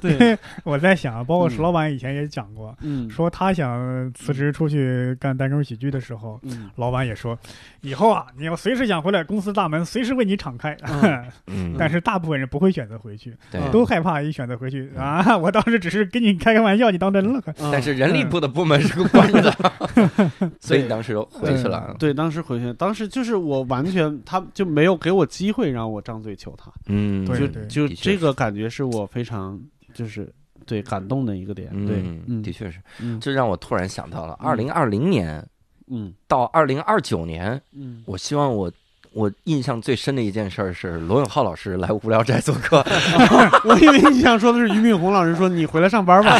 Speaker 3: 对，
Speaker 2: 我在想，包括石老板以前也讲过，
Speaker 3: 嗯，
Speaker 2: 说他想辞职出去干单口喜剧的时候，
Speaker 3: 嗯，
Speaker 2: 老板也说，以后啊，你要随时想回来，公司大门随时为你敞开。
Speaker 3: 嗯
Speaker 1: 嗯
Speaker 2: 但是大部分人不会选择回去，
Speaker 1: 对
Speaker 3: 嗯
Speaker 2: 都害怕一选择回去啊！我当时只是跟你开个玩笑，你当真了。
Speaker 3: 嗯
Speaker 1: 但是人力部的部门是关着的， 所以你当时回去了。啊
Speaker 3: 对，当时回去，当时就是我完全，他就没有给我机会让我张嘴求他，
Speaker 1: 嗯
Speaker 2: 对
Speaker 3: 就
Speaker 2: 对
Speaker 3: 就
Speaker 1: 的确
Speaker 3: 这
Speaker 1: 是
Speaker 3: 个感觉是我非常就是对感动的一个点，对，
Speaker 1: 嗯，
Speaker 3: 嗯
Speaker 1: 的确是，
Speaker 3: 嗯
Speaker 1: 这让我突然想到了
Speaker 3: 嗯
Speaker 1: 二零二零年
Speaker 3: 嗯
Speaker 1: 到二零二九年，
Speaker 3: 嗯，
Speaker 1: 我希望我。我印象最深的一件事儿是罗永浩老师来无聊斋做客，
Speaker 3: 我以为你想说的是俞敏洪老师说你回来上班吧，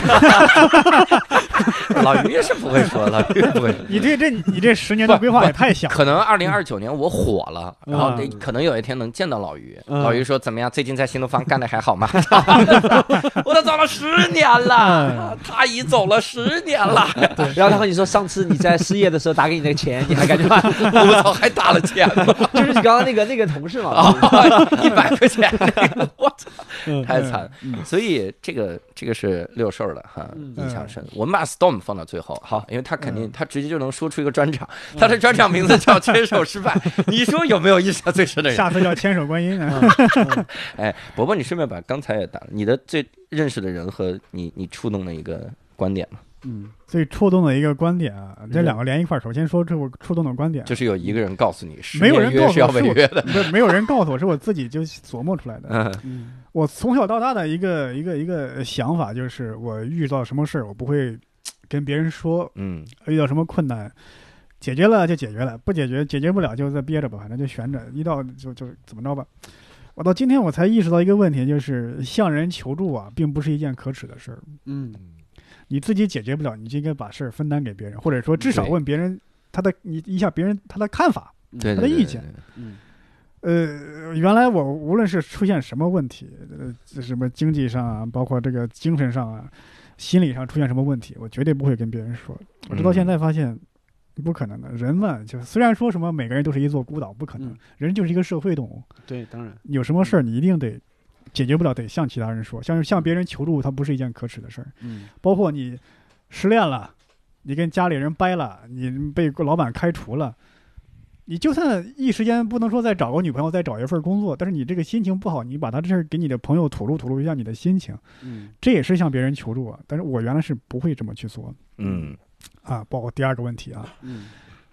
Speaker 1: 老于是不会说，老于不会 说。
Speaker 2: 你这这你这十年的规划也太小了。
Speaker 1: 可能二零二九年我火了，
Speaker 3: 嗯
Speaker 1: 然后得可能有一天能见到老于。
Speaker 3: 嗯
Speaker 1: 老于说怎么样？最近在新东方干的还好 吗？我都走了十年
Speaker 3: 嗯
Speaker 1: 了，他已走了十年了，
Speaker 4: 然后他和你说，上次你在失业的时候打给你那个钱，你还感觉
Speaker 1: 我操，还打了 钱呢，
Speaker 4: 就是你刚刚那个那个同事嘛，
Speaker 1: 哦一百块 钱，我操，
Speaker 3: 嗯
Speaker 1: 太惨
Speaker 3: 嗯。
Speaker 1: 所以这个这个是六兽的哈，
Speaker 3: 嗯
Speaker 1: 印象深。我们把 Storm 放到最后，好，因为他肯定
Speaker 2: 嗯
Speaker 1: 他直接就能说出一个专场，他的专场名字叫《牵手失败》， 你说有没有印象最深的人？
Speaker 2: 下次叫千手观音啊！
Speaker 1: 哎，伯伯，你顺便把刚才也打了，你的最认识的人和你你触动的一个观点嘛，
Speaker 3: 嗯
Speaker 2: 最触动的一个观点啊，这两个连一块儿，首先说这我触动的观点，
Speaker 1: 就是有一个人告诉你，十
Speaker 2: 嗯没有
Speaker 1: 年
Speaker 2: 人
Speaker 1: 约
Speaker 2: 告诉
Speaker 1: 是要
Speaker 2: 我是
Speaker 1: 违
Speaker 2: 我
Speaker 1: 约的，
Speaker 2: 不是没有人告诉我，是我自己就琢磨出来的。
Speaker 1: 嗯
Speaker 3: 嗯
Speaker 2: 我从小到大的一个一个一个想法就是，我遇到什么事儿，我不会跟别人说，
Speaker 1: 嗯
Speaker 2: 遇到什么困难，解决了就解决了，不解决解决不了就再憋着吧，反正就悬着，一到就就怎么着吧。我到今天我才意识到一个问题，就是向人求助啊，并不是一件可耻的事儿。
Speaker 3: 嗯
Speaker 2: 你自己解决不了，你就应该把事儿分担给别人，或者说至少
Speaker 1: 对
Speaker 2: 问别人他的你一下别人他的看法。
Speaker 1: 对
Speaker 2: 他
Speaker 1: 对
Speaker 2: 的
Speaker 1: 对
Speaker 2: 意
Speaker 1: 对
Speaker 2: 见
Speaker 1: 对
Speaker 3: 嗯
Speaker 2: 呃，原来我无论是出现什么问题，呃，这什么经济上啊，包括这个精神上啊，心理上出现什么问题，我绝对不会跟别人说。我直到
Speaker 1: 嗯
Speaker 2: 现在发现，不可能的。人嘛，就虽然说什么每个人都是一座孤岛，不可能
Speaker 3: 嗯，
Speaker 2: 人就是一个社会动物，
Speaker 3: 对，当然
Speaker 2: 有什么事儿你一定得解决不了，得向其他人说，向向别人求助，它不是一件可耻的事儿。
Speaker 3: 嗯
Speaker 2: 包括你失恋了，你跟家里人掰了，你被老板开除了，你就算一时间不能说再找个女朋友，再找一份工作，但是你这个心情不好，你把他这事儿给你的朋友吐露吐露一下你的心情，
Speaker 3: 嗯
Speaker 2: 这也是向别人求助啊。但是我原来是不会这么去做
Speaker 1: 嗯
Speaker 2: 啊。包括第二个问题啊，
Speaker 3: 嗯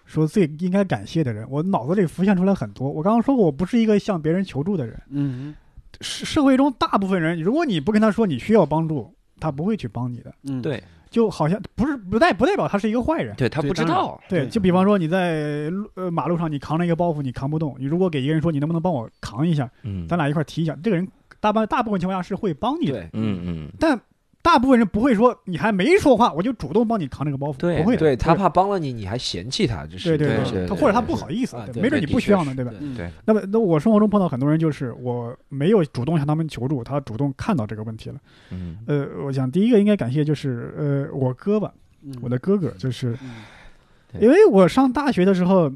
Speaker 2: 说最应该感谢的人，我脑子里浮现出来很多。我刚刚说过，我不是一个向别人求助的人，
Speaker 3: 嗯
Speaker 2: 社社会中大部分人，如果你不跟他说你需要帮助，他不会去帮你的。
Speaker 3: 嗯，
Speaker 1: 对
Speaker 2: 就好像不是不代不代表他是一个坏人。
Speaker 1: 对他
Speaker 3: 对
Speaker 1: 不知
Speaker 3: 当然
Speaker 1: 道，
Speaker 2: 对，
Speaker 3: 对
Speaker 2: 就比方说你在路呃马路上，你扛了一个包袱，你扛不动。你如果给一个人说你能不能帮我扛一下，
Speaker 1: 嗯
Speaker 2: 咱俩一块儿提一下，这个人大半大部分情况下是会帮你的。
Speaker 4: 对
Speaker 1: 嗯嗯
Speaker 2: 但大部分人不会说你还没说话，我就主动帮你扛这个包袱，
Speaker 1: 对
Speaker 2: 不会的。
Speaker 4: 对
Speaker 2: 就是
Speaker 4: 他怕帮了你，你还嫌弃他，就
Speaker 2: 对
Speaker 4: 是
Speaker 2: 对
Speaker 1: 对对
Speaker 2: 他
Speaker 1: 对
Speaker 2: 或者他
Speaker 1: 对
Speaker 2: 不好意思
Speaker 4: 啊，
Speaker 2: 对
Speaker 4: 对
Speaker 2: 没准
Speaker 1: 对
Speaker 2: 你
Speaker 1: 的
Speaker 2: 不
Speaker 1: 确
Speaker 2: 需要
Speaker 1: 是
Speaker 2: 呢，对吧？
Speaker 4: 对
Speaker 3: 嗯
Speaker 1: 对
Speaker 2: 那么，那我生活中碰到很多人，就是我没有主动向他们求助，他主动看到这个问题了。
Speaker 1: 嗯
Speaker 2: 呃，我想第一个应该感谢就是呃我哥吧，我的哥哥，就是
Speaker 3: 嗯
Speaker 1: 对
Speaker 2: 因为我上大学的时候，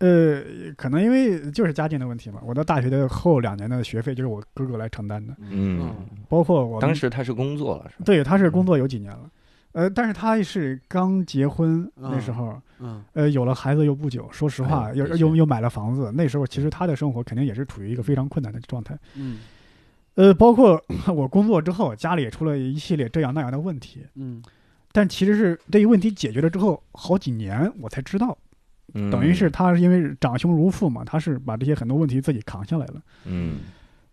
Speaker 2: 呃，可能因为就是家境的问题嘛，我的大学的后两年的学费就是我哥哥来承担的，
Speaker 1: 嗯，
Speaker 2: 包括我们
Speaker 1: 当时他嗯是工作了是吧？
Speaker 2: 对他是工作有几年了，呃，但是他是刚结婚那时候，
Speaker 3: 嗯
Speaker 2: 呃，有了孩子又不久，说实话，
Speaker 1: 啊哎
Speaker 2: 又
Speaker 1: 的确
Speaker 2: 又又买了房子，那时候其实他的生活肯定也是处于一个非常困难的状态，
Speaker 3: 嗯
Speaker 2: 呃，包括我工作之后，家里也出了一系列这样那样的问题，
Speaker 3: 嗯
Speaker 2: 但其实是这一问题解决了之后，好几年我才知道。
Speaker 1: 嗯
Speaker 2: 等于是他是因为长兄如父嘛，他是把这些很多问题自己扛下来了，
Speaker 1: 嗯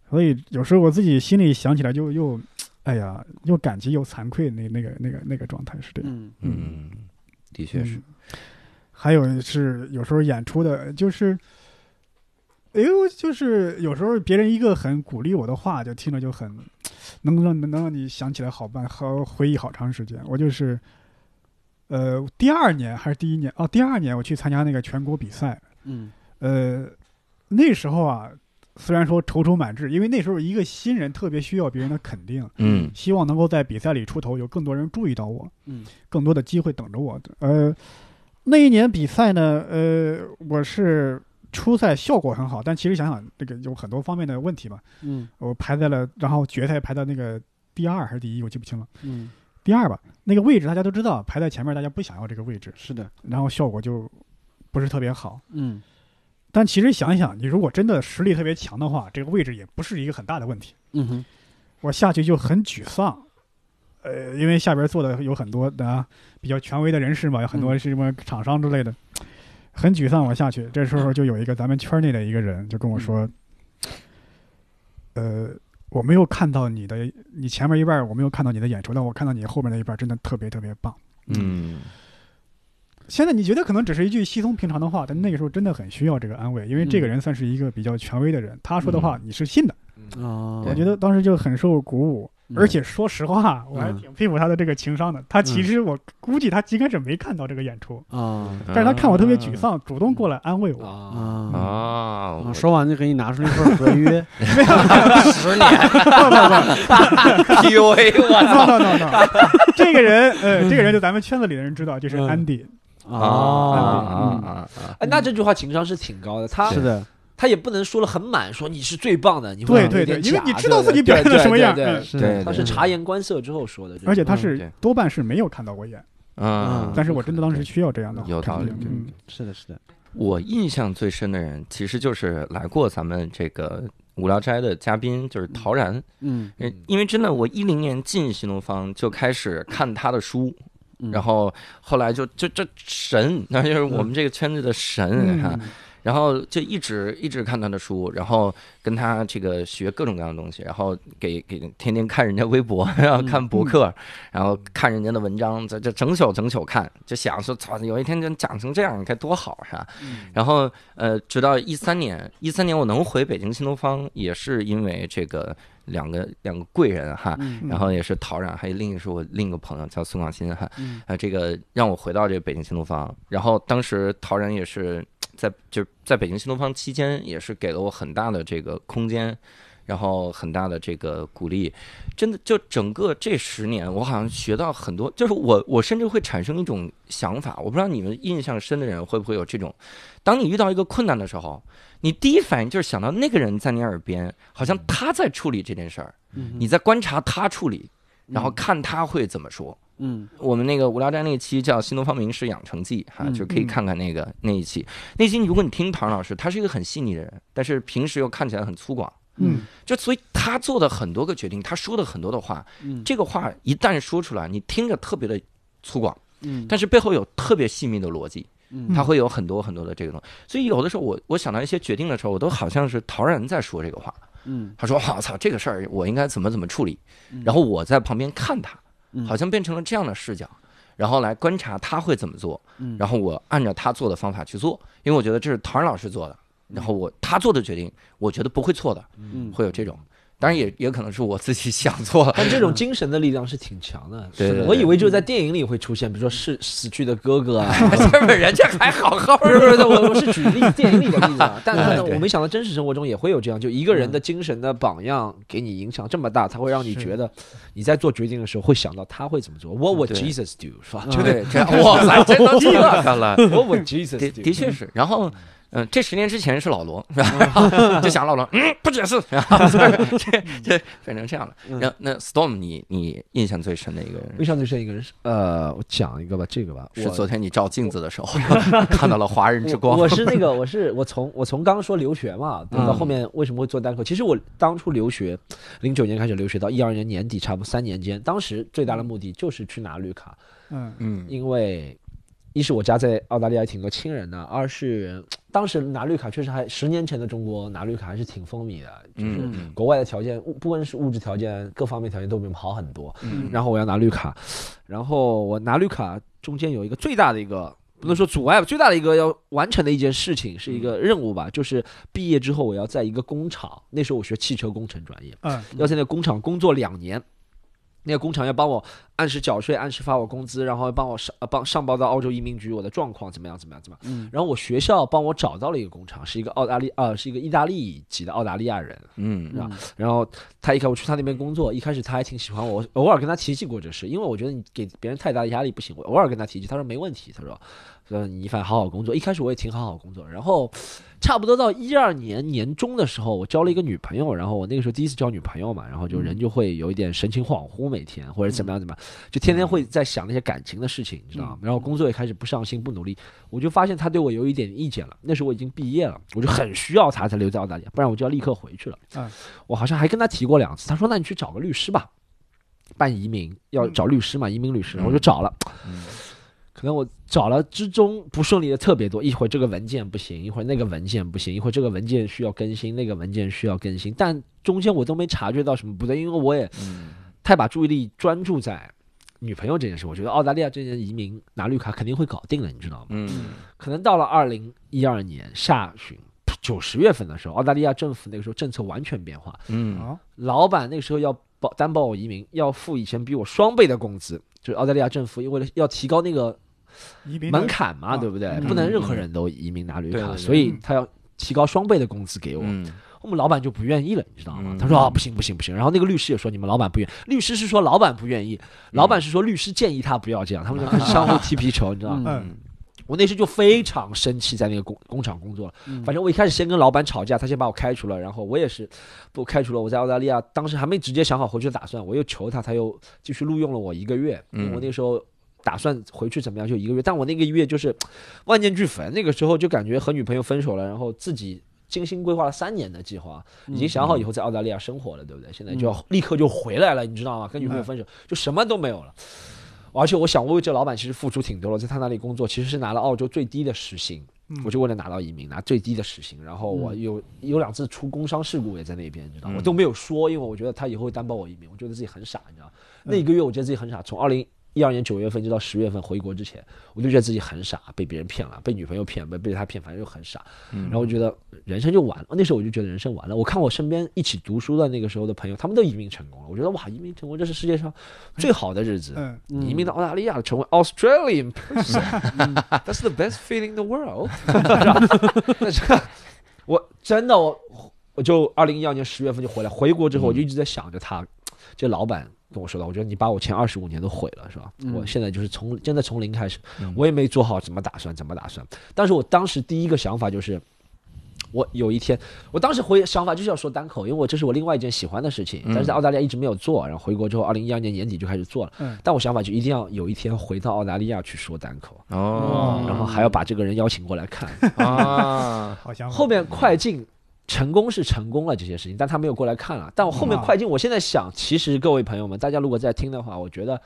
Speaker 2: 所以有时候我自己心里想起来就又哎呀，又感激又惭愧那那个那个那个状态是这样。
Speaker 3: 嗯
Speaker 1: 嗯，的确是
Speaker 2: 嗯。还有是有时候演出的，就是，哎呦，就是有时候别人一个很鼓励我的话，就听着就很能让能让你想起来好半好回忆好长时间。我就是，呃，第二年还是第一年哦，第二年我去参加那个全国比赛，
Speaker 3: 嗯
Speaker 2: 呃，那时候啊，虽然说踌躇满志，因为那时候一个新人特别需要别人的肯定，
Speaker 1: 嗯
Speaker 2: 希望能够在比赛里出头，有更多人注意到我，
Speaker 3: 嗯
Speaker 2: 更多的机会等着我。呃，那一年比赛呢，呃，我是初赛效果很好，但其实想想这个有很多方面的问题嘛，
Speaker 3: 嗯
Speaker 2: 我排在了，然后决赛排到那个第二还是第一，我记不清了，
Speaker 3: 嗯，
Speaker 2: 第二吧，那个位置大家都知道，排在前面大家不想要这个位置，
Speaker 3: 是的，
Speaker 2: 然后效果就不是特别好。
Speaker 3: 嗯
Speaker 2: 但其实想一想，你如果真的实力特别强的话，这个位置也不是一个很大的问题。
Speaker 3: 嗯哼，
Speaker 2: 我下去就很沮丧，呃，因为下边坐的有很多的、啊、比较权威的人士嘛，有很多是什么厂商之类的，很沮丧。我下去，这时候就有一个咱们圈内的一个人就跟我说，呃，我没有看到你的，你前面一半我没有看到你的演出，但我看到你后面那一半真的特别特别棒。
Speaker 1: 嗯
Speaker 2: 现在你觉得可能只是一句稀松平常的话，但那个时候真的很需要这个安慰，因为这个
Speaker 3: 嗯
Speaker 2: 人算是一个比较权威的人，他说的话你是信的。
Speaker 3: 哦，
Speaker 1: 对
Speaker 2: 我觉得当时就很受鼓舞，
Speaker 3: 嗯
Speaker 2: 而且说实话，我还
Speaker 3: 嗯
Speaker 2: 挺佩服他的这个情商的。他其实我估计他应该是没看到这个演出，
Speaker 3: 啊
Speaker 2: 但是他看我特别沮丧，主动过来安慰 我。
Speaker 4: 啊，
Speaker 3: 啊。
Speaker 1: 嗯啊
Speaker 3: 啊！说完就给你拿出了一份合 约，
Speaker 1: 十年，PUA 啊 我
Speaker 2: no no no no，这个人，呃，这个人就咱们圈子里的人知道，就是
Speaker 3: 嗯
Speaker 2: Andy，
Speaker 1: 哦啊
Speaker 3: 嗯
Speaker 1: 啊啊！
Speaker 4: 哎，那这句话情商是挺高的，他
Speaker 1: 哦
Speaker 3: 是的，
Speaker 4: 他也不能说了很满，说你是最棒的，你会
Speaker 2: 对
Speaker 4: 有
Speaker 2: 对
Speaker 4: 点
Speaker 2: 对，因为
Speaker 4: 假
Speaker 2: 你知道
Speaker 4: 对
Speaker 2: 自己
Speaker 4: 对
Speaker 2: 表现的
Speaker 4: 对
Speaker 2: 什么
Speaker 4: 对
Speaker 2: 样，
Speaker 4: 对
Speaker 2: 嗯
Speaker 3: 是
Speaker 1: 对
Speaker 3: 的，
Speaker 4: 他是察言观色之后说的，这
Speaker 2: 而且他
Speaker 1: 对
Speaker 2: 是多半是没有看到过演，
Speaker 1: 啊
Speaker 3: 嗯，
Speaker 2: 但是我真的当时需要这样的
Speaker 1: 有道理
Speaker 2: 肯定
Speaker 1: 对
Speaker 2: 嗯
Speaker 3: 是的，是的，
Speaker 1: 我印象最深的人，其实就是来过咱们这个无聊斋的嘉宾，就是陶然。
Speaker 3: 嗯，
Speaker 1: 呃
Speaker 4: 嗯
Speaker 1: 因为真的，我一零年进新东方就开始看他的书，
Speaker 3: 嗯
Speaker 1: 然后后来就就这神，那就是我们这个圈子的神啊哈、
Speaker 2: 嗯
Speaker 1: 然后就一直一直看他的书，然后跟他这个学各种各样的东西，然后给给天天看人家微博， 然后看博客，然后看人家的文章，这这整宿整宿看，就想说操，有一天就讲成这样，你该多好是吧？然后呃，直到一三年，一三年我能回北京新东方，也是因为这个两个两个贵人哈，
Speaker 3: 嗯
Speaker 1: 然后也是陶然，还有另一个是我另一个朋友叫孙广新哈，
Speaker 3: 嗯
Speaker 1: 啊，这个让我回到这个北京新东方。然后当时陶然也是在就是在北京新东方期间，也是给了我很大的这个空间，然后很大的这个鼓励。真的，就整个这十年，我好像学到很多。就是我我甚至会产生一种想法，我不知道你们印象深的人会不会有这种：当你遇到一个困难的时候，你第一反应就是想到那个人在你耳边，好像他在处理这件事儿，
Speaker 3: 嗯
Speaker 1: 你在观察他处理，然后看他会怎么说。
Speaker 3: 嗯
Speaker 1: 我们那个无聊斋那一期叫《新东方名师养成记》哈，
Speaker 3: 嗯
Speaker 1: 就可以看看那个那一期。那一期如果你听唐老师，他是一个很细腻的人，但是平时又看起来很粗犷，
Speaker 2: 嗯
Speaker 1: 就所以他做的很多个决定，他说的很多的话，
Speaker 3: 嗯
Speaker 1: 这个话一旦说出来，你听着特别的粗犷，
Speaker 3: 嗯，
Speaker 1: 但是背后有特别细密的逻辑，
Speaker 3: 嗯
Speaker 1: 他会有很多很多的这个东西。所以有的时候我我想到一些决定的时候，我都好像是陶然在说这个话，
Speaker 3: 嗯
Speaker 1: 他说：“我操，这个事儿我应该怎么怎么处理
Speaker 3: 嗯？”
Speaker 1: 然后我在旁边看他
Speaker 3: 嗯，
Speaker 1: 好像变成了这样的视角，然后来观察他会怎么做，
Speaker 3: 嗯
Speaker 1: 然后我按照他做的方法去做，因为我觉得这是陶然老师做的，然后我他做的决定，我觉得不会错的，
Speaker 3: 嗯
Speaker 1: 会有这种。当然也也可能是我自己想错了。
Speaker 4: 但这种精神的力量是挺强的。
Speaker 1: 对对对
Speaker 4: 我以为只有在电影里会出现，比如说是死去的哥哥 啊。
Speaker 1: 这不是人家还好好
Speaker 4: 不是不
Speaker 1: 的，
Speaker 4: 是，我我是举例电影里的例 子啊，但是呢，
Speaker 1: 对嗯
Speaker 4: 我没想到真实生活中也会有这样，就一个人的精神的榜样给你影响这么大，他会让你
Speaker 2: 是
Speaker 4: 觉得你在做决定的时候会想到他会怎么做。What would
Speaker 1: 对
Speaker 4: Jesus do？是吧？
Speaker 3: 嗯
Speaker 4: 就
Speaker 1: 对，这 哇塞，这都这个了，
Speaker 4: What would Jesus
Speaker 1: 嗯 的
Speaker 4: do？
Speaker 1: 的确是。然后，嗯、这十年之前是老罗， 然后就想老罗，嗯，不解释， 然后就是这
Speaker 4: 嗯
Speaker 1: 这变成这样了。然后那 Storm，你你印象最深的一个人
Speaker 4: 印象最深一个人是，呃，我讲一个吧，这个吧，
Speaker 1: 是
Speaker 4: 我
Speaker 1: 昨天你照镜子的时 候看到了华人之
Speaker 4: 我
Speaker 1: 光。
Speaker 4: 我是那个，我是我从我从刚说留学嘛，对
Speaker 1: 嗯
Speaker 4: 到后面为什么会做单口？其实我当初留学，零九年开始留学，到一二年年底，差不多三年间，当时最大的目的就是去拿绿卡，
Speaker 2: 嗯
Speaker 1: 嗯
Speaker 4: 因为一是我家在澳大利亚有挺多亲人的，二是当时拿绿卡确实还十年前的中国拿绿卡还是挺风靡的，就是
Speaker 1: 嗯
Speaker 4: 国外的条件，物不管是物质条件各方面条件都比我们好很多。
Speaker 1: 嗯
Speaker 4: 然后我要拿绿卡，然后我拿绿卡中间有一个最大的一个。不能说阻碍吧，最大的一个要完成的一件事情是一个任务吧，就是毕业之后我要在一个工厂，那时候我学汽车工程专业，
Speaker 2: 嗯
Speaker 4: 要在那个工厂工作两年。那个工厂要帮我按时缴税，按时发我工资，然后帮我上呃帮上报到澳洲移民局我的状况怎么样怎么样怎么样。
Speaker 3: 嗯
Speaker 4: 然后我学校帮我找到了一个工厂，是一个澳大利呃是一个意大利籍的澳大利亚人。
Speaker 1: 嗯
Speaker 4: 然后他一开始我去他那边工作，一开始他还挺喜欢我，我偶尔跟他提起过这事，因为我觉得你给别人太大的压力不行。我偶尔跟他提起，他说没问题，他说，呃，你反正好好工作。一开始我也挺好好工作，然后差不多到一二年年中的时候，我交了一个女朋友，然后我那个时候第一次交女朋友嘛，然后就人就会有一点神情恍惚，每天或者怎么样怎么样，就天天会在想那些感情的事情，你知道吗？然后工作也开始不上心不努力，我就发现他对我有一点意见了。那时候我已经毕业了，我就很需要他才留在澳大利亚，不然我就要立刻回去了。我好像还跟他提过两次，他说那你去找个律师吧，办移民要找律师嘛，移民律师，
Speaker 1: 嗯
Speaker 4: 我就找了。
Speaker 1: 嗯
Speaker 4: 可能我找了之中不顺利的特别多，一会儿这个文件不行，一会儿那个文件不行，一会儿这个文件需要更新，那个文件需要更新，但中间我都没察觉到什么不对，因为我也
Speaker 1: 嗯
Speaker 4: 太把注意力专注在女朋友这件事。我觉得澳大利亚这件移民拿绿卡肯定会搞定的，你知道吗？
Speaker 1: 嗯
Speaker 4: 可能到了二零一二年下旬九十月份的时候，澳大利亚政府那个时候政策完全变化，
Speaker 1: 嗯
Speaker 2: 好，
Speaker 4: 老板那个时候要保担保我移民，要付以前比我双倍的工资，就是澳大利亚政府因为了要提高那个
Speaker 2: 移民的
Speaker 4: 门槛嘛，
Speaker 2: 啊
Speaker 4: 对不对？
Speaker 2: 嗯
Speaker 4: 不能任何人都移民拿绿
Speaker 1: 对对
Speaker 4: 卡，
Speaker 1: 对
Speaker 4: 所以他要提高双倍的工资给我。
Speaker 1: 嗯
Speaker 4: 我们老板就不愿意了，你知道吗
Speaker 1: 嗯？
Speaker 4: 他说啊，不行不行不行。然后那个律师也说，你们老板不愿，律师是说老板不愿意，
Speaker 1: 嗯
Speaker 4: 老板是说律师建议他不要这样，他们就开始相互踢皮球，你知道吗？
Speaker 2: 嗯
Speaker 4: 我那时就非常生气，在那个工工厂工作了。
Speaker 3: 嗯
Speaker 4: 反正我一开始先跟老板吵架，他先把我开除了，然后我也是不开除了。我在澳大利亚当时还没直接想好回去的打算，我又求他，他又继续录用了我一个月，因为我那时候。打算回去怎么样就一个月，但我那个月就是万念俱焚。那个时候就感觉和女朋友分手了，然后自己精心规划了三年的计划，已经想好以后在澳大利亚生活了，对不对？现在就要立刻就回来了，你知道吗？跟女朋友分手就什么都没有了。而且我想，我为这老板其实付出挺多了，在他那里工作其实是拿了澳洲最低的时薪，
Speaker 2: 嗯
Speaker 4: 我就为了拿到移民拿最低的时薪，然后我有有两次出工伤事故也在那边，你知道吗，
Speaker 1: 嗯
Speaker 4: 我都没有说，因为我觉得他以后会担保我移民，我觉得自己很傻，你知道吗，
Speaker 2: 嗯
Speaker 4: 那一个月我觉得自己很傻，从二零一二年九月份就到十月份回国之前，我就觉得自己很傻，被别人骗了，被女朋友骗，被被他骗，反正就很傻，
Speaker 1: 嗯
Speaker 2: 嗯
Speaker 4: 然后我觉得人生就完了，那时候我就觉得人生完了。我看我身边一起读书的那个时候的朋友，他们都移民成功了，我觉得哇，移民成功这是世界上最好的日子。
Speaker 2: 哎嗯，
Speaker 4: 移民到澳大利亚，成为 Australian person，that's the best feeling in the world 但是。我真的我我就二零一二年十月份就回来，回国之后我就一直在想着他，这老板跟我说的，我觉得你把我前二十五年都毁了，是吧？我现在就是从真的从零开始，我也没做好怎么打算怎么打算，但是我当时第一个想法就是。我有一天，我当时回想法就是要说单口，因为我这是我另外一件喜欢的事情，但是在澳大利亚一直没有做，然后回国之后，二零一二年年底就开始做了。
Speaker 2: 嗯
Speaker 4: 但我想法就一定要有一天回到澳大利亚去说单口，
Speaker 1: 哦
Speaker 4: 然后还要把这个人邀请过来看。
Speaker 1: 啊
Speaker 2: 好想法
Speaker 4: 后面快进成功是成功了这些事情，但他没有过来看了。但我后
Speaker 1: 啊
Speaker 4: 面
Speaker 2: 嗯
Speaker 4: 快进，我现在想，其实各位朋友们，大家如果在听的话，我觉得。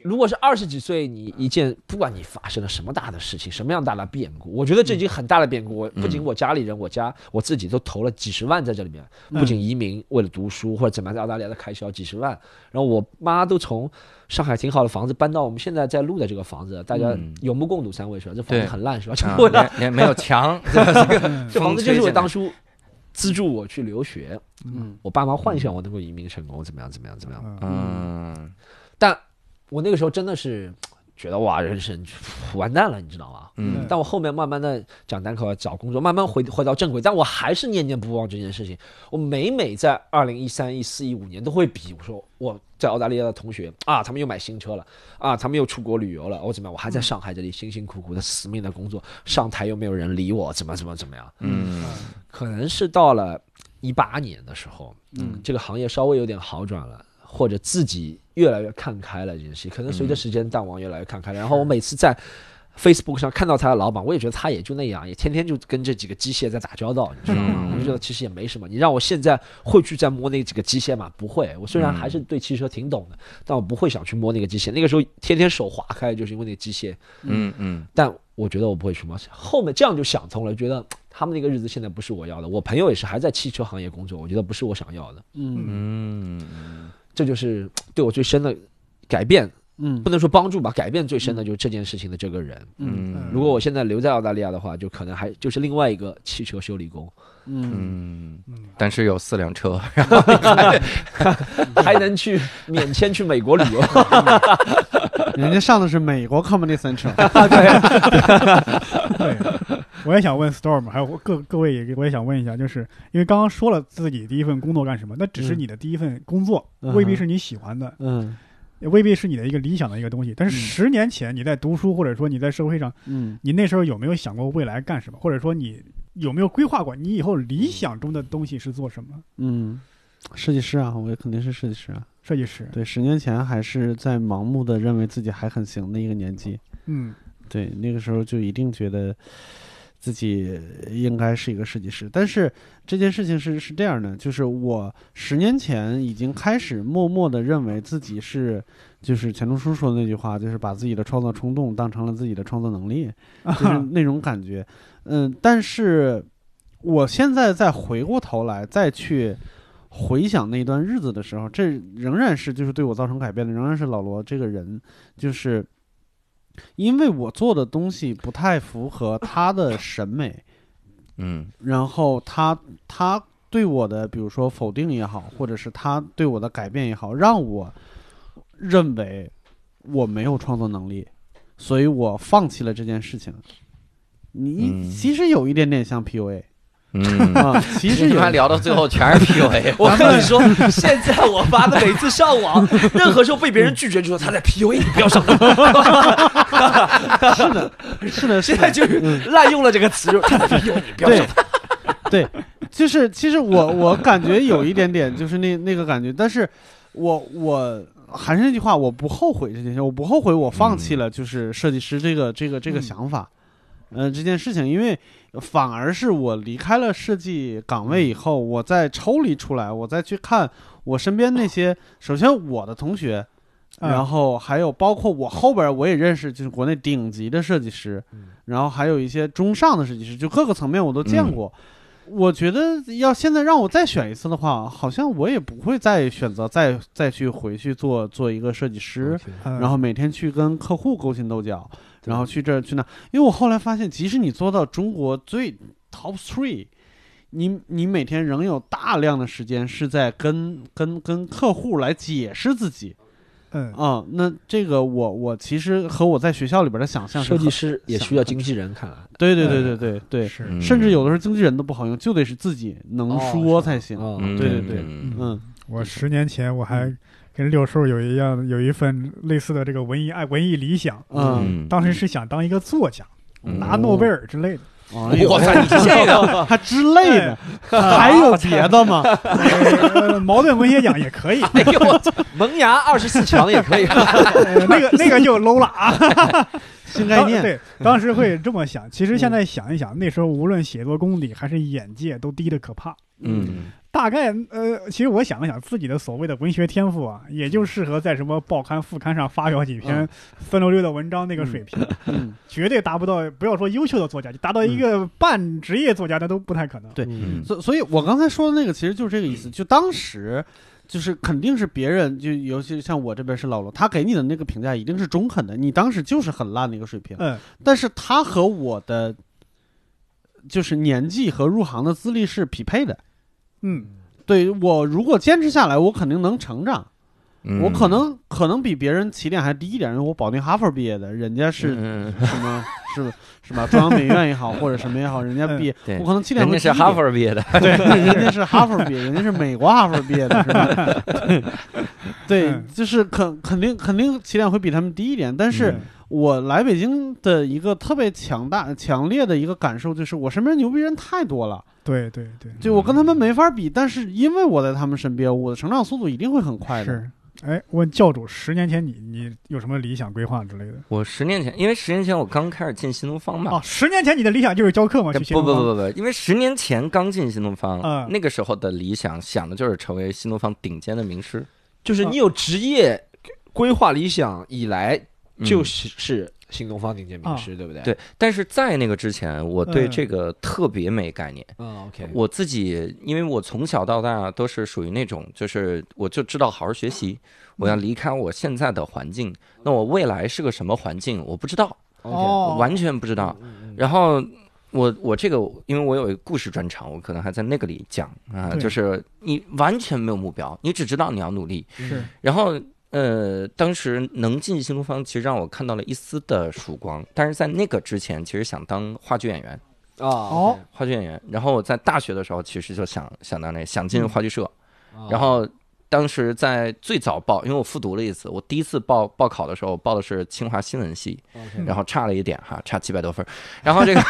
Speaker 4: 如果是二十几岁，你一件不管你发生了什么大的事情，什么样大的变故，我觉得这已经很大的变故。我不
Speaker 1: 嗯
Speaker 4: 仅我家里人，我家我自己都投了几十万在这里面，不仅移民为了读书或者怎么样，在澳大利亚的开销几十万，然后我妈都从上海挺好的房子搬到我们现在在录的这个房子，大家
Speaker 1: 嗯
Speaker 4: 有目共睹三位是吧？这房
Speaker 1: 对
Speaker 4: 子很烂是吧？就
Speaker 1: 啊
Speaker 4: 为了
Speaker 1: 连连没有 墙，这个
Speaker 4: 这房子就是我当
Speaker 1: 时
Speaker 4: 初资助我去留学，
Speaker 3: 嗯
Speaker 4: 我爸妈幻想我能够移民成功，怎么样怎么样怎么样。
Speaker 2: 嗯
Speaker 1: 嗯
Speaker 4: 但我那个时候真的是觉得哇，人生完蛋了，你知道吗？
Speaker 1: 嗯
Speaker 4: 但我后面慢慢的讲单口，找工作，慢慢回回到正轨，但我还是念念不忘这件事情。我每每在二零一三、一四、一五年都会比，我说我在澳大利亚的同学啊，他们又买新车了啊，他们又出国旅游了，我哦怎么样？我还在上海这里辛辛苦苦的死命的工作，上台又没有人理我，怎么怎么怎么样？
Speaker 1: 嗯
Speaker 4: 可能是到了一八年的时候，
Speaker 3: 嗯
Speaker 4: 这个行业稍微有点好转了，或者自己越来越看开了这件事情。可能随着时间淡忘，越来越看开了。然后我每次在 Facebook 上看到他的老板，我也觉得他也就那样，也天天就跟这几个机械在打交道，你知道吗？我就觉得其实也没什么。你让我现在会去再摸那几个机械吗？不会。我虽然还是对汽车挺懂的，但我不会想去摸那个机械。那个时候天天手划开，就是因为那个机械。
Speaker 1: 嗯嗯
Speaker 4: 但我觉得我不会去冒险。后面这样就想通了，觉得嗯他们那个日子现在不是我要的。我朋友也是还在汽车行业工作，我觉得不是我想要的。
Speaker 3: 嗯
Speaker 1: 嗯，
Speaker 4: 这就是对我最深的改变，
Speaker 3: 嗯
Speaker 4: 不能说帮助吧，改变最深的就是这件事情的这个人。
Speaker 1: 嗯
Speaker 4: 如果我现在留在澳大利亚的话，就可能还就是另外一个汽车修理工，
Speaker 3: 嗯
Speaker 1: 嗯，
Speaker 2: 嗯，
Speaker 1: 但是有四辆车，
Speaker 4: 还能去 免签去美国旅游。
Speaker 3: 人家上的是美国 Comedy Central，
Speaker 2: 对，我也想问 Storm，还有各各位也，我也想问一下，就是因为刚刚说了自己第一份工作干什么，那只是
Speaker 3: 嗯
Speaker 2: 你的第一份工作，
Speaker 3: 嗯哼
Speaker 2: 未必是你喜欢的，
Speaker 3: 嗯
Speaker 2: 也未必是你的一个理想的一个东西。但是
Speaker 3: 嗯
Speaker 2: 十年前你在读书，或者说你在社会上，
Speaker 3: 嗯
Speaker 2: 你那时候有没有想过未来干什么，或者说你有没有规划过你以后理想中的东西是做什么？
Speaker 3: 嗯，设计师啊，我肯定是设计师啊。
Speaker 2: 设计师，
Speaker 3: 对，十年前还是在盲目的认为自己还很行的一个年纪，
Speaker 2: 嗯
Speaker 3: 对，那个时候就一定觉得自己应该是一个设计师。但是这件事情是是这样的，就是我十年前已经开始默默的认为自己是，就是钱钟书说的那句话，就是把自己的创作冲动当成了自己的创作能力， 就是那种感觉。嗯，但是我现在再回过头来再去。回想那段日子的时候，这仍然是就是对我造成改变的，仍然是老罗这个人，就是因为我做的东西不太符合他的审美，
Speaker 1: 嗯
Speaker 3: 然后他他对我的比如说否定也好，或者是他对我的改变也好，让我认为我没有创作能力，所以我放弃了这件事情。你
Speaker 1: 嗯
Speaker 3: 其实有一点点像 PUA
Speaker 1: 嗯，
Speaker 3: 啊，其实
Speaker 1: 你
Speaker 3: 有
Speaker 1: 他妈聊到最后全是 PUA，
Speaker 5: 我跟你说，现在我发的每次上网，任何时候被别人拒绝，就说他在 PUA 你，不要上当。
Speaker 3: 是的，是
Speaker 5: 现
Speaker 3: 的
Speaker 5: 在就是
Speaker 4: 嗯
Speaker 5: 滥用了这个词，就是他在 PUA 你，不要上当。
Speaker 3: 对，对，就是其实我我感觉有一点点就是那那个感觉，但是我我还是那句话，我不后悔这件事，我不后悔我放弃
Speaker 5: 嗯
Speaker 3: 了就是设计师这个这个这个想法，嗯、这件事情，因为反而是我离开了设计岗位
Speaker 5: 嗯
Speaker 3: 以后，我再抽离出来，我再去看我身边那些，首先我的同学。
Speaker 2: 嗯
Speaker 3: 然后还有包括我后边儿我也认识，就是国内顶级的设计师，然后还有一些中上的设计师，就各个层面我都见过。我觉得要现在让我再选一次的话，好像我也不会再选择再再去回去做做一个设计师，
Speaker 2: 嗯
Speaker 3: 然后每天去跟客户勾心斗角，然后去这儿去那。因为我后来发现，即使你做到中国最 top three，你你每天仍有大量的时间是在跟跟跟客户来解释自己。
Speaker 2: 嗯
Speaker 3: 啊、那这个我我其实和我在学校里边的想象是
Speaker 4: 设计
Speaker 3: 很
Speaker 4: 师也需要经纪人，看来
Speaker 3: 对对对对对对，
Speaker 2: 是
Speaker 1: 嗯哦
Speaker 3: 甚至有的时候经纪人都不好用，就得是自己能说才行。
Speaker 4: 啊，
Speaker 1: 嗯
Speaker 3: 对对对
Speaker 1: 嗯
Speaker 3: 嗯，
Speaker 2: 我十年前我还跟六叔有一样有一份类似的这个文艺爱文艺理想，
Speaker 3: 嗯哦
Speaker 1: 嗯
Speaker 2: 当时是想当一个作家，
Speaker 1: 嗯
Speaker 2: 拿诺贝尔之类的。
Speaker 3: 哎呦
Speaker 1: 我操，哎你这个
Speaker 3: 还之类的， 还有别的 吗？
Speaker 2: 呃茅盾文学奖也 可以，
Speaker 4: 哎呦，我操 萌芽二十四强 也可以。
Speaker 2: 呃那个那个就 low 了啊。
Speaker 3: 新 概
Speaker 2: 当
Speaker 3: 念， 嗯
Speaker 2: 对，当时会这么想。其实现在想一想，那时候无论写作功底还是眼界都低得可怕。
Speaker 1: 嗯
Speaker 2: 大概呃，其实我想了想，自己的所谓的文学天赋啊，也
Speaker 3: 嗯
Speaker 2: 就适合在什么报刊、副刊上发表几篇三六六的文章那个水 平，
Speaker 3: 嗯，
Speaker 2: 绝对达不到，不要说优秀的作家，就达到一个半职业作家，那都不太可能。
Speaker 3: 对
Speaker 1: 嗯
Speaker 3: 所所以，我刚才说的那个其实就是这个意思，就当时。就是肯定是别人，就尤其是像我这边是老罗，他给你的那个评价一定是中肯的，你当时就是很烂的一个水平，
Speaker 2: 嗯，
Speaker 3: 但是他和我的就是年纪和入行的资历是匹配的，
Speaker 2: 嗯
Speaker 3: 对我如果坚持下来，我肯定能成长。
Speaker 1: 嗯，
Speaker 3: 我可能可能比别人起点还低一点，因为我保定哈佛毕业的，人家是
Speaker 1: 嗯，
Speaker 3: 什么、是是吧？中央美院也好，或者什么 也好，人家毕业，
Speaker 1: 对
Speaker 3: 我可能起点
Speaker 1: 人
Speaker 3: 会
Speaker 1: 家是
Speaker 3: 低一
Speaker 1: 哈
Speaker 3: 点。
Speaker 1: 佛毕业的，
Speaker 3: 对， 人家是哈佛毕业，人家是美国哈佛毕业的，是吧？ 对，对
Speaker 2: 嗯
Speaker 3: 就是肯肯定肯定起点会比他们低一点，但是
Speaker 1: 嗯
Speaker 3: 我来北京的一个特别强大、强烈的一个感受就是，我身边牛逼人太多了。
Speaker 2: 对对对，
Speaker 1: 嗯
Speaker 3: 就我跟他们没法比，但是因为我在他们身边，我的成长速度一定会很快的。
Speaker 2: 是。哎，问教主，十年前你你有什么理想规划之类的？
Speaker 1: 我十年前，因为十年前我刚开始进新东方嘛，
Speaker 2: 哦，十年前你的理想就是教课吗？去新
Speaker 1: 不
Speaker 2: 东
Speaker 1: 不
Speaker 2: 方
Speaker 1: 不不，因为十年前刚进新东方，
Speaker 2: 嗯
Speaker 1: 那个时候的理想想的就是成为新东方顶尖的名师，
Speaker 4: 就是你有职业规划理想以来，就是是新东方顶尖名师，对不对？
Speaker 1: 嗯对，但是在那个之前，我对
Speaker 2: 嗯
Speaker 1: 这个特别没概念。
Speaker 4: 啊，OK，
Speaker 1: 我自己，因为我从小到大都是属于那种，就是我就知道好好学习，我要离开我现在的环境。那我未来是个什么环境，我不知道，
Speaker 2: 哦
Speaker 4: OK，
Speaker 1: 我完全不知道。然后我我这个，因为我有一个故事专场，我可能还在那个里讲啊、
Speaker 2: 对
Speaker 1: 就是你完全没有目标，你只知道你要努力。
Speaker 4: 嗯
Speaker 2: 是
Speaker 1: 然后呃，当时能进新东方，其实让我看到了一丝的曙光。但是在那个之前，其实想当话剧演员。
Speaker 4: 啊，
Speaker 2: 哦
Speaker 1: 话剧演员。然后我在大学的时候，其实就想想当那想进话剧社，
Speaker 4: 啊
Speaker 1: 然后。当时在最早报，因为我复读了一次，我第一次报报考的时候报的是清华新闻系，
Speaker 4: OK
Speaker 1: 然后差了一点哈，差七百多分儿。 然后这个，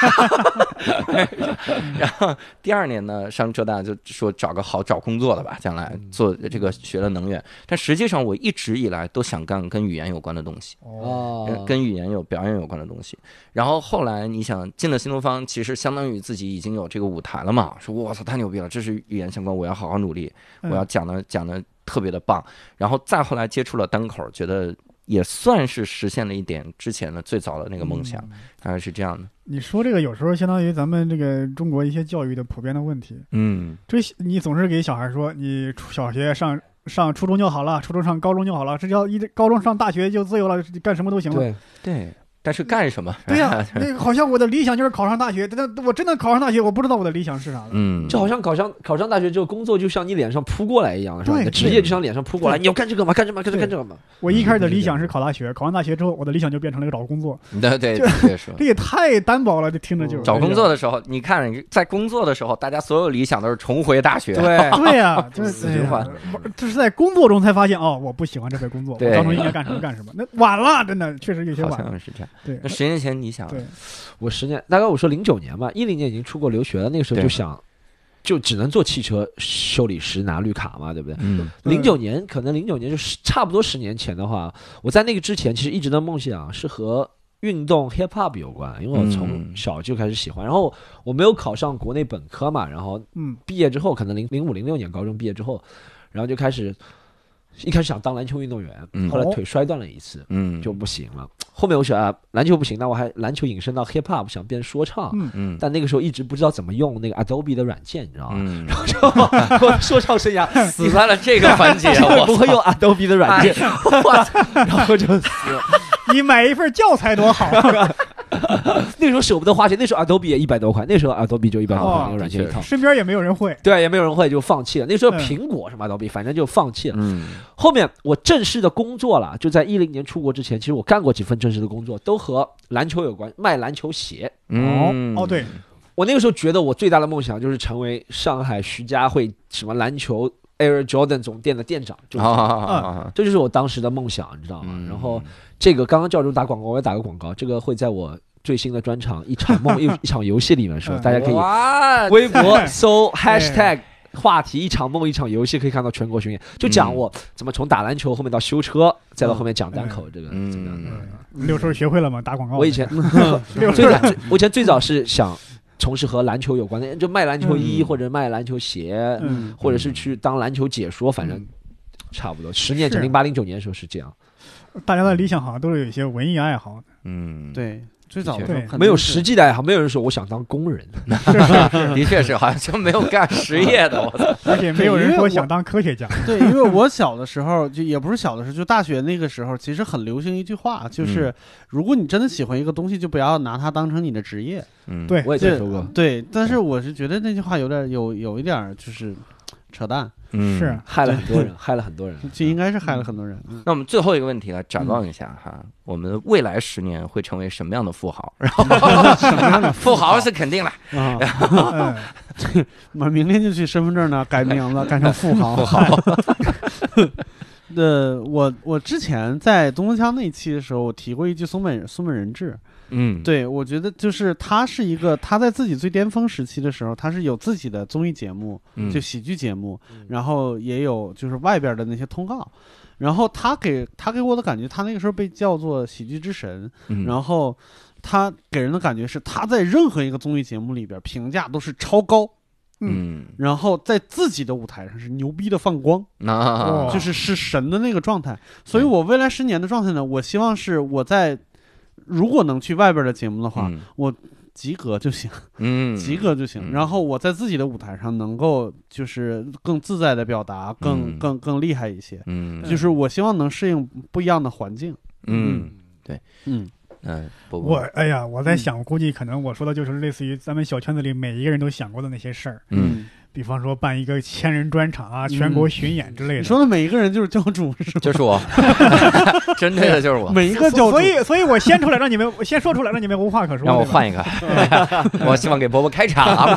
Speaker 1: 然后第二年呢，上浙大就说找个好找工作的吧，将来做这个学了能源。但实际上我一直以来都想干跟语言有关的东西，
Speaker 2: 哦，
Speaker 4: 哦
Speaker 1: 跟，呃跟语言有表演有关的东西。然后后来你想进了新东方，其实相当于自己已经有这个舞台了嘛，说我操太牛逼了，这是语言相关，我要好好努力，我
Speaker 2: 嗯
Speaker 1: 要讲的讲的特别的棒。然后再后来接触了单口，觉得也算是实现了一点之前的最早的那个梦想，
Speaker 2: 嗯
Speaker 1: 大概是这样的。
Speaker 2: 你说这个有时候相当于咱们这个中国一些教育的普遍的问题，
Speaker 1: 嗯，
Speaker 2: 这你总是给小孩说，你初小学上上初中就好了，初中上高中就好了，这要一高中上大学就自由了，干什么都行了。
Speaker 4: 对，
Speaker 1: 对。但是干什么？
Speaker 2: 对 呀、那个好像我的理想就是考上大学，但但我真的考上大学，我不知道我的理想是啥了。
Speaker 1: 嗯，
Speaker 4: 就好像考上考上大学之后，工作就像你脸上扑过来一样，是吧？
Speaker 2: 对
Speaker 4: 你的职业就像脸上扑过来，你要干这个嘛，干这个嘛，干这个干这个嘛。
Speaker 2: 我一开始的理想是考大学，考上大学之后，我的理想就变成了一个找工作，
Speaker 1: 对对
Speaker 2: 就
Speaker 1: 对说
Speaker 2: 这。也太单薄了，这听着就
Speaker 1: 嗯找工作的时候，你看在工作的时候，大家所有理想都是重回大学。
Speaker 4: 对
Speaker 2: 对呀、 就是
Speaker 1: 死循环
Speaker 2: 哎呀不就是在工作中才发现哦，我不喜欢这份工作，我
Speaker 1: 对
Speaker 2: 当初应该干什么干什么。那晚了，真的确实有些
Speaker 1: 好
Speaker 2: 晚了。
Speaker 1: 像是这样。
Speaker 2: 对
Speaker 1: 那十年前你想，
Speaker 2: 对，
Speaker 4: 我十年，大概我说零九年吧，一零年已经出国留学了，那个时候
Speaker 1: 对
Speaker 4: 就想，就只能做汽车修理师拿绿卡嘛，对不对？
Speaker 1: 嗯
Speaker 4: 零九年可能零九年就是差不多十年前的话，我在那个之前其实一直的梦想是和运动 hip hop 有关，因为我从
Speaker 1: 嗯
Speaker 4: 小就开始喜欢。然后我没有考上国内本科嘛，然后
Speaker 2: 嗯，
Speaker 4: 毕业之后可能零零五零六年高中毕业之后，然后就开始一开始想当篮球运动员，
Speaker 1: 嗯
Speaker 4: 后来腿摔断了一次。
Speaker 1: 嗯，
Speaker 4: 就不行了。后面我想、啊、篮球不行，那我还篮球引申到 hip hop，想变说唱。
Speaker 2: 嗯
Speaker 1: 嗯，
Speaker 4: 但啊那个时候一直不知道怎么用那个 Adobe 的软件，你知道吗？
Speaker 1: 嗯，
Speaker 4: 我的 说唱生涯
Speaker 1: 死在了这个环 节，
Speaker 4: 我不
Speaker 1: 我哎
Speaker 4: 会用 Adobe 的软件， 我操然后就
Speaker 2: 你买一份教材多好啊，
Speaker 4: 那时候舍不得花钱，那时候 Adobe 也一百多块，那时候 Adobe 就一百多块
Speaker 2: 哦
Speaker 4: 那个软件一套。
Speaker 2: 身边也没有 人会。
Speaker 4: 对，啊也没有人会就放弃了。那时候
Speaker 2: 嗯
Speaker 4: 苹果什么 Adobe，反正就放弃了。
Speaker 1: 嗯
Speaker 4: 后面我正式的工作了，就在一零年出国之前，其实我干过几份正式的工作，都和篮球有关，卖篮球鞋。
Speaker 1: 嗯
Speaker 2: 哦，对，
Speaker 4: 我那个时候觉得我最大的梦想就是成为上海徐家汇什么篮球 Air Jordan 总店的店长，就是这样、
Speaker 1: 啊，
Speaker 4: 这就是我当时的梦想，你知道吗？
Speaker 1: 嗯
Speaker 4: 然后这个刚刚教主打广告，我也打个广告，这个会在我最新的专场《一场梦一一场游戏》里面说，
Speaker 2: 嗯
Speaker 4: 大家可以
Speaker 1: 哇，
Speaker 4: 微 博 搜
Speaker 2: 哎
Speaker 4: hashtag 话题一场梦一场游戏，可以看到全国巡演，
Speaker 1: 嗯
Speaker 4: 就讲我怎么从打篮球后面到修车，再到后面讲单口这个
Speaker 1: 嗯哦
Speaker 4: 怎么样的。
Speaker 2: 六叔学会了吗？打广告。
Speaker 4: 我以前
Speaker 2: 六叔
Speaker 4: 最早，我以前最早是想从事和篮球有关的，就卖篮球衣
Speaker 1: 嗯
Speaker 4: 或者卖篮球鞋，
Speaker 2: 嗯，
Speaker 4: 或者是去当篮球解说，反正
Speaker 2: 嗯
Speaker 4: 差不多。十年
Speaker 2: 是
Speaker 4: 前，零八零九年的时候是这样，
Speaker 2: 大家的理想好像都是有一些文艺爱好，
Speaker 1: 嗯，
Speaker 3: 对，最早的时
Speaker 2: 对
Speaker 3: 候可能
Speaker 4: 没有
Speaker 3: 是
Speaker 4: 实际的爱好，没有人说我想当工 人。
Speaker 1: 的确是，好像就没有干实业的，我操，
Speaker 2: 而且没有人说想当科学家。
Speaker 3: 对，因为我小的时候就也不是小的时候，就大学那个时候，其实很流行一句话，就是、如果你真的喜欢一个东西，就不要拿它当成你的职业。
Speaker 1: 嗯，
Speaker 2: 对
Speaker 4: 我也听
Speaker 3: 对
Speaker 4: 说过，
Speaker 3: 对，但是我是觉得那句话有点有有一点儿就是扯淡，
Speaker 1: 嗯
Speaker 2: 是。
Speaker 4: 害了很 多人，害了很多人。
Speaker 3: 就应该是害了很多人。嗯
Speaker 1: 那我们最后一个问题来展望一下哈，我们未来十年会成为什么样的富豪？然后 富豪是肯定了，
Speaker 3: 啊，
Speaker 2: 嗯，
Speaker 3: 我明天就去身份证那儿改名字，改成富豪。富豪。 呃，我我之前在东东锵那一期的时候，我提过一句松本松本人志，
Speaker 1: 嗯，
Speaker 3: 对，我觉得就是他是一个他在自己最巅峰时期的时候，他是有自己的综艺节目，
Speaker 1: 嗯
Speaker 3: 就喜剧节目，然后也有就是外边的那些通告。然后他给他给我的感觉，他那个时候被叫做喜剧之神，
Speaker 1: 嗯
Speaker 3: 然后他给人的感觉是他在任何一个综艺节目里边评价都是超高，
Speaker 1: 嗯，
Speaker 3: 然后在自己的舞台上是牛逼的放光。
Speaker 1: 那
Speaker 2: 哇
Speaker 1: 嗯
Speaker 3: 就是是神的那个状态。所以我未来十年的状态呢，我希望是我在如果能去外边的节目的话，
Speaker 1: 嗯
Speaker 3: 及格就行，
Speaker 1: 嗯，
Speaker 3: 及格就行。
Speaker 1: 嗯
Speaker 3: 然后我在自己的舞台上能够就是更自在的表达，更、
Speaker 1: 嗯
Speaker 3: 更更厉害一些。
Speaker 1: 嗯，嗯
Speaker 3: 就是我希望能适应不一样的环境。
Speaker 1: 嗯
Speaker 3: 嗯，
Speaker 1: 嗯，不不
Speaker 2: 我哎呀，我在
Speaker 3: 嗯
Speaker 2: 想，估计可能我说的就是类似于咱们小圈子里每一个人都想过的那些事儿，
Speaker 1: 嗯，
Speaker 2: 比方说办一个千人专场啊、全国巡演之类的。
Speaker 3: 你说的每一个人就是教主是
Speaker 1: 嗯
Speaker 3: 吧？
Speaker 1: 就是 我，针对的就是我。
Speaker 3: 每一个
Speaker 2: 所
Speaker 3: 教主
Speaker 2: 所以，所以我先出来让你们，我先说出来让你们无话可说。
Speaker 1: 让我
Speaker 2: 对吧
Speaker 1: 换一 个，我希望给伯伯开场。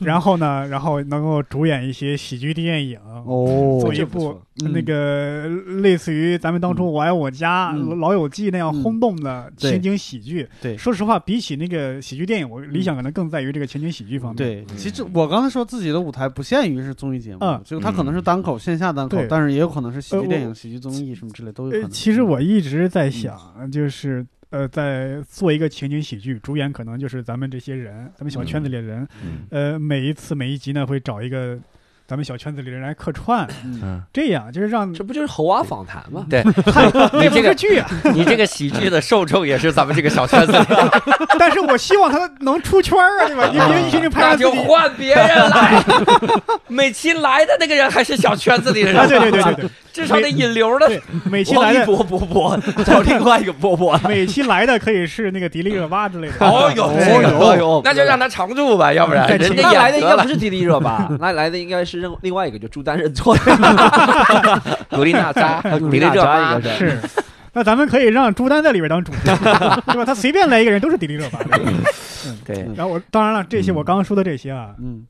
Speaker 2: 然后呢，然后能够主演一些喜剧电影，
Speaker 3: 哦，
Speaker 2: 做一
Speaker 4: 这不
Speaker 2: 部
Speaker 4: 错
Speaker 3: 嗯
Speaker 2: 那个类似于咱们当初《我爱我家》
Speaker 3: 嗯
Speaker 2: 老老友记》那样
Speaker 3: 嗯
Speaker 2: 轰动的
Speaker 3: 对
Speaker 2: 情景喜剧。
Speaker 3: 对
Speaker 2: 说实话，比起那个喜剧电影，我理想可能更在于这个情景喜剧方面。，
Speaker 3: 对，
Speaker 1: 嗯
Speaker 3: 其实我刚才说自己的舞台不限于是综艺节目，
Speaker 2: 嗯
Speaker 3: 就它可能是单口、线下单口
Speaker 2: 对，
Speaker 3: 但是也有可能是喜
Speaker 2: 呃
Speaker 3: 剧
Speaker 2: 我
Speaker 3: 电影、喜剧综艺什么之类都有可
Speaker 2: 呃，
Speaker 3: 能。嗯
Speaker 2: 其实我一直在想，就是呃，在做一个情景喜剧，主演可能就是咱们这些人，咱们小圈子里的人。
Speaker 1: 嗯
Speaker 2: 呃，每一次每一集呢，会找一个咱们小圈子里的人来客串，
Speaker 1: 嗯，
Speaker 2: 这样就是让
Speaker 4: 这不就是猴娃访谈吗？
Speaker 1: 对你
Speaker 2: 那不
Speaker 1: 这
Speaker 2: 是
Speaker 1: 个
Speaker 2: 剧啊。
Speaker 1: 你这个喜剧的受众也是咱们这个小圈子 里的，
Speaker 2: 但是我希望他能出圈儿啊，对吧？因为一群人拍
Speaker 1: 那
Speaker 2: 上自
Speaker 1: 就
Speaker 2: 己。
Speaker 1: 换别人来。 每期来的那个人还是小圈子里的人，
Speaker 2: 啊，对对对对对，
Speaker 1: 至少得引流的。
Speaker 2: 对，每期
Speaker 5: 王
Speaker 2: 来
Speaker 5: 一
Speaker 2: 的
Speaker 5: 博伯伯找另外一个伯 伯，
Speaker 2: 每期来的可以是那个迪丽热巴之类的。
Speaker 1: 哦呦，
Speaker 2: 对
Speaker 1: 这个
Speaker 5: 哎
Speaker 4: 哦哎呦
Speaker 1: 那就让他常驻吧，要不然
Speaker 2: 再请
Speaker 1: 人家
Speaker 4: 那来的
Speaker 1: 演
Speaker 4: 应
Speaker 1: 得了
Speaker 4: 该不。是迪丽 热巴，那来的应该是另另外一个，就朱丹认错的，
Speaker 1: 古力娜扎、迪丽热
Speaker 4: 一
Speaker 1: 巴
Speaker 4: 个，是。
Speaker 2: 是，那咱们可以让朱丹在里边当主持人，对吧？他随便来一个人都是迪丽热巴。
Speaker 1: 对，
Speaker 2: 然后我当然了，这些
Speaker 1: 嗯
Speaker 2: 我刚刚说的这些啊，
Speaker 3: 嗯，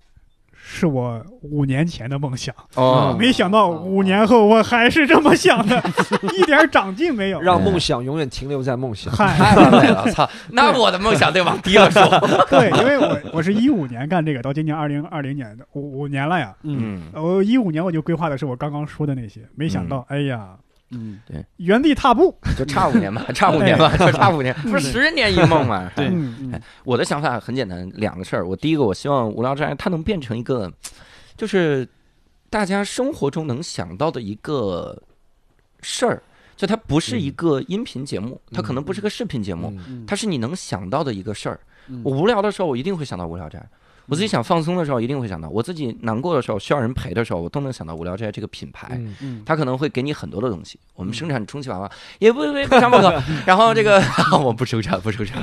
Speaker 2: 是我五年前的梦想，
Speaker 1: 哦，
Speaker 2: 没想到五年后我还是这么想的，一点长进没有。
Speaker 4: 让
Speaker 5: 哎
Speaker 4: 梦想永远停留在梦 想。
Speaker 2: 嗨，
Speaker 1: 太完美了，操！那我的梦想得往低了说。
Speaker 2: 对，因为我我是一五年干这个，到今年二零二零年的五五年了呀。
Speaker 1: 嗯
Speaker 2: 我一五年我就规划的是我刚刚说的那些，没想到，哎呀，
Speaker 3: 嗯，
Speaker 2: 原地踏步。
Speaker 1: 就差五年吧，差五年吧，就差五年，不是十年一梦嘛？
Speaker 3: 对，
Speaker 2: 嗯
Speaker 3: 嗯
Speaker 1: 我的想法很简单，两个事儿。我第一个，我希望无聊斋它能变成一个，就是大家生活中能想到的一个事儿，就它不是一个音频节目，它可能不是个视频节目，
Speaker 4: 嗯
Speaker 3: 嗯
Speaker 1: 它是你能想到的一个事儿。
Speaker 3: 嗯
Speaker 1: 我无聊的时候，我一定会想到无聊斋；我自
Speaker 4: 嗯
Speaker 1: 己想放松的时候，一定会想到；我自己难过的时候，需要人陪的时候，我都能想到无聊斋这个品
Speaker 5: 哎
Speaker 1: 牌。
Speaker 4: 嗯
Speaker 3: 嗯
Speaker 1: 它可能会给你很多的东西。我们生产充气娃娃也不不不想不可，然后这个 我不生产不生产。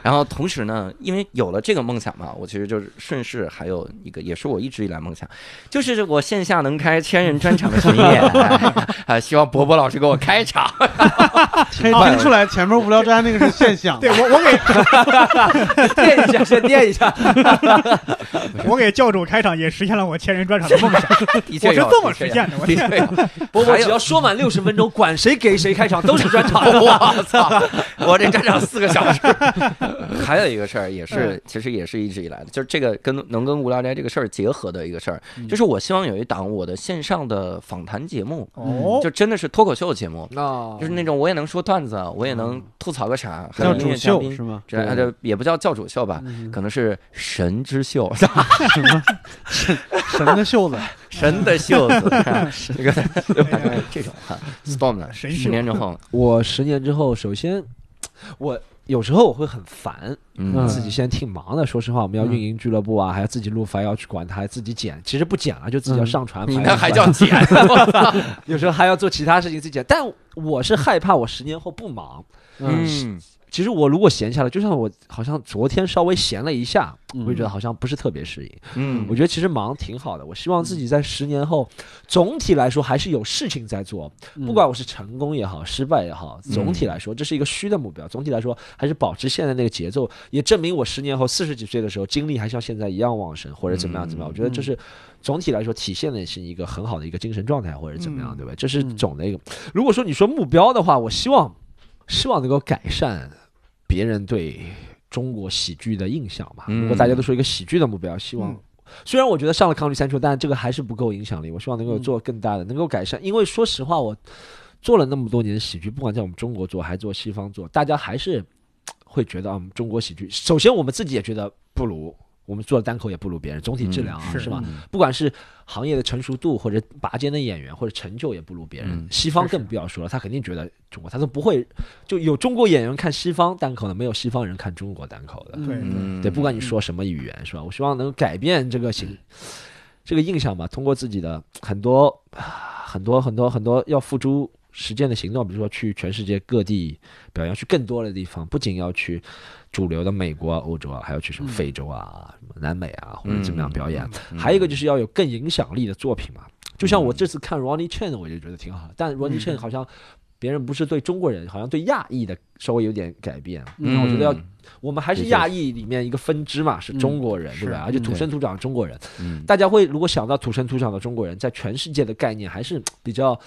Speaker 1: 然后同时呢，因为有了这个梦想嘛，我其实就是顺势还有一个，也是我一直以来梦想，就是我线下能开千人专场的巡演 啊，希望博博老师给我开场。
Speaker 3: 可以听出来前面无聊斋那个是现象，
Speaker 2: 对我，我给
Speaker 4: 垫一下，先垫一 下。
Speaker 2: 我给教主开场也实现了我千人专场的梦 想，
Speaker 1: 的确
Speaker 2: 我是
Speaker 1: 有
Speaker 2: 这么
Speaker 1: 的确
Speaker 2: 实
Speaker 1: 有
Speaker 2: 现的我
Speaker 1: 的确有。
Speaker 5: 伯伯
Speaker 1: 还有
Speaker 5: 只要说满六十分 钟，管谁给谁开场都是专场。
Speaker 1: 我操！ 我这站场四个小时。 还有一个事儿，也
Speaker 4: 嗯
Speaker 1: 是其实也是一直以来的，就是这个跟能跟无聊斋这个事儿结合的一个事儿，
Speaker 4: 嗯
Speaker 1: 就是我希望有一档我的线上的访谈节目，
Speaker 2: 哦
Speaker 1: 就真的是脱口秀节
Speaker 4: 哦
Speaker 1: 目，
Speaker 5: 哦
Speaker 4: 那
Speaker 1: 就是那种我也能说段子，我也
Speaker 4: 哦
Speaker 1: 能吐槽个啥，还有
Speaker 3: 叫
Speaker 1: 音
Speaker 3: 主
Speaker 1: 乐嘉
Speaker 3: 秀
Speaker 1: 宾
Speaker 3: 是。吗？
Speaker 1: 这这也不叫教主秀吧，
Speaker 3: 嗯
Speaker 1: 可能是神之秀，
Speaker 3: 什么神神的袖子？
Speaker 1: 神的袖 子，这个这种哈，storm 呢，
Speaker 2: 神
Speaker 1: 十
Speaker 2: 秀
Speaker 1: 年之 后，
Speaker 4: 哎我十年之后，首先我有时候我会很烦，
Speaker 1: 嗯
Speaker 4: 自己现在挺忙的。说实话，我们要运营俱乐部啊，还要自己录发，要去管它，还自己剪。其实不剪了，就自己要
Speaker 3: 嗯
Speaker 4: 上传。
Speaker 1: 你
Speaker 4: 发
Speaker 1: 那还叫剪？我操
Speaker 4: 有时候还要做其他事情自己剪。但我是害怕我十年后不忙。
Speaker 1: 嗯
Speaker 4: 其实我如果闲下来，就像我好像昨天稍微闲了一下，
Speaker 3: 嗯
Speaker 4: 我就觉得好像不是特别适应。
Speaker 1: 嗯
Speaker 4: 我觉得其实忙挺好的。我希望自己在十年后，总体来说还是有事情在做，
Speaker 3: 嗯
Speaker 4: 不管我是成功也好，失败也好，总体来说这是一个虚的目标。总体来说还是保持现在那个节奏，也证明我十年后四十几岁的时候精力还像现在一样旺盛，或者怎么样怎么样。我觉得这是总体来说体现的是一个很好的一个精神状态，或者怎么样，
Speaker 2: 嗯
Speaker 4: 对吧？这是
Speaker 3: 嗯
Speaker 4: 总的一个。如果说你说目标的话，我希望希望能够改善别人对中国喜剧的印象吧。
Speaker 1: 嗯
Speaker 4: 如果大家都说一个喜剧的目标，希望、
Speaker 2: 嗯
Speaker 4: 虽然我觉得上了康利三 l 但这个还是不够影响力。我希望能够
Speaker 2: 嗯
Speaker 4: 做更大的，能够改善。因为说实话，我做了那么多年喜剧，不管在我们中国做还是做嗯西方做，大家还是嘖会觉得啊，我们中国喜剧，首先我们自己也觉得不如。我们做的单口也不如别人，总体质量啊，
Speaker 2: 嗯是
Speaker 4: 是吧？
Speaker 1: 嗯
Speaker 4: 不管是行业的成熟度，或者拔尖的演员，或者成就，也不如别人。
Speaker 1: 嗯
Speaker 4: 西方
Speaker 2: 是是
Speaker 4: 更不要说了，他肯定觉得中国，他都不会就有中国演员看西方单口的，没有西方人看中国单口的。
Speaker 2: 对
Speaker 1: 嗯，
Speaker 4: 对，不管你说什么语言，是吧？我希望能改变这个形，这个印象吧。通过自己的很多、啊很多、很多、很多要付诸实践的行动，比如说去全世界各地表演，要去更多的地方，不仅要去主流的美国啊、欧洲啊，还要去什么非洲啊、什么南美啊，或者怎么样表演。
Speaker 1: 嗯
Speaker 4: 还有一个就是要有更影响力的作品嘛。就像我这次看 Ronnie Chen，的我就觉得挺好的，但 Ronnie
Speaker 1: 嗯
Speaker 4: Chen 好像别人不是对中国人，好像对亚裔的稍微有点改变。
Speaker 1: 嗯，
Speaker 4: 我觉得要
Speaker 1: 嗯
Speaker 4: 我们还是
Speaker 1: 对对
Speaker 4: 亚裔里面一个分支嘛，是中国人，
Speaker 2: 嗯
Speaker 4: 对吧？
Speaker 2: 是
Speaker 4: 而且土
Speaker 1: 对
Speaker 4: 生土长的中国人，
Speaker 1: 嗯
Speaker 4: 大家会如果想到土生土长的中国人，在全世界的概念还是比较，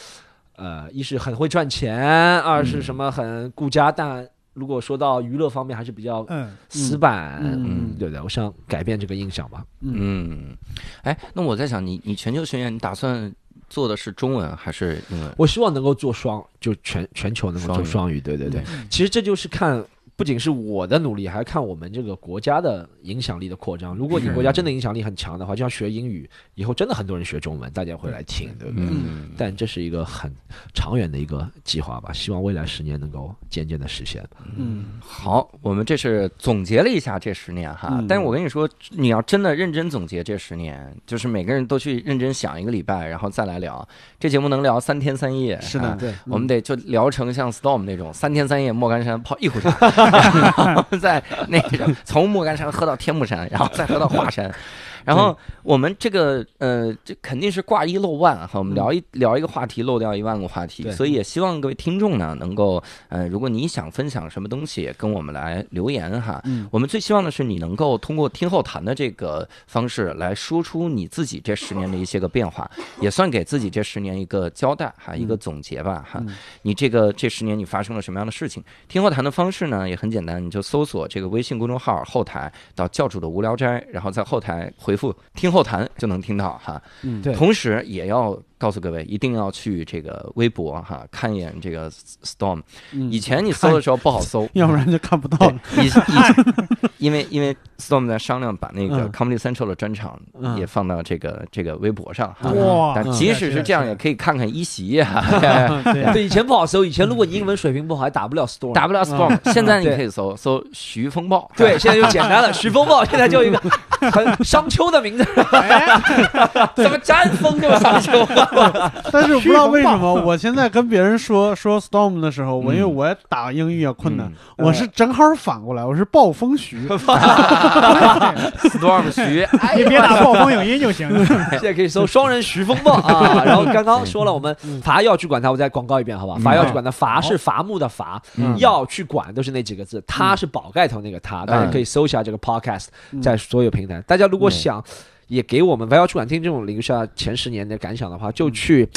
Speaker 4: 呃，一是很会赚钱，二
Speaker 2: 嗯
Speaker 4: 是什么很顾家，但如果说到娱乐方面，还是比较
Speaker 2: 嗯，
Speaker 4: 死板，
Speaker 3: 嗯
Speaker 1: 嗯
Speaker 4: 对不对？我想改变这个印象吧。
Speaker 1: 嗯，哎，那我在想，你你全球巡演，你打算做的是中文还是英文？
Speaker 4: 我希望能够做双，就全全球能够做双语，对对对。
Speaker 2: 嗯
Speaker 4: 其实这就是看，不仅是我的努力，还看我们这个国家的影响力的扩张。如果你
Speaker 1: 是
Speaker 4: 国家真的影响力很强的话，就像学英语，以后真的很多人学中文，大家会来听，对不对？
Speaker 1: 嗯，
Speaker 4: 但这是一个很长远的一个计划吧，希望未来十年能够渐渐的实现。
Speaker 3: 嗯
Speaker 1: 好，我们这是总结了一下这十年哈，
Speaker 3: 嗯
Speaker 1: 但是我跟你说，你要真的认真总结这十年，就是每个人都去认真想一个礼拜，然后再来聊，这节目能聊三天三夜。
Speaker 3: 是的
Speaker 1: 啊
Speaker 4: 对，
Speaker 1: 我们得就聊成像 Storm 那种三天三夜莫干山泡一壶茶，然后在那个从莫干山喝到天目山，然后再喝到华山，然后我们这个呃，这肯定是挂一漏万哈，我们聊一、聊一个话题，漏掉一万个话题，
Speaker 4: 对
Speaker 1: 所以也希望各位听众呢能够呃，如果你想分享什么东西，跟我们来留言哈。
Speaker 3: 嗯，
Speaker 1: 我们最希望的是你能够通过听后谈的这个方式来说出你自己这十年的一些个变化，也算给自己这十年一个交代哈，一个总结吧哈。
Speaker 3: 嗯
Speaker 1: 你这个这十年你发生了什么样的事情？听后谈的方式呢也很简单，你就搜索这个微信公众号后台到教主的无聊斋，然后在后台回复“听后谈”就能听到哈。
Speaker 3: 嗯
Speaker 4: 对
Speaker 1: 同时也要告诉各位，一定要去这个微博哈看一眼这个 Storm。
Speaker 3: 嗯
Speaker 1: 以前你搜的时候不好搜，
Speaker 3: 要不然就看不到
Speaker 1: 对
Speaker 4: 哦
Speaker 3: 了。，
Speaker 1: 以以 因为因为 Storm 在商量把那个
Speaker 3: 嗯
Speaker 1: Comedy Central 的专场
Speaker 3: 嗯
Speaker 1: 也放到这个这个微博上哈。
Speaker 2: 哇，
Speaker 1: 啊
Speaker 4: 嗯
Speaker 1: 但即使是这样，也可以看看一席啊，
Speaker 3: 对
Speaker 4: 对，以前不好搜，以前如果你英文水平不好，还打不了 storm。
Speaker 1: 打不了 Storm。现在你
Speaker 4: 嗯对
Speaker 1: 可以搜搜徐风暴，
Speaker 4: 对，现在就简 单了。徐风暴现在就一个很商丘的名 字， 怎么詹风就商丘？
Speaker 3: 但是我不知道为什么，我现在跟别人说说 storm 的时候，我因为我也打英语也困难，我是正好反过来，我是暴风徐，
Speaker 1: Storm 徐，哎
Speaker 2: 嗯 你别 打暴风影音就行了。
Speaker 4: 现在可以搜双人徐风暴 啊。然后刚刚说了，我们伐要去管它，我再广告一遍，好吧？伐要去管它，伐是伐木的伐，
Speaker 3: 嗯
Speaker 4: 要去管都是那几个字，它是宝盖头那个它。大家可以搜一下这个 podcast，
Speaker 3: 嗯
Speaker 4: 在所有平台。大家如果想也给我们伐要去管听这种领域下前十年的感想的话，就去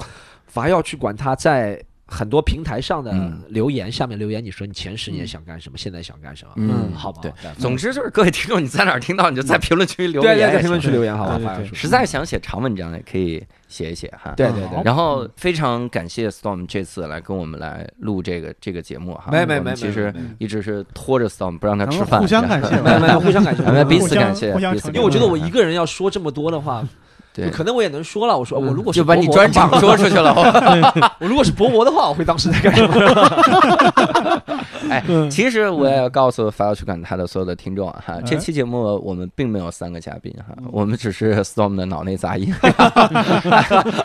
Speaker 4: 伐要去管它在。很多平台上的
Speaker 1: 嗯
Speaker 4: 留言，下面留言，你说你前十年想干什么，现在想干什么，
Speaker 1: 嗯
Speaker 4: 好吧？
Speaker 1: 对
Speaker 4: 大家
Speaker 1: 总之就是各位听众，你在哪儿听到，你就在评论区留
Speaker 4: 嗯对
Speaker 1: 言也
Speaker 4: 对，
Speaker 1: 行，
Speaker 4: 在评论区留言，好吧？
Speaker 3: 对对
Speaker 4: 伐要
Speaker 3: 对
Speaker 4: 去管
Speaker 1: 实在想写长文章也可以写一写哈。
Speaker 4: 对对对，
Speaker 1: 然后非常感谢 Storm 这次来跟我们来录这个这个节目哈，
Speaker 4: 没没
Speaker 1: 我们
Speaker 4: 没
Speaker 1: 其
Speaker 4: 没
Speaker 1: 实
Speaker 4: 没没
Speaker 1: 一直是拖着 Storm 不让他
Speaker 3: 咱
Speaker 1: 吃
Speaker 3: 们
Speaker 1: 饭，
Speaker 3: 互相感谢
Speaker 4: 没有没
Speaker 3: 吧。
Speaker 4: 有，互相感谢，
Speaker 1: 咱们彼此
Speaker 2: 互相
Speaker 1: 感谢，
Speaker 2: 互相
Speaker 1: 彼此感
Speaker 2: 成长
Speaker 1: 谢
Speaker 4: 因为我觉得我一个人要说这么多的话，
Speaker 1: 对嗯
Speaker 4: 可能我也能说了。我说哦我如果是
Speaker 1: 就把
Speaker 4: 薄
Speaker 1: 你
Speaker 4: 膜
Speaker 1: 专场说出去了。
Speaker 4: 我如果是薄膜的话，我会当时在干什么？
Speaker 1: 哎，其实我也要告诉法老去管他的所有的听众啊哈，这期节目我们并没有三个嘉宾哈，我们只是 Storm 的脑内杂音，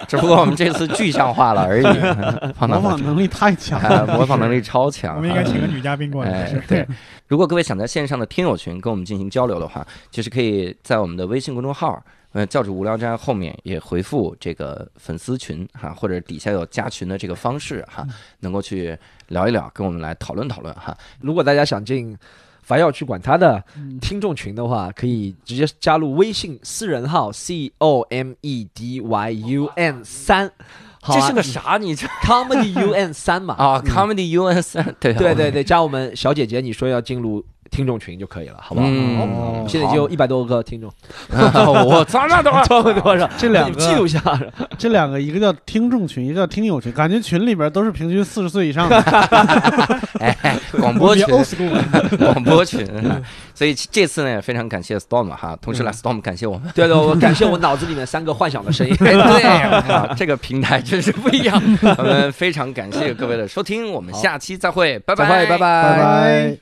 Speaker 1: 只不过我们这次具象化了而已。胖
Speaker 3: 模
Speaker 1: 大
Speaker 3: 仿
Speaker 1: 胖
Speaker 3: 能力太强了，
Speaker 1: 哎模仿能力超强，
Speaker 2: 我们应该
Speaker 1: 啊
Speaker 2: 请个女嘉宾过来。
Speaker 1: 哎
Speaker 2: 是，
Speaker 1: 对，如果各位想在线上的听友群跟我们进行交流的话，就是可以在我们的微信公众号。呃，教主无聊斋后面也回复这个粉丝群哈，或者底下有加群的这个方式哈，
Speaker 4: 嗯
Speaker 1: 能够去聊一聊，跟我们来讨论讨论哈。
Speaker 4: 如果大家想进。凡要去管他的
Speaker 2: 嗯
Speaker 4: 听众群的话，可以直接加入微信私人号 c o m e d y u n 三，好啊
Speaker 1: 这是个啥？你这
Speaker 4: comedy u n 三嘛？
Speaker 1: 啊，Comedy U N 三，对
Speaker 4: 对对，对，加我们小姐姐，你说要进入听众群就可以了，好不好？
Speaker 1: 嗯
Speaker 4: 我们现在
Speaker 1: 好
Speaker 4: 就一百多个听众，
Speaker 1: 我操，那多
Speaker 4: 超过多少？
Speaker 3: 这两
Speaker 4: 你记录
Speaker 3: 个，
Speaker 4: 一下。
Speaker 3: 这两个，一个叫听众群，一个叫听友群，感觉群里边都是平均四十岁以上的。
Speaker 1: 哎，广播群，
Speaker 2: old school，
Speaker 1: 广播群。所以这次呢，也非常感谢 Storm 哈，同
Speaker 4: 嗯
Speaker 1: 时来 Storm 感谢我们。
Speaker 4: 对对，我感谢我脑子里面三个幻想 的声音。
Speaker 1: 哎对，我靠 这个平台真是不一 样。我们非常感谢各位的收听，我们下期再会，拜
Speaker 4: 再会，
Speaker 1: 拜
Speaker 4: 拜拜
Speaker 2: 拜。